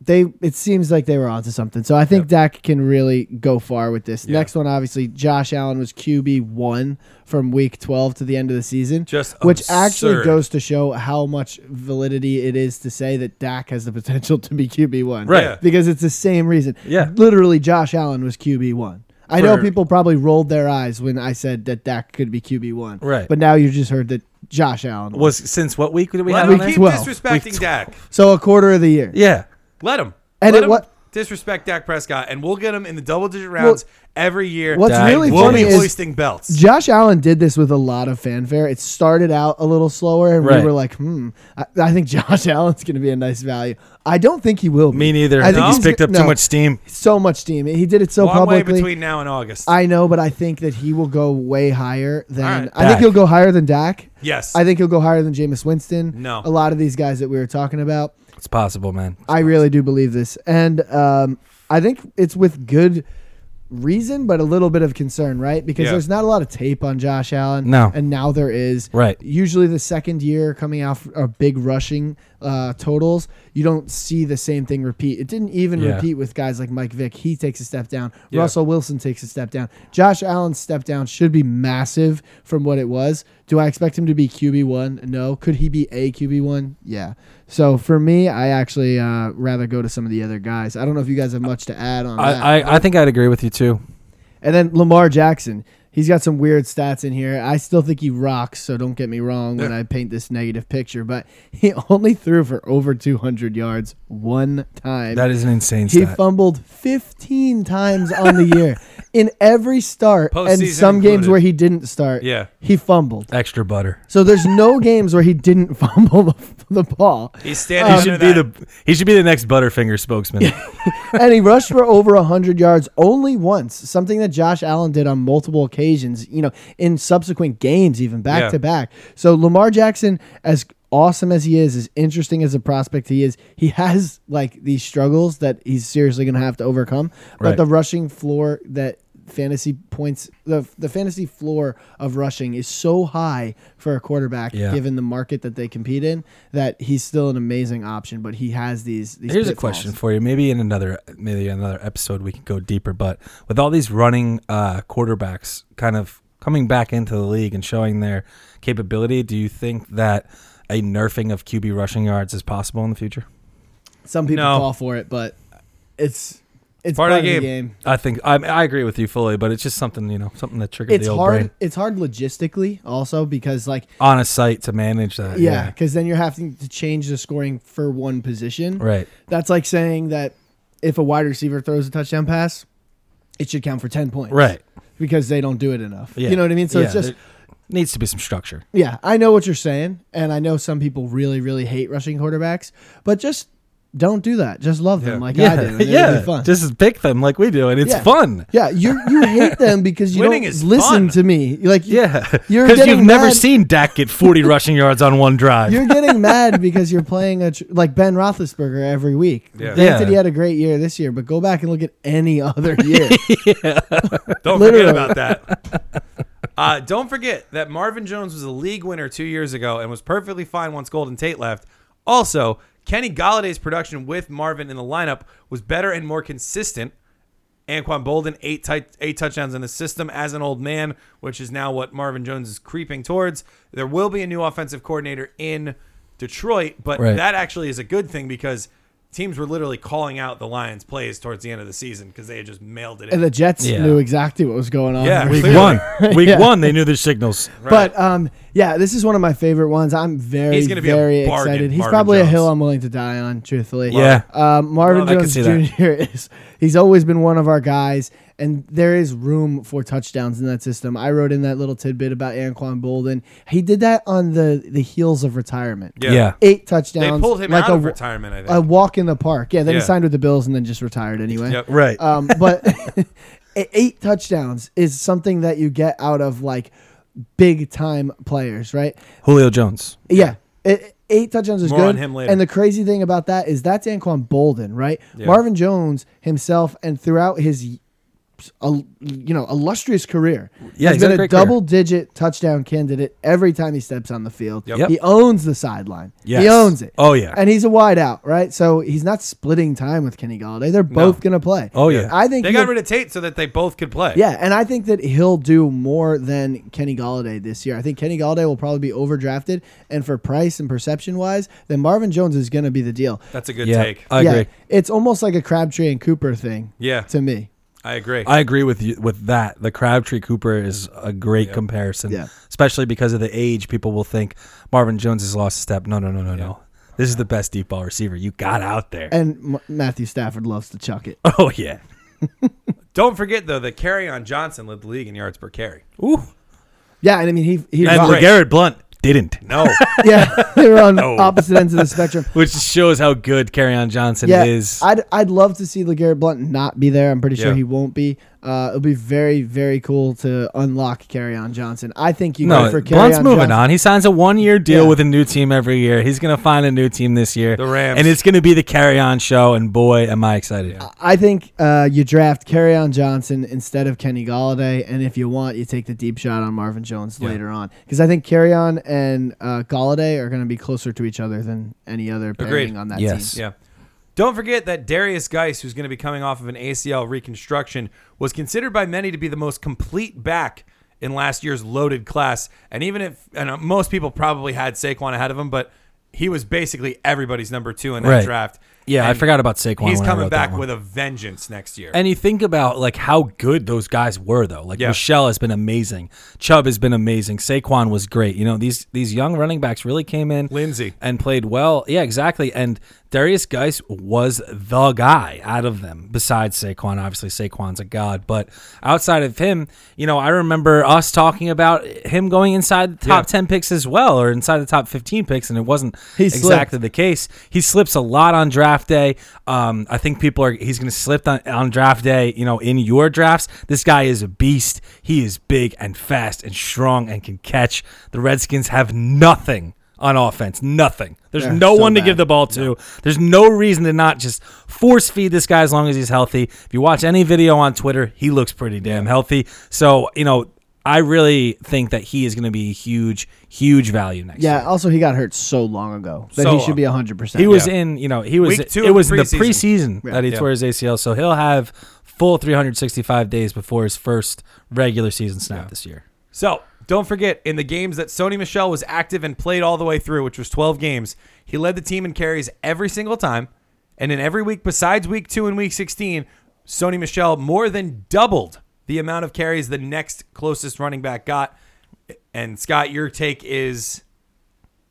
Speaker 5: they it seems like they were onto something. So I think Dak can really go far with this. Next one, obviously, Josh Allen was QB one from week twelve to the end of the season.
Speaker 1: Just
Speaker 5: which actually
Speaker 1: absurd.
Speaker 5: goes to show how much validity it is to say that Dak has the potential to be QB one.
Speaker 4: Right. Yeah.
Speaker 5: Because it's the same reason.
Speaker 4: Yeah.
Speaker 5: Literally Josh Allen was QB one. I know
Speaker 4: For-
Speaker 5: people probably rolled their eyes when I said that Dak could be QB one.
Speaker 4: Right.
Speaker 5: But now you just heard that Josh Allen was.
Speaker 4: Was since what week did we
Speaker 1: Let
Speaker 4: have
Speaker 1: him
Speaker 4: on
Speaker 5: week
Speaker 1: keep
Speaker 4: there?
Speaker 5: 12.
Speaker 1: disrespecting
Speaker 4: Week
Speaker 5: <laughs>
Speaker 1: Dak.
Speaker 5: So a quarter of the year.
Speaker 4: Yeah.
Speaker 1: Let him.
Speaker 5: And
Speaker 1: Let
Speaker 5: it
Speaker 1: him
Speaker 5: what-
Speaker 1: disrespect Dak Prescott, and we'll get him in the double digit rounds every year.
Speaker 5: what's
Speaker 1: and
Speaker 5: really
Speaker 1: we'll
Speaker 5: funny
Speaker 1: be
Speaker 5: is-
Speaker 1: hoisting belts.
Speaker 5: Josh Allen did this with a lot of fanfare. It started out a little slower, and we
Speaker 4: Right.
Speaker 5: were like, "Hmm, I, I think <laughs> Josh Allen's going to be a nice value." I don't think he will. Be.
Speaker 4: Me neither.
Speaker 5: I think
Speaker 4: he's
Speaker 5: he's
Speaker 4: picked up
Speaker 5: no.
Speaker 4: too much steam.
Speaker 5: So much steam. He did it so
Speaker 1: Long way
Speaker 5: publicly.
Speaker 1: between now and August.
Speaker 5: I know, but I think that he will go way higher than.
Speaker 1: All right.
Speaker 5: I think
Speaker 4: Dak.
Speaker 5: he'll go higher than Dak.
Speaker 1: yes.
Speaker 5: I think he'll go higher than Jameis Winston.
Speaker 1: No.
Speaker 5: a lot of these guys that we were talking about.
Speaker 4: It's possible, man.
Speaker 5: I really do believe this, and um, I think it's with good reason, but a little bit of concern, right? Because
Speaker 1: Yeah.
Speaker 5: there's not a lot of tape on Josh Allen.
Speaker 4: No.
Speaker 5: and now there is.
Speaker 4: Right.
Speaker 5: Usually, the second year coming out f- of big rushing uh, totals, you don't see the same thing repeat. It didn't even
Speaker 4: Yeah.
Speaker 5: repeat with guys like Mike Vick. He takes a step down. Russell Wilson takes a step down. Josh Allen's step down should be massive from what it was. Do I expect him to be QB one? No. Could he be a QB one? Yeah. So for me, I actually uh, rather go to some of the other guys. I don't know if you guys have much to add on that.
Speaker 4: I, I, I think I'd agree with you too.
Speaker 5: And then Lamar Jackson. He's got some weird stats in here. I still think he rocks, so don't get me wrong when I paint this negative picture, but he <laughs> only threw for over 200 yards one time.
Speaker 4: That is an insane
Speaker 5: he
Speaker 4: stat.
Speaker 5: fumbled 15 times on the year in every start and
Speaker 1: Postseason
Speaker 5: some games
Speaker 1: included.
Speaker 5: where he didn't start.
Speaker 1: Yeah.
Speaker 5: He fumbled.
Speaker 4: Extra butter.
Speaker 5: So there's no games where he didn't <laughs> fumble the, the ball.
Speaker 1: He's standing
Speaker 4: Um, he
Speaker 1: under
Speaker 4: should
Speaker 1: that.
Speaker 4: be the he should be the next Butterfinger spokesman.
Speaker 5: and he rushed for over 100 yards only once, something that Josh Allen did on multiple occasions, you know, in subsequent games, even back
Speaker 1: Yeah.
Speaker 5: to back. So Lamar Jackson, as awesome as he is, as interesting as a prospect he is, he has like these struggles that he's seriously going to have to overcome. But
Speaker 4: Right.
Speaker 5: the rushing floor that fantasy points the the fantasy floor of rushing is so high for a quarterback
Speaker 4: Yeah.
Speaker 5: given the market that they compete in that he's still an amazing option but he has these these
Speaker 4: <laughs> Here's a
Speaker 5: pitfalls.
Speaker 4: question for you. Maybe in another maybe another episode we can go deeper. But with all these running uh, quarterbacks kind of coming back into the league and showing their capability, do you think that a nerfing of QB rushing yards is possible in the future?
Speaker 5: Some people
Speaker 1: No.
Speaker 5: call for it, but it's it's
Speaker 1: Part of the game.
Speaker 4: I think I, I agree with you fully, but it's just something you know something that triggered
Speaker 5: It's
Speaker 4: the old
Speaker 5: hard.
Speaker 4: brain
Speaker 5: It's hard logistically also because like
Speaker 4: on a site to manage that.
Speaker 5: yeah, because then you're having to change the scoring for one position.
Speaker 4: right.
Speaker 5: That's like saying that if a wide receiver throws a touchdown pass, it should count for ten points.
Speaker 4: Right.
Speaker 5: Because they don't do it enough.
Speaker 4: Yeah.
Speaker 5: You know what I mean? So it's
Speaker 4: Yeah,
Speaker 5: just
Speaker 4: there needs to be some structure.
Speaker 5: Yeah, I know what you're saying, and I know some people really, really hate rushing quarterbacks, but just don't do that. Just love them like I do. and it'll
Speaker 4: yeah.
Speaker 5: be fun.
Speaker 4: Just pick them like we do, and it's
Speaker 5: Yeah.
Speaker 4: fun.
Speaker 5: yeah, you you hate them because you
Speaker 1: Winning
Speaker 5: don't
Speaker 1: is
Speaker 5: listen
Speaker 1: fun.
Speaker 5: to me. You're Like
Speaker 4: Yeah,
Speaker 5: <laughs> You're
Speaker 4: because
Speaker 5: getting
Speaker 4: you've never
Speaker 5: mad-
Speaker 4: seen Dak
Speaker 5: <laughs>
Speaker 4: get 40 rushing yards on one drive.
Speaker 5: You're getting mad because you're playing a tr- like Ben Roethlisberger every week.
Speaker 1: Yeah.
Speaker 5: Granted,
Speaker 4: Yeah.
Speaker 5: he had a great year this year, but go back and look at any other
Speaker 1: <laughs>
Speaker 5: year.
Speaker 1: Don't
Speaker 5: Literally.
Speaker 1: forget about that. <laughs> Uh, don't forget that Marvin Jones was a league winner two years ago and was perfectly fine once Golden Tate left. Also, Kenny Galladay's production with Marvin in the lineup was better and more consistent. Anquan Bolden eight tight, eight touchdowns in the system as an old man, which is now what Marvin Jones is creeping towards. There will be a new offensive coordinator in Detroit, but
Speaker 4: Right.
Speaker 1: that actually is a good thing because teams were literally calling out the Lions' plays towards the end of the season because they had just mailed it in.
Speaker 5: and the Jets
Speaker 4: Yeah.
Speaker 5: knew exactly what was going on.
Speaker 1: Yeah,
Speaker 5: every
Speaker 4: Week
Speaker 1: clearly.
Speaker 4: one,
Speaker 5: <laughs>
Speaker 4: week
Speaker 5: Yeah.
Speaker 4: one, they knew their signals.
Speaker 5: But um, yeah, this is one of my favorite ones. I'm very,
Speaker 1: He's gonna be a
Speaker 5: very
Speaker 1: bargain,
Speaker 5: excited. He's
Speaker 1: Marvin
Speaker 5: probably
Speaker 1: Jones.
Speaker 5: a hill I'm willing to die on, truthfully.
Speaker 4: Yeah.
Speaker 5: Um, Marvin
Speaker 4: I can
Speaker 5: Jones
Speaker 4: see that.
Speaker 5: Jr. <laughs> is he's always been one of our guys, and there is room for touchdowns in that system. I wrote in that little tidbit about Anquan Bolden. He did that on the the heels of retirement.
Speaker 4: Yeah.
Speaker 5: Eight
Speaker 1: They
Speaker 5: touchdowns.
Speaker 1: pulled him
Speaker 5: like
Speaker 1: out
Speaker 5: a,
Speaker 1: of retirement, I think.
Speaker 5: a walk in the park. Yeah, then
Speaker 1: Yeah.
Speaker 5: he signed with the Bills and then just retired anyway.
Speaker 1: Yep.
Speaker 4: Right.
Speaker 5: Um, but <laughs> e- eight touchdowns is something that you get out of like big time players, right?
Speaker 4: Julio Jones.
Speaker 5: Yeah. E- Eight touchdowns is
Speaker 1: More
Speaker 5: good.
Speaker 1: on him later.
Speaker 5: And the crazy thing about that is that's Anquan Bolden, right? Marvin Jones himself, and throughout his, y- uh, you know, illustrious career,
Speaker 4: Yeah, he's
Speaker 5: has
Speaker 4: had
Speaker 5: been
Speaker 4: a
Speaker 5: a
Speaker 4: great career.
Speaker 5: double-digit touchdown candidate every time he steps on the field.
Speaker 4: Yep.
Speaker 5: He owns the sideline.
Speaker 4: Yes.
Speaker 5: He owns it.
Speaker 4: Oh, yeah.
Speaker 5: And he's a wideout, right? So he's not splitting time with Kenny Galladay. They're both gonna play.
Speaker 4: Oh, yeah.
Speaker 5: I think
Speaker 1: they
Speaker 5: he'll-
Speaker 1: got rid of Tate so that they both could play.
Speaker 5: yeah, and I think that he'll do more than Kenny Galladay this year. I think Kenny Galladay will probably be overdrafted, and for price and perception wise, then Marvin Jones is going to be the deal.
Speaker 1: That's a good
Speaker 4: yeah,
Speaker 1: take.
Speaker 4: I
Speaker 5: yeah,
Speaker 4: agree.
Speaker 5: it's almost like a Crabtree and Cooper thing.
Speaker 1: Yeah.
Speaker 5: to me,
Speaker 1: I agree.
Speaker 4: I agree with you with that. The Crabtree Cooper is a great comparison,
Speaker 5: Yeah.
Speaker 4: especially because of the age. People will think Marvin Jones has lost a step. No, no, no, no, no. This is the best deep ball receiver you got out there.
Speaker 5: and M- Matthew Stafford loves to chuck it.
Speaker 4: <laughs> oh yeah.
Speaker 1: Don't forget though that Carry on Johnson led the league in yards per carry.
Speaker 4: Ooh.
Speaker 5: Yeah, and I mean he he
Speaker 4: And
Speaker 5: rocked-
Speaker 4: LeGarrette Blunt didn't, <laughs>
Speaker 1: No,
Speaker 5: <laughs> yeah they were
Speaker 1: <laughs>
Speaker 5: on
Speaker 1: Oh.
Speaker 5: opposite ends of the spectrum.
Speaker 4: which shows how good Carryon Johnson
Speaker 5: Yeah,
Speaker 4: is.
Speaker 5: I'd I'd love to see Legarrette Blunt not be there. I'm pretty sure
Speaker 1: Yeah.
Speaker 5: he won't be. Uh, it'll be very very cool to unlock Carry On Johnson. I think you
Speaker 4: no,
Speaker 5: go for Carry
Speaker 4: Blunt's
Speaker 5: On
Speaker 4: moving
Speaker 5: Johnson.
Speaker 4: on. He signs a one-year deal
Speaker 5: Yeah.
Speaker 4: with a new team every year. He's gonna find a new team this year.
Speaker 1: The Rams.
Speaker 4: and it's gonna be the Carryon show. And boy, am I excited!
Speaker 5: I think uh, you draft Carry On Johnson instead of Kenny Galladay, and if you want, you take the deep shot on Marvin Jones later on because I think Carry On and uh, Galladay are going to be closer to each other than any other pairing
Speaker 1: Agreed.
Speaker 5: on that
Speaker 4: Yes.
Speaker 5: team.
Speaker 1: Yeah. Don't forget that Darius Geis, who's going to be coming off of an ACL reconstruction, was considered by many to be the most complete back in last year's loaded class. And even if, and uh, most people probably had Saquon ahead of him, but he was basically everybody's number two in that
Speaker 4: Right.
Speaker 1: draft.
Speaker 4: Yeah, I
Speaker 1: And
Speaker 4: forgot about Saquon
Speaker 1: He's
Speaker 4: when I
Speaker 1: coming
Speaker 4: wrote that
Speaker 1: back
Speaker 4: one.
Speaker 1: with a vengeance next year.
Speaker 4: And you think about like how good those guys were though. Like
Speaker 1: Yeah.
Speaker 4: Michelle has been amazing. Chubb has been amazing. Saquon was great. You know, these these young running backs really came in
Speaker 1: Lindsey.
Speaker 4: and played well. Yeah, exactly. And Darius Geis was the guy out of them, besides Saquon. Obviously, Saquon's a god, but outside of him, you know, I remember us talking about him going inside the top
Speaker 1: Yeah.
Speaker 4: ten picks as well, or inside the top fifteen picks, and it wasn't
Speaker 5: He slipped.
Speaker 4: exactly the case. He slips a lot on draft day. Um, I think people are he's going to slip on, on draft day. You know, in your drafts, this guy is a beast. He is big and fast and strong and can catch. The Redskins have nothing on offense. Nothing. There's
Speaker 5: They're
Speaker 4: no
Speaker 5: so
Speaker 4: one to
Speaker 5: bad.
Speaker 4: give the ball to. There's no reason to not just force feed this guy as long as he's healthy. If you watch any video on Twitter, he looks pretty damn healthy. So you know. I really think that he is going to be a huge, huge value next year.
Speaker 5: Yeah. Also, he got hurt so long ago that
Speaker 1: So
Speaker 5: he should be
Speaker 1: long.
Speaker 5: hundred percent.
Speaker 4: He was in, you know, he was
Speaker 1: Week two
Speaker 4: it
Speaker 1: of
Speaker 4: was
Speaker 1: the
Speaker 4: in the preseason that he
Speaker 1: Yeah.
Speaker 4: tore his ACL, so he'll have full 365 days before his first regular season snap this year.
Speaker 1: So don't forget, in the games that Sony Michelle was active and played all the way through, which was 12 games, he led the team in carries every single time. And in every week besides week two and week 16, Sony Michelle more than doubled the amount of carries the next closest running back got. And Scott, your take is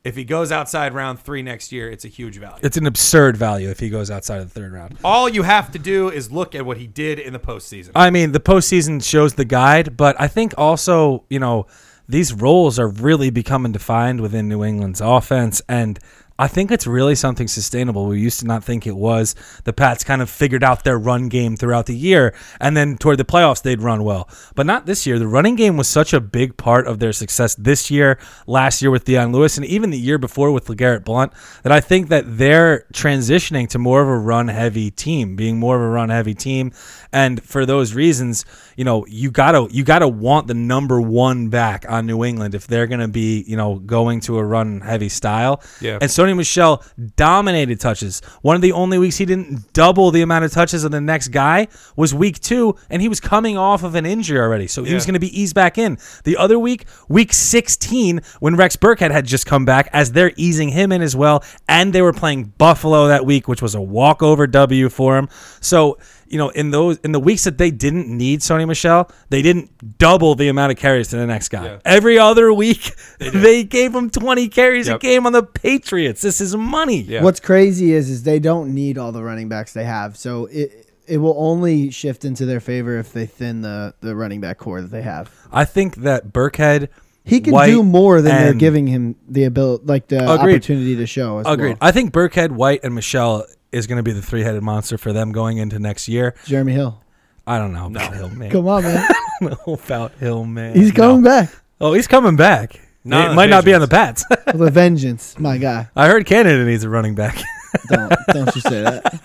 Speaker 1: if he goes outside round three next year, it's a huge value.
Speaker 4: It's an absurd value if he goes outside of the third round.
Speaker 1: all you have to do is look at what he did in the postseason.
Speaker 4: I mean, the postseason shows the guide, but I think also, you know, these roles are really becoming defined within New England's offense. And I think it's really something sustainable. We used to not think it was. The Pats kind of figured out their run game throughout the year, and then toward the playoffs, they'd run well. But not this year. The running game was such a big part of their success this year, last year with Deion Lewis, and even the year before with LeGarrette Blunt, that I think that they're transitioning to more of a run heavy team, being more of a run heavy team. And for those reasons, you know, you gotta you gotta want the number one back on New England if they're gonna be, you know, going to a run heavy style.
Speaker 1: Yeah.
Speaker 4: And Sony Michelle dominated touches. One of the only weeks he didn't double the amount of touches of the next guy was week two, and he was coming off of an injury already. So he was
Speaker 1: Yeah.
Speaker 4: gonna be eased back in. The other week, week sixteen, when Rex Burkhead had just come back, as they're easing him in as well, and they were playing Buffalo that week, which was a walkover W for him. So you know, in those in the weeks that they didn't need Sony Michelle, they didn't double the amount of carries to the next guy.
Speaker 1: Yeah.
Speaker 4: Every other week, <laughs> they, gave him 20 carries a
Speaker 1: Yep.
Speaker 4: game on the Patriots. This is money.
Speaker 1: Yeah.
Speaker 5: What's crazy is is they don't need all the running backs they have, so it it will only shift into their favor if they thin the the running back core that they have.
Speaker 4: I think that Burkhead
Speaker 5: He can
Speaker 4: White,
Speaker 5: do more than they're
Speaker 4: and-
Speaker 5: giving him the ability, like the
Speaker 4: Agreed.
Speaker 5: opportunity to show. As
Speaker 4: Agreed.
Speaker 5: Well.
Speaker 4: I think Burkhead, White, and Michelle is going to be the three-headed monster for them going into next year.
Speaker 5: Jeremy Hill,
Speaker 4: I don't know about Hill, man.
Speaker 5: come on, man,
Speaker 4: I don't know <laughs> about Hill, man.
Speaker 5: he's coming back
Speaker 4: Oh, he's coming back.
Speaker 1: Not
Speaker 4: it
Speaker 1: on the
Speaker 4: might not be on the Pats. <laughs>
Speaker 5: with a vengeance, my guy.
Speaker 4: I heard Canada needs a
Speaker 1: <laughs>
Speaker 4: running back.
Speaker 5: Don't don't you say
Speaker 4: <laughs>
Speaker 5: that.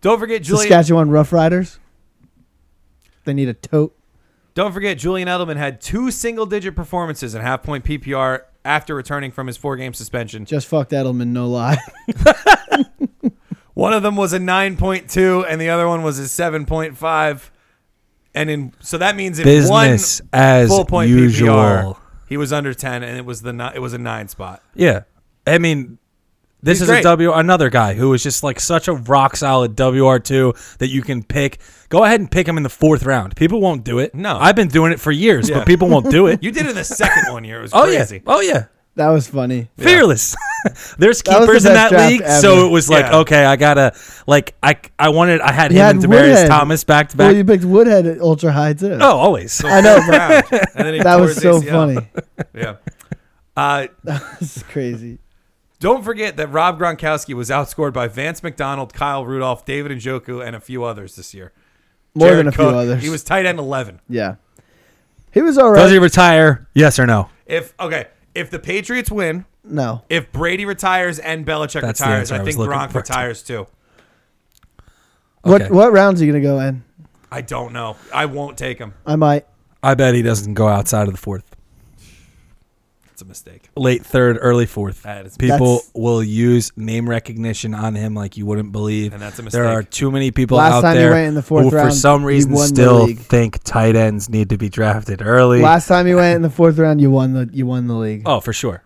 Speaker 1: Don't forget Julian.
Speaker 5: Saskatchewan Rough Riders. They need a tote.
Speaker 1: Don't forget Julian Edelman had two single-digit performances in half-point PPR after returning from his four-game suspension.
Speaker 5: Just fucked Edelman, no lie. <laughs>
Speaker 1: One of them was a 9.2 and the other one was a 7.5. And in so that means in
Speaker 4: Business
Speaker 1: one
Speaker 4: as
Speaker 1: full point
Speaker 4: usual.
Speaker 1: PPR, he was under 10 and it was the ni- it was a 9 spot.
Speaker 4: Yeah. I mean, this
Speaker 1: He's
Speaker 4: is a
Speaker 1: great.
Speaker 4: W, another guy who is just like such a rock solid WR2 that you can pick. Go ahead and pick him in the fourth round. People won't do it.
Speaker 1: No.
Speaker 4: I've been doing it for years,
Speaker 1: Yeah.
Speaker 4: but people won't
Speaker 1: <laughs>
Speaker 4: do it.
Speaker 1: You did it in the second one
Speaker 5: <laughs>
Speaker 1: year. It was
Speaker 4: oh,
Speaker 1: crazy.
Speaker 4: yeah. Oh, yeah.
Speaker 5: That was funny.
Speaker 4: Fearless. <laughs> There's
Speaker 5: That was the
Speaker 4: keepers in
Speaker 5: best
Speaker 4: that
Speaker 5: draft
Speaker 4: league,
Speaker 5: ever.
Speaker 4: so it was like,
Speaker 1: Yeah.
Speaker 4: okay, I gotta like, I I wanted, I had
Speaker 5: You
Speaker 4: him
Speaker 5: had
Speaker 4: and Demarius
Speaker 5: Woodhead.
Speaker 4: Thomas back to
Speaker 5: Well, you
Speaker 4: back.
Speaker 5: picked Woodhead at ultra high too.
Speaker 4: Oh, always.
Speaker 1: So
Speaker 5: I know,
Speaker 1: fourth round, and then he
Speaker 5: <laughs> that
Speaker 1: tore
Speaker 5: was
Speaker 1: his
Speaker 5: so
Speaker 1: ACL.
Speaker 5: funny.
Speaker 1: <laughs>
Speaker 5: <laughs>
Speaker 1: Yeah. Uh,
Speaker 5: this is crazy.
Speaker 1: don't forget that Rob Gronkowski was outscored by Vance McDonald, Kyle Rudolph, David Njoku, and a few others this year.
Speaker 5: More
Speaker 1: Jared
Speaker 5: than a few
Speaker 1: Cook,
Speaker 5: others.
Speaker 1: He was tight end 11.
Speaker 5: yeah. He was all
Speaker 4: Does
Speaker 5: right.
Speaker 4: he retire? Yes or no?
Speaker 1: If okay, if the Patriots win,
Speaker 5: no.
Speaker 1: If Brady retires and Belichick
Speaker 4: That's the
Speaker 1: retires,
Speaker 4: answer
Speaker 1: I
Speaker 4: I was
Speaker 1: think
Speaker 4: looking
Speaker 1: Gronk
Speaker 4: for.
Speaker 1: retires too.
Speaker 5: What
Speaker 4: Okay.
Speaker 5: what rounds are you gonna go in?
Speaker 1: I don't know. I won't take him.
Speaker 5: I might.
Speaker 4: I bet he doesn't go outside of the fourth,
Speaker 1: It's a mistake.
Speaker 4: late third, early fourth.
Speaker 1: That is
Speaker 4: People
Speaker 5: That's-
Speaker 4: will use name recognition on him like you wouldn't believe.
Speaker 1: and that's a mistake.
Speaker 4: There are too many people
Speaker 5: Last
Speaker 4: out
Speaker 5: time he
Speaker 4: there
Speaker 5: went in the fourth
Speaker 4: who, for
Speaker 5: round,
Speaker 4: some
Speaker 5: he
Speaker 4: reason,
Speaker 5: won the
Speaker 4: still
Speaker 5: league.
Speaker 4: think tight ends need to be drafted early.
Speaker 5: Last time you went in the fourth round, you won the you won the league.
Speaker 4: oh, for sure.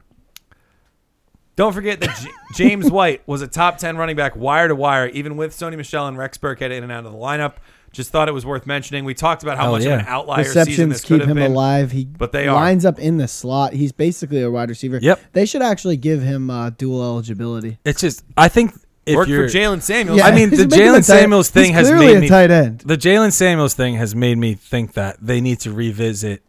Speaker 1: Don't forget that J- <laughs> James White was a top 10 running back wire to wire, even with Sony Michelle and Rex Burkhead in and out of the lineup. Just thought it was worth mentioning. We talked about how
Speaker 4: Hell
Speaker 1: much
Speaker 4: yeah.
Speaker 1: of an outlier season
Speaker 5: Receptions
Speaker 1: this could
Speaker 5: keep
Speaker 1: have
Speaker 5: him
Speaker 1: been.
Speaker 5: alive. He
Speaker 1: but they are.
Speaker 5: lines up in the slot. He's basically a wide receiver.
Speaker 4: Yep.
Speaker 5: They should actually give him uh, dual eligibility.
Speaker 4: It's just I think if
Speaker 1: Worked for
Speaker 4: you're
Speaker 1: Jalen Samuels.
Speaker 4: Yeah.
Speaker 5: <laughs>
Speaker 4: I mean,
Speaker 5: He's
Speaker 4: the
Speaker 5: making
Speaker 4: Jalen
Speaker 5: a tight-
Speaker 4: Samuels thing
Speaker 5: he's
Speaker 4: has
Speaker 5: clearly
Speaker 4: made
Speaker 5: a
Speaker 4: me-
Speaker 5: tight end.
Speaker 4: the Jalen Samuels thing has made me think that they need to revisit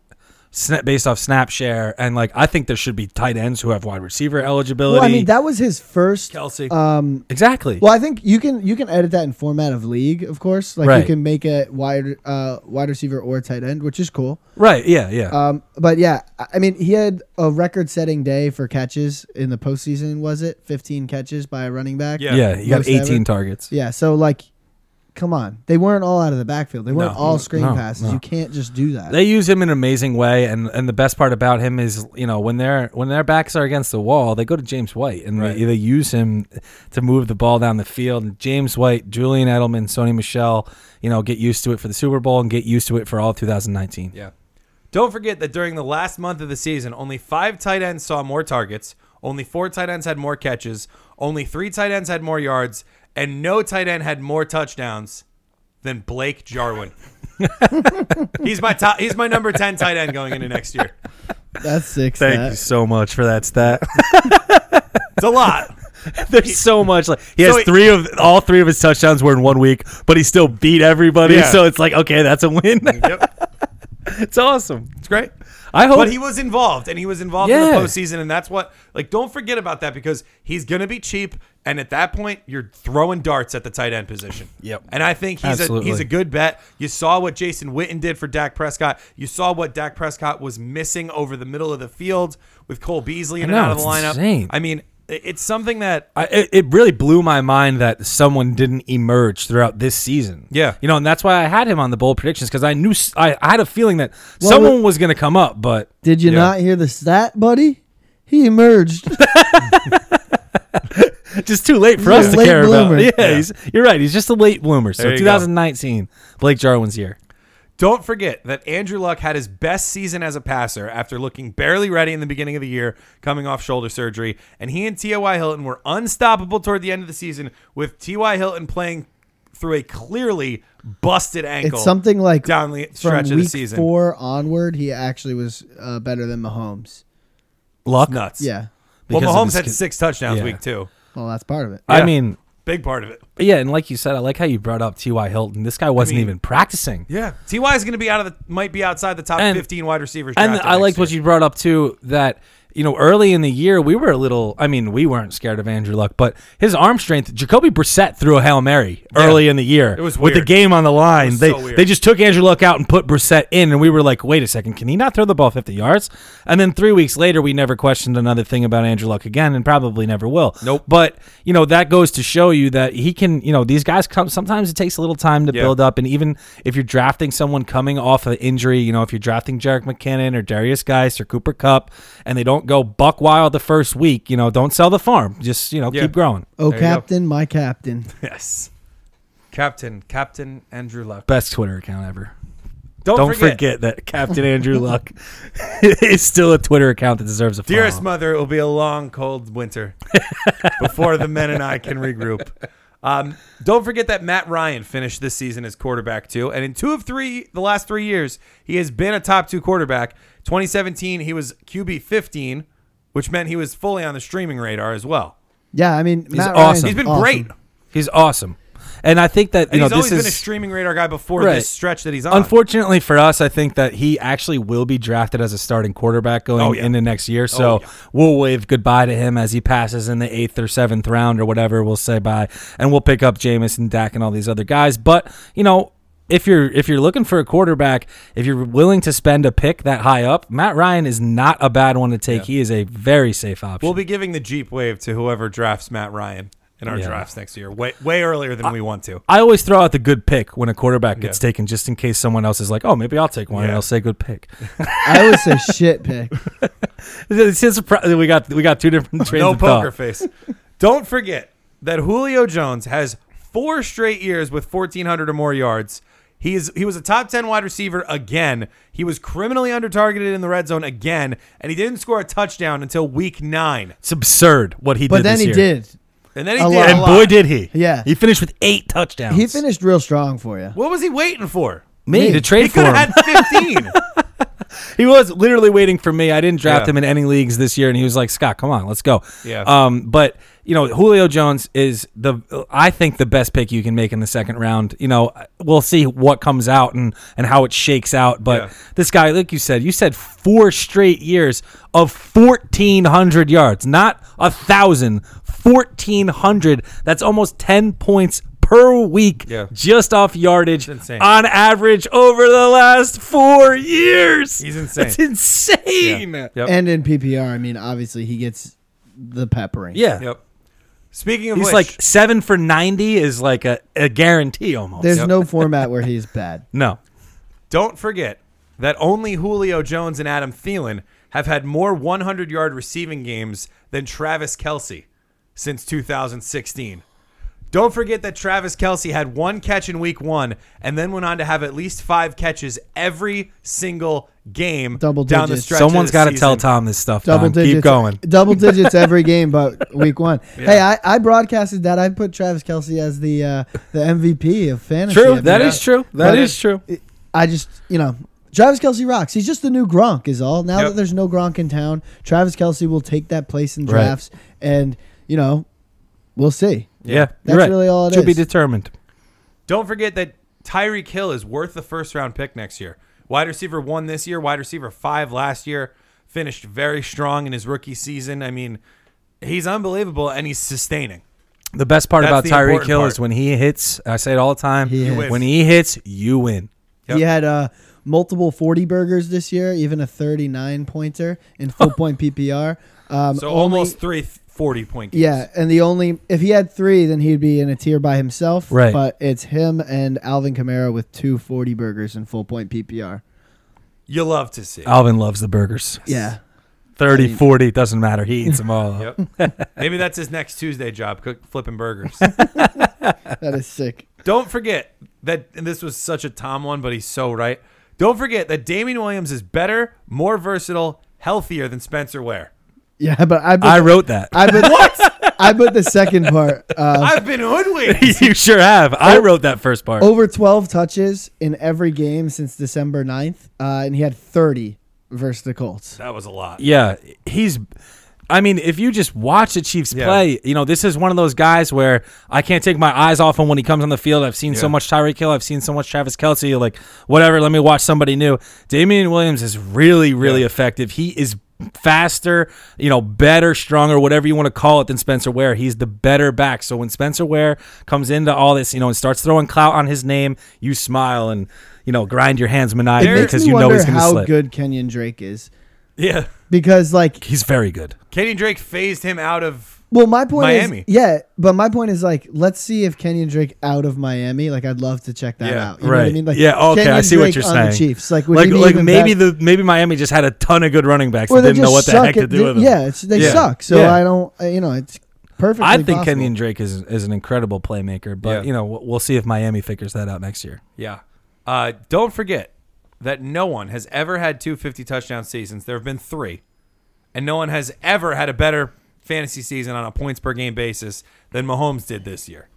Speaker 4: snap based off snap share and like I think there should be tight ends who have wide receiver eligibility.
Speaker 5: Well, I mean, that was his first.
Speaker 4: Uh,
Speaker 1: Kelsey.
Speaker 5: Um,
Speaker 4: exactly.
Speaker 5: well, I think you can you can edit that in format of league, of course. Like you
Speaker 4: Right.
Speaker 5: can make it wide uh, wide receiver or tight end, which is cool.
Speaker 4: right? Yeah, yeah.
Speaker 5: Um, but yeah, I I mean, he had a record-setting day for catches in the postseason. Was it 15 catches by a running back?
Speaker 1: Yeah.
Speaker 4: yeah, he got
Speaker 5: most
Speaker 4: 18
Speaker 5: ever.
Speaker 4: targets.
Speaker 5: Yeah. So like, come on, they weren't all out of the backfield. They weren't
Speaker 1: No.
Speaker 5: all screen
Speaker 4: No,
Speaker 5: passes.
Speaker 4: no.
Speaker 5: You can't just do that.
Speaker 4: They use him in an amazing way, and, and the best part about him is, you know, when their when their backs are against the wall, they go to James White and
Speaker 1: Right.
Speaker 4: they, they use him to move the ball down the field. And James White, Julian Edelman, Sony Michelle, you know, get used to it for the Super Bowl and get used to it for all of 2019.
Speaker 1: Yeah. Don't forget that during the last month of the season, only five tight ends saw more targets, only four tight ends had more catches, only three tight ends had more yards, and no tight end had more touchdowns than Blake Jarwin. <laughs> he's my top, he's my number ten tight end going into next year.
Speaker 5: That's six.
Speaker 4: Thank
Speaker 5: that.
Speaker 4: you so much for that stat.
Speaker 1: It's a lot.
Speaker 4: <laughs> There's so much like he
Speaker 1: So
Speaker 4: has
Speaker 1: he-
Speaker 4: three of all three of his touchdowns were in one week, but he still beat everybody.
Speaker 1: Yeah.
Speaker 4: So <laughs> it's like okay, that's a win.
Speaker 1: Yep.
Speaker 4: it's awesome.
Speaker 1: It's great.
Speaker 4: I hope-
Speaker 1: but he was involved, and he was involved in
Speaker 4: Yeah.
Speaker 1: the postseason, and that's what. Like, don't forget about that because he's going to be cheap, and at that point, you're throwing darts at the tight end position.
Speaker 4: Yep.
Speaker 1: And I think he's a, he's
Speaker 4: Absolutely.
Speaker 1: a good bet. You saw what Jason Witten did for Dak Prescott. You saw what Dak Prescott was missing over the middle of the field with Cole Beasley in
Speaker 4: I know,
Speaker 1: and out of the
Speaker 4: it's
Speaker 1: lineup.
Speaker 4: insane.
Speaker 1: I mean, it- it's something that
Speaker 4: I, it, it really blew my mind that someone didn't emerge throughout this season.
Speaker 1: Yeah.
Speaker 4: you know, and that's why I had him on the bold predictions because I knew s- I, I had a feeling that someone was going to come up,
Speaker 1: <laughs>
Speaker 4: but
Speaker 5: Did you
Speaker 4: Yeah.
Speaker 5: not hear the stat, buddy? He emerged.
Speaker 4: just too late for
Speaker 5: He's
Speaker 4: us
Speaker 5: a
Speaker 4: to
Speaker 5: late
Speaker 4: care
Speaker 5: bloomer.
Speaker 4: about. Yeah, He's, you're right. He's just a late bloomer. So
Speaker 1: There you go.
Speaker 4: 2019, Blake Jarwin's year.
Speaker 1: Don't forget that Andrew Luck had his best season as a passer after looking barely ready in the beginning of the year, coming off shoulder surgery. And he and T.Y. Hilton were unstoppable toward the end of the season, with T.Y. Hilton playing through a clearly busted ankle.
Speaker 5: it's something like
Speaker 1: down the
Speaker 5: from
Speaker 1: stretch
Speaker 5: week
Speaker 1: of the season.
Speaker 5: four onward, he actually was uh, better than Mahomes.
Speaker 4: Luck.
Speaker 1: Nuts.
Speaker 5: Yeah.
Speaker 1: Well,
Speaker 4: because of
Speaker 1: Mahomes
Speaker 4: his
Speaker 1: had
Speaker 4: con-
Speaker 1: six touchdowns
Speaker 4: Yeah.
Speaker 1: week two.
Speaker 5: Well, that's part of it.
Speaker 4: I
Speaker 1: Yeah.
Speaker 4: mean,
Speaker 1: Big part of it.
Speaker 4: But yeah, and like you said, I like how you brought up T.Y. Hilton. This guy wasn't
Speaker 1: mean-
Speaker 4: even practicing.
Speaker 1: Yeah. T.Y. is going to be out of the might be outside the top
Speaker 4: And-
Speaker 1: 15 wide receivers.
Speaker 4: And
Speaker 1: drafted
Speaker 4: I
Speaker 1: next
Speaker 4: liked what
Speaker 1: year.
Speaker 4: you brought up too that you know early in the year we were a little. I mean, we weren't scared of Andrew Luck, but his arm strength. Jacoby Brissett threw a hail mary early in the year.
Speaker 1: It was
Speaker 4: with the
Speaker 1: weird.
Speaker 4: game on the line.
Speaker 1: was
Speaker 4: They
Speaker 1: so weird.
Speaker 4: they just took Andrew Luck out and put Brissett in, and we were like, wait a second, can he not throw the ball fifty yards? And then three weeks later, we never questioned another thing about Andrew Luck again, and probably never will.
Speaker 1: Nope.
Speaker 4: But you know that goes to show you that he can. You know these guys come. Sometimes it takes a little time to
Speaker 1: Yeah.
Speaker 4: build up, and even if you're drafting someone coming off an injury, you know if you're drafting Jarek McKinnon or Darius Geist or Cooper Cup, and they don't go buck wild the first week, you know don't sell the farm. Just you know
Speaker 1: Yeah.
Speaker 4: keep growing.
Speaker 5: Oh,
Speaker 1: There you go.
Speaker 5: captain, my captain. <laughs>
Speaker 1: Yes. Captain, Captain Andrew Luck.
Speaker 4: Best Twitter account ever.
Speaker 1: Don't,
Speaker 4: Don't forget, that Captain Andrew Luck <laughs> is still a Twitter account that deserves a follow.
Speaker 1: Dearest mother, it will be a long, cold
Speaker 4: <laughs>
Speaker 1: winter before the men and I can regroup. Um, don't forget that Matt Ryan finished this season as quarterback too, and in two of three, the last three years, he has been a top two quarterback. 2017, he was QB 15, which meant he was fully on the streaming radar as well.
Speaker 5: Yeah, I mean, Matt
Speaker 4: awesome.
Speaker 1: He's
Speaker 5: Ryan's
Speaker 1: been
Speaker 5: awesome.
Speaker 1: great. And
Speaker 4: He's awesome, and I think that you
Speaker 1: he's
Speaker 4: know
Speaker 1: always
Speaker 4: this
Speaker 1: been
Speaker 4: is
Speaker 1: a streaming radar guy before
Speaker 4: Right.
Speaker 1: this stretch that he's on.
Speaker 4: Unfortunately for us, I think that he actually will be drafted as a starting quarterback going
Speaker 1: Oh, yeah.
Speaker 4: into next year. So
Speaker 1: yeah.
Speaker 4: we'll wave goodbye to him as he passes in the eighth or seventh round or whatever. We'll say bye, and we'll pick up Jameis and Dak and all these other guys. But you know. If you're if you're looking for a quarterback, if you're willing to spend a pick that high up, Matt Ryan is not a bad one to take. He is a very safe option.
Speaker 1: we'll be giving the Jeep wave to whoever drafts Matt Ryan in our
Speaker 4: Yeah.
Speaker 1: drafts next year, way way earlier than we want to.
Speaker 4: I always throw out the good pick when a quarterback gets
Speaker 1: Yeah.
Speaker 4: taken, just in case someone else is like, "Oh, maybe I'll take one," and
Speaker 1: Yeah.
Speaker 4: I'll say good pick.
Speaker 5: I always say shit
Speaker 4: <laughs>
Speaker 5: pick.
Speaker 4: It's a surprise that we got we got two <laughs> different trains
Speaker 1: no
Speaker 4: of
Speaker 1: poker
Speaker 4: thought.
Speaker 1: face. <laughs> Don't forget that Julio Jones has four straight years with 1,400 or more yards. He is he was a top 10 wide receiver again. He was criminally under targeted in the red zone again, and he didn't score a touchdown until week nine.
Speaker 4: It's absurd what he
Speaker 5: But
Speaker 4: did.
Speaker 5: then
Speaker 4: this
Speaker 5: he
Speaker 4: year.
Speaker 5: did.
Speaker 1: And then he
Speaker 5: A
Speaker 1: did.
Speaker 5: lot.
Speaker 4: and boy did he!
Speaker 5: Yeah.
Speaker 4: he finished with eight touchdowns.
Speaker 5: He finished real strong for you.
Speaker 1: What was he waiting for?
Speaker 4: me,
Speaker 5: me.
Speaker 4: to
Speaker 1: He
Speaker 4: trade for
Speaker 1: could
Speaker 4: him.
Speaker 1: have had
Speaker 4: <laughs>
Speaker 1: 15.
Speaker 4: he was literally waiting for me. I didn't draft
Speaker 1: Yeah.
Speaker 4: him in any leagues this year, and he was like, "Scott, come on, let's go."
Speaker 1: Yeah.
Speaker 4: Um, but you know, Julio Jones is the I think the best pick you can make in the second round. You know, we'll see what comes out and and how it shakes out. But
Speaker 1: Yeah.
Speaker 4: this guy, like you said, you said four straight years of fourteen hundred yards, not a thousand. Fourteen hundred. That's almost ten points per week
Speaker 1: Yeah.
Speaker 4: just off yardage
Speaker 1: It's insane.
Speaker 4: on average over the last four years.
Speaker 1: He's insane.
Speaker 4: That's insane.
Speaker 1: Yeah.
Speaker 4: Yeah.
Speaker 1: Yep.
Speaker 5: And in PPR, I mean, obviously he gets the peppering.
Speaker 1: yep. Speaking of
Speaker 4: He's
Speaker 1: which,
Speaker 4: like seven for 90 is like a, a guarantee almost.
Speaker 5: There's
Speaker 1: Yep.
Speaker 5: no format where he's
Speaker 4: <laughs>
Speaker 5: bad.
Speaker 4: no.
Speaker 1: Don't forget that only Julio Jones and Adam Thielen have had more 100 yard receiving games than Travis Kelsey since 2016. Don't forget that Travis Kelsey had one catch in week one and then went on to have at least five catches every single game
Speaker 5: Double
Speaker 1: down the
Speaker 5: digits.
Speaker 1: stretch.
Speaker 4: Someone's
Speaker 1: got
Speaker 4: got to tell Tom this stuff.
Speaker 5: Double
Speaker 4: Tom.
Speaker 5: digits.
Speaker 4: Um, Keep going. <laughs>
Speaker 5: Double digits every game, but week one. Hey, I, I broadcasted that. I put Travis Kelsey as the uh, the MVP of fantasy. I
Speaker 4: True.
Speaker 5: mean,
Speaker 4: That
Speaker 1: yeah.
Speaker 4: is true. That
Speaker 1: But-
Speaker 4: is true.
Speaker 5: I just, you know, Travis Kelsey rocks. He's just the new Gronk, is all. Now
Speaker 1: Yep.
Speaker 5: that there's no Gronk in town, Travis Kelsey will take that place in
Speaker 4: Right.
Speaker 5: drafts, and you know, we'll see.
Speaker 4: Yeah. You're
Speaker 5: That's
Speaker 4: right.
Speaker 5: really all it
Speaker 4: to be
Speaker 5: is.
Speaker 4: determined.
Speaker 1: Don't forget that Tyreek Hill is worth the first round pick next year. Wide receiver one this year, wide receiver five last year. Finished very strong in his rookie season. I mean, he's unbelievable and he's sustaining.
Speaker 4: The best part
Speaker 1: That's
Speaker 4: about
Speaker 1: the
Speaker 4: Tyreek
Speaker 1: important
Speaker 4: Hill
Speaker 1: part.
Speaker 4: is when he hits. I say it all the time.
Speaker 5: He You hits.
Speaker 1: win.
Speaker 4: when he hits, you win.
Speaker 5: He had uh, multiple 40 burgers this year, even a 39 pointer in
Speaker 4: <laughs>
Speaker 5: full point PPR. Um,
Speaker 1: So
Speaker 5: only-
Speaker 1: almost three th- 40 point games.
Speaker 5: Yeah, and the only if he had three, then he'd be in a tier by himself.
Speaker 4: Right.
Speaker 5: But it's him and Alvin Kamara with two 40 burgers in full point PPR.
Speaker 1: You love to see.
Speaker 4: Alvin loves the burgers.
Speaker 5: Yeah.
Speaker 4: 30,
Speaker 5: I mean-
Speaker 4: 40, doesn't matter. He eats them all.
Speaker 1: <laughs> Yep. Maybe that's his next Tuesday job, cook flipping
Speaker 5: <laughs>
Speaker 1: burgers.
Speaker 5: <laughs> That is sick.
Speaker 1: Don't forget that and this was such a Tom one, but he's so right. Don't forget that Damien Williams is better, more versatile, healthier than Spencer
Speaker 5: <laughs>
Speaker 1: Ware.
Speaker 5: Yeah, but I put,
Speaker 4: I
Speaker 5: I,
Speaker 4: wrote that.
Speaker 5: put I put the second part. Uh,
Speaker 1: I've been hoodwinked.
Speaker 4: <laughs> you sure have.
Speaker 5: Oh.
Speaker 4: I wrote that first part.
Speaker 5: over 12 touches in every game since December 9th, uh, and he had 30 versus the Colts.
Speaker 1: That was a lot.
Speaker 4: Yeah, he's. I mean, if you just watch the Chiefs
Speaker 1: Yeah.
Speaker 4: play, you know this is one of those guys where I can't take my eyes off him when he comes on the field. I've seen so
Speaker 1: Yeah.
Speaker 4: much Tyreek Hill, I've seen so much Travis Kelsey. Like whatever, let me watch somebody new. Damian Williams is really, really
Speaker 1: Yeah.
Speaker 4: effective. He is faster, you know, better, stronger, whatever you want to call it, than Spencer Ware. He's the better back. So when Spencer Ware comes into all this, you know, and starts throwing clout on his name, you smile and you know grind your hands
Speaker 5: It
Speaker 4: maniacally
Speaker 5: makes
Speaker 4: because
Speaker 5: me
Speaker 4: you know
Speaker 5: wonder
Speaker 4: he's going to
Speaker 5: how
Speaker 4: slip.
Speaker 5: good Kenyon Drake is
Speaker 1: Yeah.
Speaker 5: because, like,
Speaker 4: He's very good.
Speaker 1: Kenny Drake phased him out of
Speaker 5: Well, my point
Speaker 1: Miami.
Speaker 5: is, yeah, but my point is like, let's see if Kenyon Drake out of Miami. Like, I'd love to check that
Speaker 1: Yeah,
Speaker 5: out. You know what I
Speaker 4: right.
Speaker 5: mean? Like,
Speaker 4: Yeah, okay, I
Speaker 5: Kenyon
Speaker 4: see what
Speaker 5: Drake
Speaker 4: you're
Speaker 5: on The
Speaker 4: saying.
Speaker 5: Chiefs, like, would
Speaker 4: Like,
Speaker 5: he be
Speaker 4: like
Speaker 5: even
Speaker 4: maybe
Speaker 5: better?
Speaker 4: the maybe Miami just had a ton of good running backs
Speaker 5: Or they
Speaker 4: that didn't know
Speaker 5: just
Speaker 4: what
Speaker 5: suck
Speaker 4: the heck to
Speaker 5: at-
Speaker 4: do with them.
Speaker 5: Yeah, it's, they
Speaker 4: Yeah.
Speaker 5: suck. So
Speaker 4: Yeah.
Speaker 5: I don't, uh, you know, it's perfectly.
Speaker 4: I think
Speaker 5: possible.
Speaker 4: Kenyon Drake is is an incredible playmaker, but
Speaker 1: Yeah.
Speaker 4: you know we'll we'll see if Miami figures that out next year.
Speaker 1: Yeah. Uh, don't forget that no one has ever had two 50 touchdown seasons. There have been three. And no one has ever had a better fantasy season on a points per game basis than Mahomes did this year.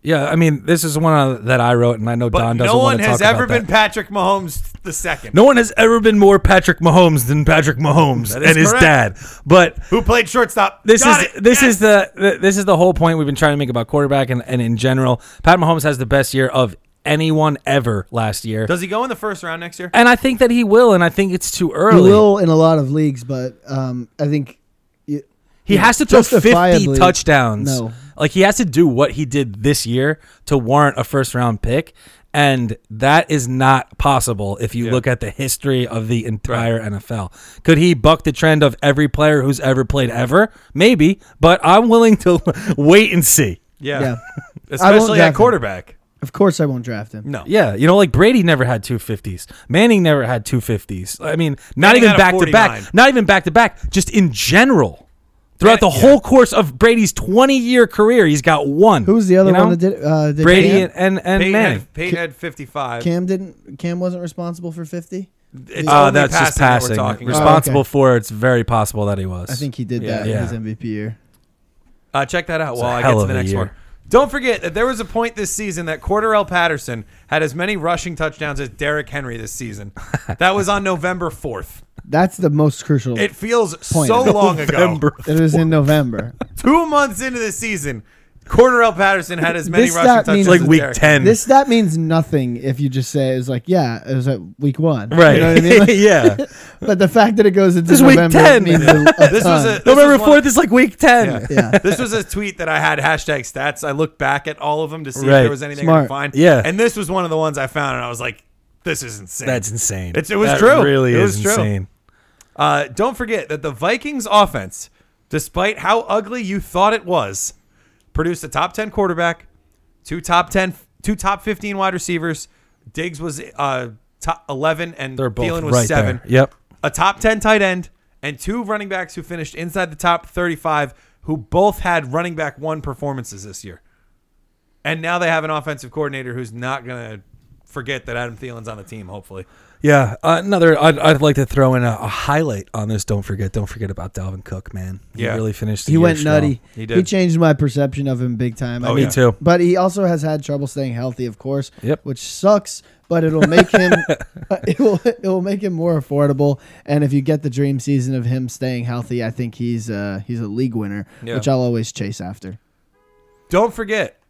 Speaker 4: Yeah, I mean this is one that I wrote, and I know
Speaker 1: But
Speaker 4: Don doesn't
Speaker 1: no
Speaker 4: want
Speaker 1: one
Speaker 4: to talk
Speaker 1: has
Speaker 4: about
Speaker 1: ever
Speaker 4: that.
Speaker 1: been Patrick Mahomes the second,
Speaker 4: no one has ever been more Patrick Mahomes than Patrick Mahomes and
Speaker 1: is
Speaker 4: his
Speaker 1: correct.
Speaker 4: dad. But
Speaker 1: who played shortstop.
Speaker 4: this
Speaker 1: Got
Speaker 4: is
Speaker 1: it.
Speaker 4: this
Speaker 1: Yes.
Speaker 4: is the th- this is the whole point we've been trying to make about quarterback and, and in general. Pat Mahomes has the best year of anyone ever last year,
Speaker 1: Does he go in the first round next year?
Speaker 4: and I think that he will, and I think it's too
Speaker 5: He
Speaker 4: early.
Speaker 5: will in a lot of leagues, but um, I think y-
Speaker 4: He has to throw 50
Speaker 5: Justifiably,
Speaker 4: touchdowns.
Speaker 5: no.
Speaker 4: Like he has to do what he did this year to warrant a first round pick. And that is not possible if you
Speaker 1: Yeah.
Speaker 4: look at the history of the entire NFL. Could he buck the trend of every player who's ever played ever? Maybe, but I'm willing to <laughs> wait and see.
Speaker 1: <laughs> Yeah.
Speaker 5: Yeah.
Speaker 1: Especially
Speaker 5: draft
Speaker 1: at
Speaker 5: him.
Speaker 1: quarterback.
Speaker 5: of course I won't draft him.
Speaker 1: No.
Speaker 4: Yeah, you know, like Brady never had two fifties. Manning never had two fifties. I mean, not
Speaker 1: Manning
Speaker 4: even
Speaker 1: had a
Speaker 4: back to
Speaker 1: 49.
Speaker 4: back. Not even back to back. Just in general, throughout the
Speaker 1: Yeah.
Speaker 4: whole course of Brady's twenty-year career, he's got one.
Speaker 5: Who was the other
Speaker 4: you know?
Speaker 5: one that did? Uh, did
Speaker 4: Brady
Speaker 5: Cam,
Speaker 4: and and, and
Speaker 1: Peyton
Speaker 4: Manning.
Speaker 1: had, Peyton had 55.
Speaker 5: Cam didn't. Cam wasn't responsible for fifty.
Speaker 1: It's
Speaker 4: Uh,
Speaker 1: only
Speaker 4: that's just
Speaker 1: that we're
Speaker 4: passing.
Speaker 1: talking about.
Speaker 4: Responsible
Speaker 5: Oh, okay.
Speaker 4: for it's very possible that he was.
Speaker 5: I think he did
Speaker 1: Yeah.
Speaker 5: that
Speaker 4: Yeah.
Speaker 5: in his MVP year.
Speaker 1: Uh, check that out
Speaker 4: a
Speaker 1: while I
Speaker 4: hell
Speaker 1: get to
Speaker 4: of
Speaker 1: the
Speaker 4: a
Speaker 1: next
Speaker 4: year.
Speaker 1: one. Don't forget that there was a point this season that Corderell Patterson had as many rushing touchdowns as Derrick Henry this
Speaker 4: <laughs>
Speaker 1: season. that was on November 4th.
Speaker 5: That's the most crucial.
Speaker 1: It feels
Speaker 5: Point.
Speaker 1: so long ago.
Speaker 4: November.
Speaker 5: it was
Speaker 4: <laughs>
Speaker 5: in November.
Speaker 1: Two months into the season, Corderell Patterson had as many
Speaker 5: This
Speaker 1: rushing
Speaker 5: stat
Speaker 1: touchdowns.
Speaker 5: means-
Speaker 4: It's like
Speaker 1: as
Speaker 4: week
Speaker 1: Derrick.
Speaker 4: ten.
Speaker 5: this that means nothing if you just say it was like yeah it was at week one
Speaker 4: right.
Speaker 5: you know what I
Speaker 4: <laughs>
Speaker 5: mean? Like, <laughs>
Speaker 4: yeah.
Speaker 5: but the fact that it goes into
Speaker 4: This is week
Speaker 5: November
Speaker 4: 10.
Speaker 5: means a,
Speaker 4: <laughs>
Speaker 5: a
Speaker 1: This was
Speaker 5: ton.
Speaker 1: a this
Speaker 4: Uh, November
Speaker 1: was one-
Speaker 4: fourth is like week ten.
Speaker 1: Yeah.
Speaker 5: yeah
Speaker 1: this was a tweet that I had hashtag stats. I looked back at all of them to see
Speaker 4: Right.
Speaker 1: if there was anything I
Speaker 5: Smart.
Speaker 1: could find.
Speaker 4: Yeah.
Speaker 1: and this was one of the ones I found, and I was like, "This is insane."
Speaker 4: That's insane.
Speaker 1: It's- it was
Speaker 4: That
Speaker 1: true.
Speaker 4: Really
Speaker 1: It
Speaker 4: is
Speaker 1: was true.
Speaker 4: insane.
Speaker 1: Uh, don't forget that the Vikings offense, despite how ugly you thought it was, produced a top 10 quarterback, two top 10, two top 15 wide receivers. Diggs was uh, top 11 and
Speaker 4: They're both
Speaker 1: Thielen was
Speaker 4: right
Speaker 1: seven.
Speaker 4: there. Yep.
Speaker 1: A top 10 tight end and two running backs who finished inside the top 35 who both had running back one performances this year. And now they have an offensive coordinator who's not going to forget that Adam Thielen's on the team, hopefully.
Speaker 4: Yeah, uh, another. I'd, I'd like to throw in a, a highlight on this. Don't forget, don't forget about Dalvin Cook, man. He
Speaker 1: Yeah.
Speaker 4: really finished. The
Speaker 5: he
Speaker 4: year
Speaker 5: went
Speaker 4: strong.
Speaker 5: nutty
Speaker 1: He did.
Speaker 5: changed my perception of him big time I
Speaker 1: Oh,
Speaker 4: Me
Speaker 5: mean,
Speaker 1: yeah.
Speaker 4: too.
Speaker 5: but he also has had trouble staying healthy of course
Speaker 4: Yep.
Speaker 5: which sucks but it'll make
Speaker 4: <laughs>
Speaker 5: him <laughs> it will it will make him more affordable and if you get the dream season of him staying healthy I think he's uh he's a league winner
Speaker 1: Yeah.
Speaker 5: which I'll always chase after
Speaker 1: Don't forget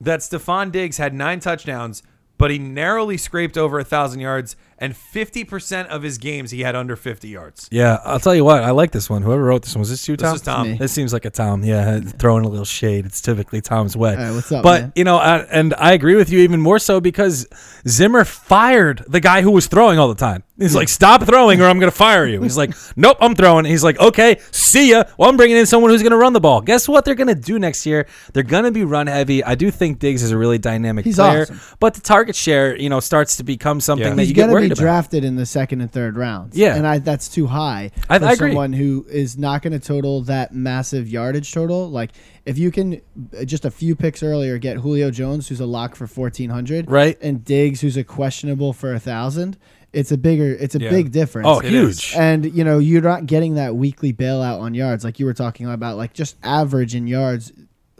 Speaker 1: that Stephon Diggs had nine touchdowns, but he narrowly scraped over a thousand yards and 50% of his games he had under 50 yards.
Speaker 4: Yeah, I'll tell you what. I like this one. Whoever wrote this one was this you, Tom?
Speaker 1: This is Tom.
Speaker 5: me.
Speaker 4: This seems like a Tom. Yeah, <laughs> throwing a little shade. It's typically Tom's way.
Speaker 5: All right, what's up,
Speaker 4: But
Speaker 5: man?
Speaker 4: you know, I, and I agree with you even more so because Zimmer fired the guy who was throwing all the time. He's like, "Stop throwing, or I'm going to fire you."
Speaker 5: <laughs>
Speaker 4: He's like, "Nope, I'm throwing." He's like, "Okay, see ya." Well, I'm bringing in someone who's going to run the ball. Guess what? They're going to do next year. They're going to be run heavy. I do think Diggs is a really dynamic
Speaker 5: He's
Speaker 4: player,
Speaker 5: awesome.
Speaker 4: but the target share, you know, starts to become something
Speaker 3: Yeah.
Speaker 4: that
Speaker 5: He's
Speaker 4: you get
Speaker 5: gonna be
Speaker 4: worried about.
Speaker 5: drafted in the second and third rounds.
Speaker 4: Yeah.
Speaker 5: and I, that's too high
Speaker 4: I-
Speaker 5: for
Speaker 4: I agree.
Speaker 5: someone who is not going to total that massive yardage total. Like if you can uh, just a few picks earlier get Julio Jones, who's a lock for fourteen hundred,
Speaker 4: Right.
Speaker 5: and Diggs, who's a questionable for a thousand. It's a bigger, it's a
Speaker 1: Yeah.
Speaker 5: big difference.
Speaker 4: Oh,
Speaker 1: It
Speaker 4: huge.
Speaker 5: And you know you're not getting that weekly bailout on yards like you were talking about. Like just average in yards,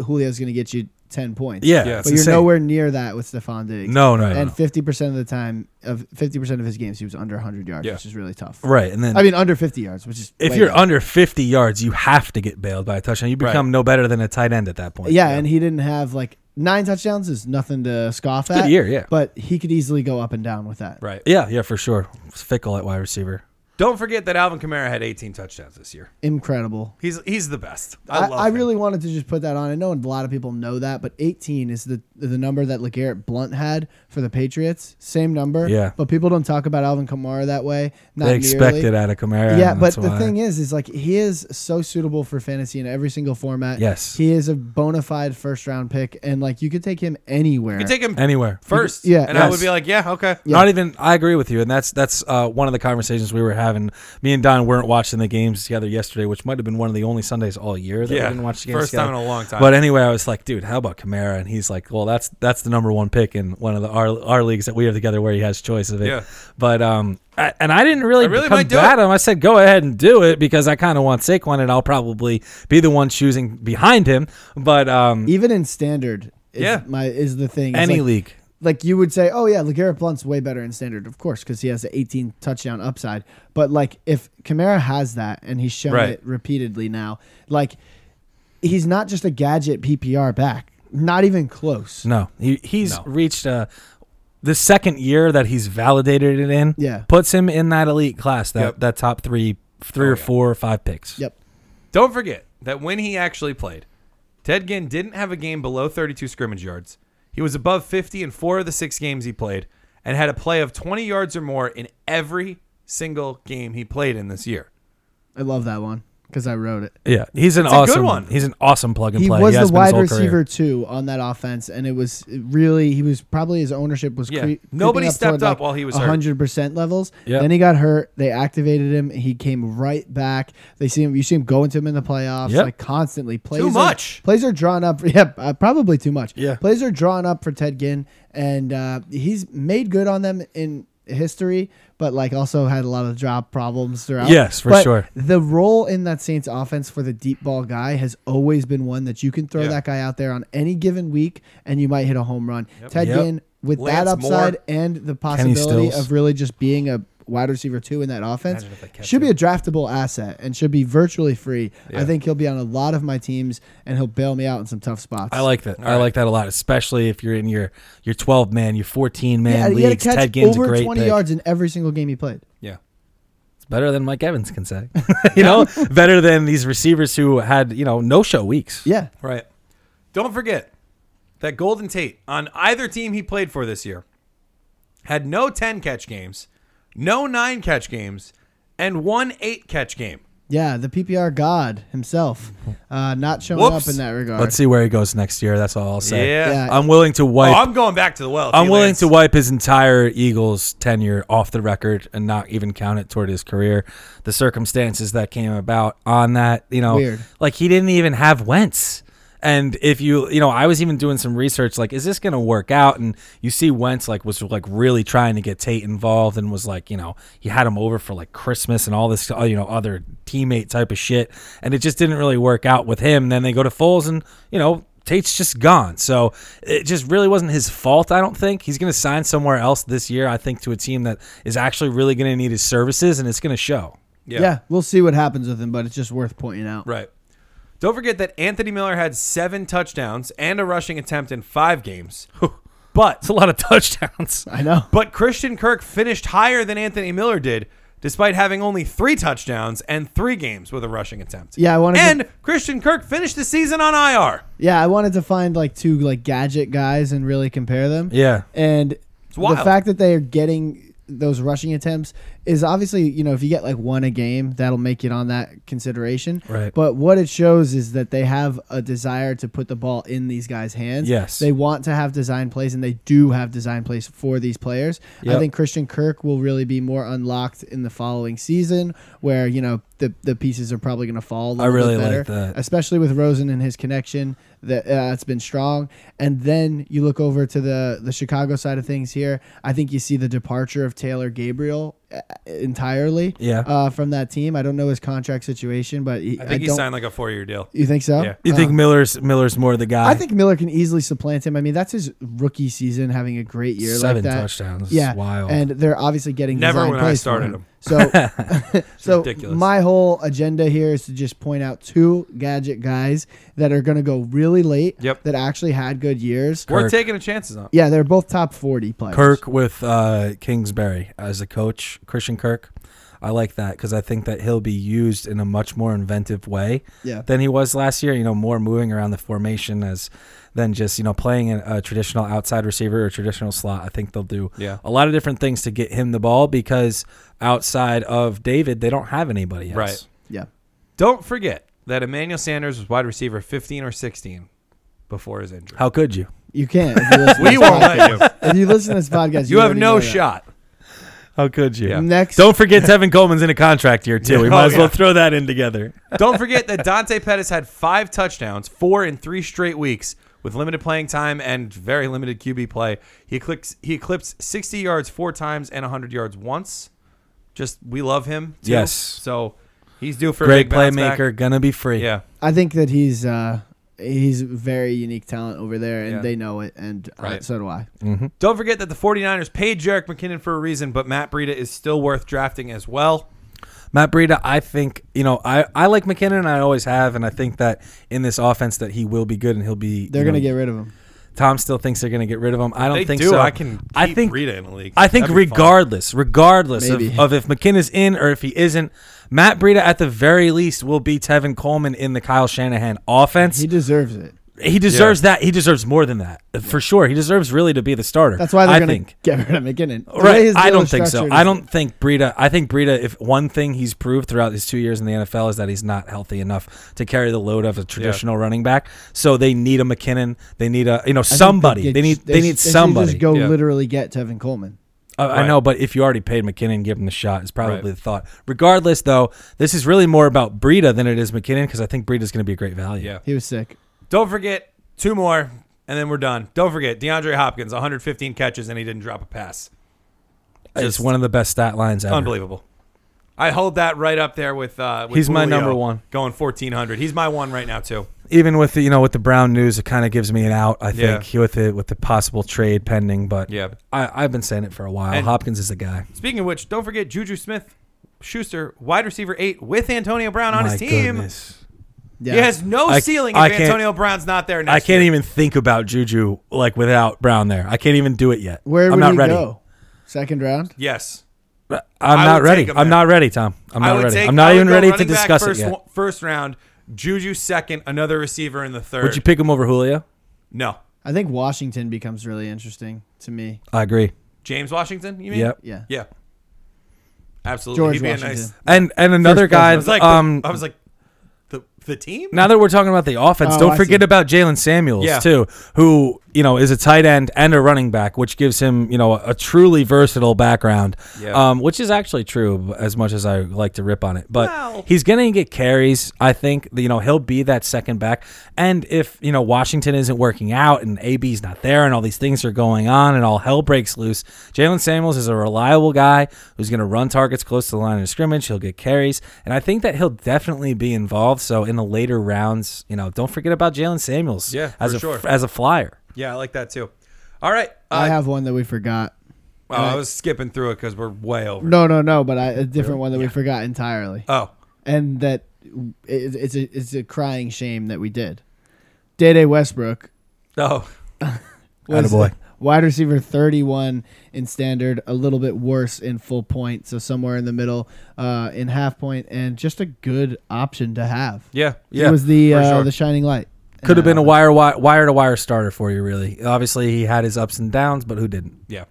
Speaker 5: Julio's going to get you ten points.
Speaker 4: Yeah,
Speaker 1: Yeah,
Speaker 4: it's
Speaker 5: but you're
Speaker 4: insane.
Speaker 5: nowhere near that with Stephon Diggs.
Speaker 4: No, no, no,
Speaker 5: And
Speaker 4: no.
Speaker 5: fifty percent of the time, of fifty percent of his games, he was under hundred yards,
Speaker 1: Yeah.
Speaker 5: which is really tough.
Speaker 4: right. And then
Speaker 5: I mean, under fifty yards, which is
Speaker 4: if
Speaker 5: way
Speaker 4: you're
Speaker 5: down.
Speaker 4: under 50 yards, you have to get bailed by a touchdown. You become
Speaker 1: Right.
Speaker 4: no better than a tight end at that point.
Speaker 5: yeah, and he didn't have like nine touchdowns is nothing to scoff
Speaker 4: good
Speaker 5: at.
Speaker 4: year, yeah.
Speaker 5: but he could easily go up and down with that.
Speaker 1: Right.
Speaker 4: yeah, yeah, for sure. It's fickle at wide receiver.
Speaker 1: Don't forget that Alvin Kamara had 18 touchdowns this year.
Speaker 5: Incredible.
Speaker 1: He's he's the best. I,
Speaker 5: I,
Speaker 1: love
Speaker 5: I
Speaker 1: him.
Speaker 5: really wanted to just put that on. I know a lot of people know that, but 18 is the the number that LeGarrette Blunt had for the Patriots. Same number.
Speaker 4: Yeah.
Speaker 5: But people don't talk about Alvin Kamara that way. Not nearly.
Speaker 4: they expect it out of Kamara.
Speaker 5: Yeah,
Speaker 4: and
Speaker 5: but
Speaker 4: that's
Speaker 5: the
Speaker 4: why.
Speaker 5: thing is, is like he is so suitable for fantasy in every single format.
Speaker 4: Yes.
Speaker 5: he is a bona fide first round pick, and like you could take him anywhere.
Speaker 1: You could take him
Speaker 4: anywhere.
Speaker 1: first.
Speaker 5: Yeah.
Speaker 1: And I
Speaker 4: Yes.
Speaker 1: would be like, yeah, okay.
Speaker 4: Not even. I agree with you, and that's that's uh, one of the conversations we were having. Me and Don weren't watching the games together yesterday, which might have been one of the only Sundays all year that
Speaker 1: Yeah.
Speaker 4: we didn't watch the games
Speaker 1: First time
Speaker 4: together.
Speaker 1: in a long time.
Speaker 4: But anyway, I was like, dude, how about Kamara? And he's like, well, that's that's the number one pick in one of the our, our leagues that we have together where he has choice of it.
Speaker 1: Yeah.
Speaker 4: But um, I, and I didn't really,
Speaker 1: I really might do
Speaker 4: combat him. I said, go ahead and do it because I kind of want Saquon, and I'll probably be the one choosing behind him. But um,
Speaker 5: even in standard. Is
Speaker 1: Yeah.
Speaker 5: my is the thing. It's
Speaker 4: any
Speaker 5: like,
Speaker 4: league.
Speaker 5: like you would say, oh yeah, Legarrette Blunt's way better in standard, of course, because he has the 18 touchdown upside. But like if Kamara has that and he's shown
Speaker 1: Right.
Speaker 5: it repeatedly now, like he's not just a gadget PPR back, not even close.
Speaker 4: No, he, he's
Speaker 1: No.
Speaker 4: reached uh, the second year that he's validated it in.
Speaker 5: Yeah.
Speaker 4: puts him in that elite class, that
Speaker 1: Yep.
Speaker 4: that top three, three
Speaker 1: Oh,
Speaker 4: or
Speaker 1: yeah.
Speaker 4: four or five picks.
Speaker 5: Yep.
Speaker 1: Don't forget that when he actually played, Ted Ginn didn't have a game below 32 scrimmage yards. He was above 50 in four of the six games he played and had a play of 20 yards or more in every single game he played in this year.
Speaker 5: I love that one because I wrote it.
Speaker 4: Yeah, he's an
Speaker 1: It's a good
Speaker 4: awesome
Speaker 1: one.
Speaker 4: He's an awesome plug and
Speaker 5: He
Speaker 4: play.
Speaker 5: was
Speaker 4: has
Speaker 5: the
Speaker 4: been his
Speaker 5: wide
Speaker 4: whole
Speaker 5: receiver
Speaker 4: career.
Speaker 5: too on that offense, and it was really he was probably his ownership was
Speaker 1: Yeah.
Speaker 5: cre-
Speaker 1: Nobody
Speaker 5: creeping
Speaker 1: stepped
Speaker 5: toward,
Speaker 1: up
Speaker 5: like
Speaker 1: while he was hurt.
Speaker 5: hundred percent levels.
Speaker 4: Yep.
Speaker 5: Then he got hurt. They activated him. He came right back. They see him. You see him going to him in the playoffs
Speaker 4: Yep.
Speaker 5: like constantly. Plays
Speaker 1: Too
Speaker 5: are-
Speaker 1: much.
Speaker 5: plays are drawn up. <laughs> Yeah, uh, probably too much.
Speaker 4: Yeah.
Speaker 5: plays are drawn up for Ted Ginn, and uh, he's made good on them in history, but like also had a lot of drop problems throughout.
Speaker 4: Yes, for
Speaker 5: But
Speaker 4: sure.
Speaker 5: the role in that Saints offense for the deep ball guy has always been one that you can throw
Speaker 1: Yeah.
Speaker 5: that guy out there on any given week and you might hit a home run. Ted
Speaker 4: Yep.
Speaker 5: Ginn with that
Speaker 1: Lance
Speaker 5: upside
Speaker 1: Moore.
Speaker 5: and the
Speaker 4: Kenny
Speaker 5: possibility
Speaker 4: Stills.
Speaker 5: of really just being a wide receiver two in that offense
Speaker 1: Imagine if they kept
Speaker 5: should be
Speaker 1: him.
Speaker 5: a draftable asset and should be virtually free.
Speaker 1: Yeah.
Speaker 5: I think he'll be on a lot of my teams and he'll bail me out in some tough spots.
Speaker 4: I like that. I like that a lot, especially if you're in your your 12 man, your 14
Speaker 5: yeah,
Speaker 4: man
Speaker 5: he had a
Speaker 4: leagues.
Speaker 5: catch
Speaker 4: Ted Ginn's a
Speaker 5: over
Speaker 4: great
Speaker 5: 20
Speaker 4: pick.
Speaker 5: yards in every single game he played.
Speaker 1: Yeah.
Speaker 4: It's better than Mike Evans
Speaker 5: <laughs>
Speaker 4: can say. <laughs> you know, better than these receivers who had you know no show weeks.
Speaker 5: Yeah.
Speaker 1: Right. Don't forget that Golden Tate, on either team he played for this year, had no 10 catch games, no nine catch games, and one eight catch game.
Speaker 5: Yeah, the PPR god
Speaker 4: <laughs>
Speaker 5: himself uh, not showing
Speaker 1: Whoops.
Speaker 5: up in that regard.
Speaker 4: Let's see where he goes next year. That's all I'll say.
Speaker 1: Yeah.
Speaker 5: Yeah.
Speaker 4: I'm willing to
Speaker 1: Oh,
Speaker 4: wipe
Speaker 1: I'm going back to the well. if
Speaker 4: I'm
Speaker 1: he
Speaker 4: willing
Speaker 1: lands.
Speaker 4: to wipe his entire Eagles tenure off the record and not even count it toward his career. The circumstances that came about on that, you know,
Speaker 5: Weird.
Speaker 4: like he didn't even have Wentz. And if you, you know, I was even doing some research, like, is this going to work out? And you see Wentz, like, was like really trying to get Tate involved and was like, you know, he had him over for like Christmas and all this, uh, you know, other teammate type of shit. And it just didn't really work out with him. Then they go to Foles and, you know, Tate's just gone. So it just really wasn't his fault, I don't think. He's going to sign somewhere else this year, I think, to a team that is actually really going to need his services and it's going to show.
Speaker 5: Yeah. we'll see what happens with him, but it's just worth pointing out.
Speaker 1: Right. Don't forget that Anthony Miller had seven touchdowns and a rushing attempt in five games. But
Speaker 2: It's a lot of touchdowns.
Speaker 5: I know.
Speaker 1: But Christian Kirk finished higher than Anthony Miller did, despite having only three touchdowns and three games with a rushing attempt.
Speaker 5: Yeah, I wanted to-
Speaker 1: And Christian Kirk finished the season on IR.
Speaker 5: Yeah, I wanted to find like two like gadget guys and really compare them.
Speaker 4: Yeah.
Speaker 5: And the
Speaker 1: wild.
Speaker 5: fact that they are getting those rushing attempts is obviously, you know, if you get like one a game, that'll make it on that consideration.
Speaker 4: Right.
Speaker 5: But what it shows is that they have a desire to put the ball in these guys' hands.
Speaker 4: Yes.
Speaker 5: They want to have design plays and they do have design plays for these players. I
Speaker 4: Yep.
Speaker 5: think Christian Kirk will really be more unlocked in the following season where, you know, the, the pieces are probably going to fall. A little
Speaker 4: I really
Speaker 5: bit better
Speaker 4: like that.
Speaker 5: especially with Rosen and his connection that uh, it's been strong. And then you look over to the the Chicago side of things here. I think you see the departure of Taylor Gabriel uh, entirely.
Speaker 4: Yeah.
Speaker 5: Uh, from that team, I don't know his contract situation, but he,
Speaker 1: I
Speaker 5: I
Speaker 1: think he
Speaker 5: don't-
Speaker 1: signed like a four year deal.
Speaker 5: You think so?
Speaker 1: Yeah.
Speaker 4: You think Miller's Miller's more the guy?
Speaker 5: I think Miller can easily supplant him. I mean, that's his rookie season, having a great year
Speaker 4: seven
Speaker 5: like that.
Speaker 4: touchdowns.
Speaker 5: Yeah,
Speaker 4: Yeah, wild.
Speaker 5: And they're obviously getting
Speaker 1: Never
Speaker 5: design
Speaker 1: when I
Speaker 5: plays for
Speaker 1: started
Speaker 5: him.
Speaker 1: them.
Speaker 4: <laughs>
Speaker 5: So, <laughs> so
Speaker 1: ridiculous.
Speaker 5: my whole agenda here is to just point out two gadget guys that are going to go really late.
Speaker 1: Yep.
Speaker 5: That actually had good years.
Speaker 1: We're
Speaker 4: Kirk.
Speaker 1: taking a chances on.
Speaker 5: Yeah, they're both top forty players.
Speaker 4: Kirk with uh, Kingsbury as a coach, Christian Kirk. I like that because I think that he'll be used in a much more inventive way
Speaker 5: Yeah.
Speaker 4: than he was last year. You know, more moving around the formation as than just you know playing a, a traditional outside receiver or traditional slot. I think they'll do
Speaker 1: Yeah.
Speaker 4: a lot of different things to get him the ball because outside of David, they don't have anybody else.
Speaker 1: Right.
Speaker 5: Yeah.
Speaker 1: Don't forget that Emmanuel Sanders was wide receiver 15 or 16 before his
Speaker 5: <laughs>
Speaker 1: injury.
Speaker 4: How could you?
Speaker 5: You can't.
Speaker 1: <laughs>
Speaker 5: If you listen to
Speaker 1: We
Speaker 5: this
Speaker 1: won't
Speaker 5: podcast.
Speaker 1: let you.
Speaker 5: If <laughs> you listen to this podcast,
Speaker 1: You have
Speaker 5: already
Speaker 1: no
Speaker 5: know that.
Speaker 1: shot.
Speaker 4: How could you?
Speaker 1: Yeah.
Speaker 5: Next,
Speaker 4: Don't forget Tevin Coleman's in a contract
Speaker 1: <laughs>
Speaker 4: year too. We
Speaker 1: Yeah.
Speaker 4: might
Speaker 1: Oh,
Speaker 4: as well
Speaker 1: yeah.
Speaker 4: throw that in together.
Speaker 1: Don't forget that Dante Pettis had five touchdowns, four in three straight weeks, with limited playing time and very limited QB play. He clicks. He eclipsed 60 yards four times and 100 yards once. Just we love him. Too.
Speaker 4: Yes.
Speaker 1: So he's due for a
Speaker 4: Great
Speaker 1: big bounce back.
Speaker 4: playmaker, gonna be free.
Speaker 1: Yeah.
Speaker 5: I think that he's uh, he's very unique talent over there, and
Speaker 1: Yeah.
Speaker 5: they know it, and uh,
Speaker 1: Right.
Speaker 5: so do I.
Speaker 1: Don't forget that the 49ers paid Jarek McKinnon for a reason, but Matt Breida is still worth drafting as well.
Speaker 4: Matt Breida, I think you know I, I like McKinnon. I always have, and I think that in this offense that he will be good and he'll be.
Speaker 5: They're
Speaker 4: you
Speaker 5: gonna
Speaker 4: know,
Speaker 5: get rid of him.
Speaker 4: Tom still thinks they're gonna get rid of him. I don't
Speaker 1: They
Speaker 4: think
Speaker 1: do.
Speaker 4: so.
Speaker 1: I can. Keep
Speaker 4: I think
Speaker 1: Breida in the league.
Speaker 4: I think
Speaker 1: That'd be fun.
Speaker 4: regardless, regardless of,
Speaker 5: Maybe.
Speaker 4: of if McKinnon's in or if he isn't, Matt Breida at the very least will be Tevin Coleman in the Kyle Shanahan offense.
Speaker 5: He
Speaker 4: He,
Speaker 5: deserves it.
Speaker 4: deserves that. He deserves more than that for sure. He deserves really to be the starter.
Speaker 5: That's why they're
Speaker 4: I
Speaker 5: gonna
Speaker 4: think.
Speaker 5: get rid of McKinnon. The way
Speaker 4: Right.
Speaker 5: his
Speaker 4: I
Speaker 5: deal
Speaker 4: don't
Speaker 5: is
Speaker 4: think so.
Speaker 5: structured
Speaker 4: I
Speaker 5: is-
Speaker 4: don't think Breida. I think Breida. If one thing he's proved throughout his two years in the NFL is that he's not healthy enough to carry the load of a traditional running back. So they need a McKinnon. They need a you know
Speaker 5: I think
Speaker 4: somebody. They, need they,
Speaker 5: sh-
Speaker 4: need
Speaker 5: should
Speaker 4: somebody.
Speaker 5: Just go
Speaker 1: Yeah.
Speaker 5: literally get Tevin Coleman.
Speaker 4: I- I
Speaker 1: Right.
Speaker 4: know, but if you already paid McKinnon, give him the shot is probably
Speaker 1: Right.
Speaker 4: the thought. Regardless, though, this is really more about Breida than it is McKinnon because I think Breida's going to be a great value.
Speaker 1: Yeah.
Speaker 5: He was sick.
Speaker 1: Don't forget two more, and then we're done. Don't forget DeAndre Hopkins, 115 catches, and he didn't drop a pass.
Speaker 4: it's
Speaker 1: Just
Speaker 4: one of the best stat lines ever.
Speaker 1: Unbelievable. I hold that right up there with. Uh, with
Speaker 4: He's my
Speaker 1: Julio
Speaker 4: number one.
Speaker 1: going 1400. He's my one right now too.
Speaker 4: even with the, you know with the Brown news, it kind of gives me an out. I
Speaker 1: Yeah.
Speaker 4: think with it with the possible trade pending, but
Speaker 1: Yeah.
Speaker 4: I, I've been saying it for a while.
Speaker 1: And-
Speaker 4: Hopkins is the guy.
Speaker 1: Speaking of which, don't forget Juju Smith. Schuster, wide receiver eight, with Antonio Brown on
Speaker 4: My
Speaker 1: his team.
Speaker 4: goodness.
Speaker 5: Yeah.
Speaker 1: He has no
Speaker 4: I-
Speaker 1: ceiling
Speaker 4: I
Speaker 1: if
Speaker 4: can't-
Speaker 1: Antonio Brown's not there next
Speaker 4: I can't
Speaker 1: year.
Speaker 4: even think about Juju like without Brown there. I can't even do it yet.
Speaker 5: Where would
Speaker 4: I'm not
Speaker 5: he
Speaker 4: ready. Uh,
Speaker 5: go? Second round.
Speaker 1: Yes.
Speaker 4: I'm
Speaker 1: I would
Speaker 4: not
Speaker 1: take
Speaker 4: ready.
Speaker 1: him
Speaker 4: I'm
Speaker 1: there.
Speaker 4: not ready, Tom. I'm
Speaker 1: I
Speaker 4: not
Speaker 1: would
Speaker 4: ready.
Speaker 1: take-
Speaker 4: I'm not
Speaker 1: I would
Speaker 4: even
Speaker 1: go
Speaker 4: ready to
Speaker 1: running back
Speaker 4: discuss it
Speaker 1: first,
Speaker 4: yet.
Speaker 1: wa- First round, Juju second, another receiver in the third.
Speaker 4: Would you pick him over Julio?
Speaker 1: no.
Speaker 5: I think Washington becomes really interesting to me.
Speaker 4: I agree.
Speaker 1: James Washington, you mean?
Speaker 4: Yep.
Speaker 5: Yeah.
Speaker 1: Yeah. Absolutely.
Speaker 5: George
Speaker 1: He'd be a
Speaker 5: Washington.
Speaker 1: nice.
Speaker 4: And and another
Speaker 5: First
Speaker 4: guy.
Speaker 1: I was like,
Speaker 4: um,
Speaker 1: I was like, the the team.
Speaker 4: now that we're talking about the offense,
Speaker 5: Oh,
Speaker 4: don't
Speaker 5: I
Speaker 4: forget
Speaker 5: see.
Speaker 4: about Jalen Samuels
Speaker 1: Yeah.
Speaker 4: too, who you know is a tight end and a running back, which gives him you know a, truly versatile background.
Speaker 1: Yeah.
Speaker 4: Um, which is actually true as much as I like to rip on it, but
Speaker 1: Well-
Speaker 4: he's gonna get carries. I think you know he'll be that second back, and if you know Washington isn't working out and AB's not there and all these things are going on and all hell breaks loose, Jalen Samuels is a reliable guy who's gonna run targets close to the line of scrimmage. He'll get carries, and I think that he'll definitely be involved. So in the later rounds, you know, don't forget about Jalen Samuels.
Speaker 1: Yeah,
Speaker 4: as
Speaker 1: for
Speaker 4: a
Speaker 1: sure.
Speaker 4: as a flyer.
Speaker 1: Yeah, I like that too. All right. Uh,
Speaker 5: I have one that we forgot.
Speaker 1: oh, I was skipping through it because we're way over.
Speaker 5: No, no, no. But I, a different one that we forgot entirely,
Speaker 4: Uh,
Speaker 1: Oh,
Speaker 5: and that it, it's a it's a crying shame that we did. Day Day Westbrook
Speaker 1: oh,
Speaker 5: was
Speaker 4: Attaboy.
Speaker 5: wide receiver 31 in standard, a little bit worse in full point. So somewhere in the middle uh, in half point, and just a good option to have.
Speaker 4: Yeah,
Speaker 5: He
Speaker 4: yeah,
Speaker 5: was the
Speaker 4: for
Speaker 5: uh,
Speaker 4: sure.
Speaker 5: the shining light.
Speaker 4: Could have been a wire wire wire to wire starter for you, really. Obviously, he had his ups and downs, but who didn't?
Speaker 1: Yeah.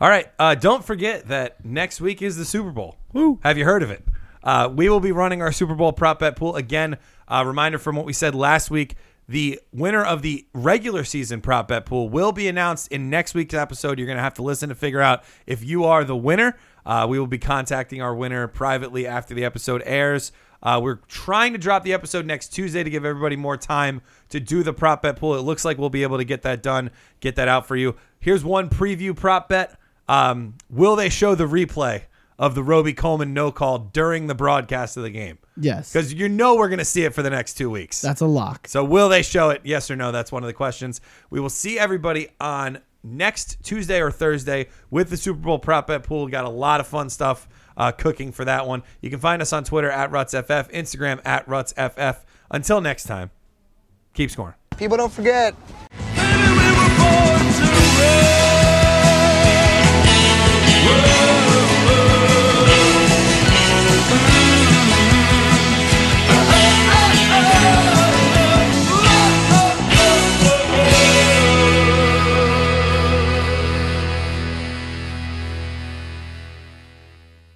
Speaker 1: All right. Uh, don't forget that next week is the Super Bowl. Woo. Have you heard of it? Uh, we will be running our Super Bowl prop bet pool again. Uh, reminder from what we said last week: the winner of the regular season prop bet pool will be announced in next week's episode. You're going to have to listen to figure out if you are the winner. Uh, we will be contacting our winner privately after the episode airs. Uh, we're trying to drop the episode next Tuesday to give everybody more time to do the prop bet pool. It looks like we'll be able to get that done, get that out for you. Here's one preview prop bet. Um, will they show the replay of the Roby Coleman no call during the broadcast of the game?
Speaker 5: Yes.
Speaker 1: Because you know we're going to see it for the next two weeks.
Speaker 5: That's a lock.
Speaker 1: So will they show it? Yes or no? That's one of the questions. We will see everybody on next Tuesday or Thursday with the Super Bowl prop bet pool. We got a lot of fun stuff uh, cooking for that one. You can find us on Twitter at RutsFF, Instagram at RutsFF. Until next time, keep scoring.
Speaker 6: People don't forget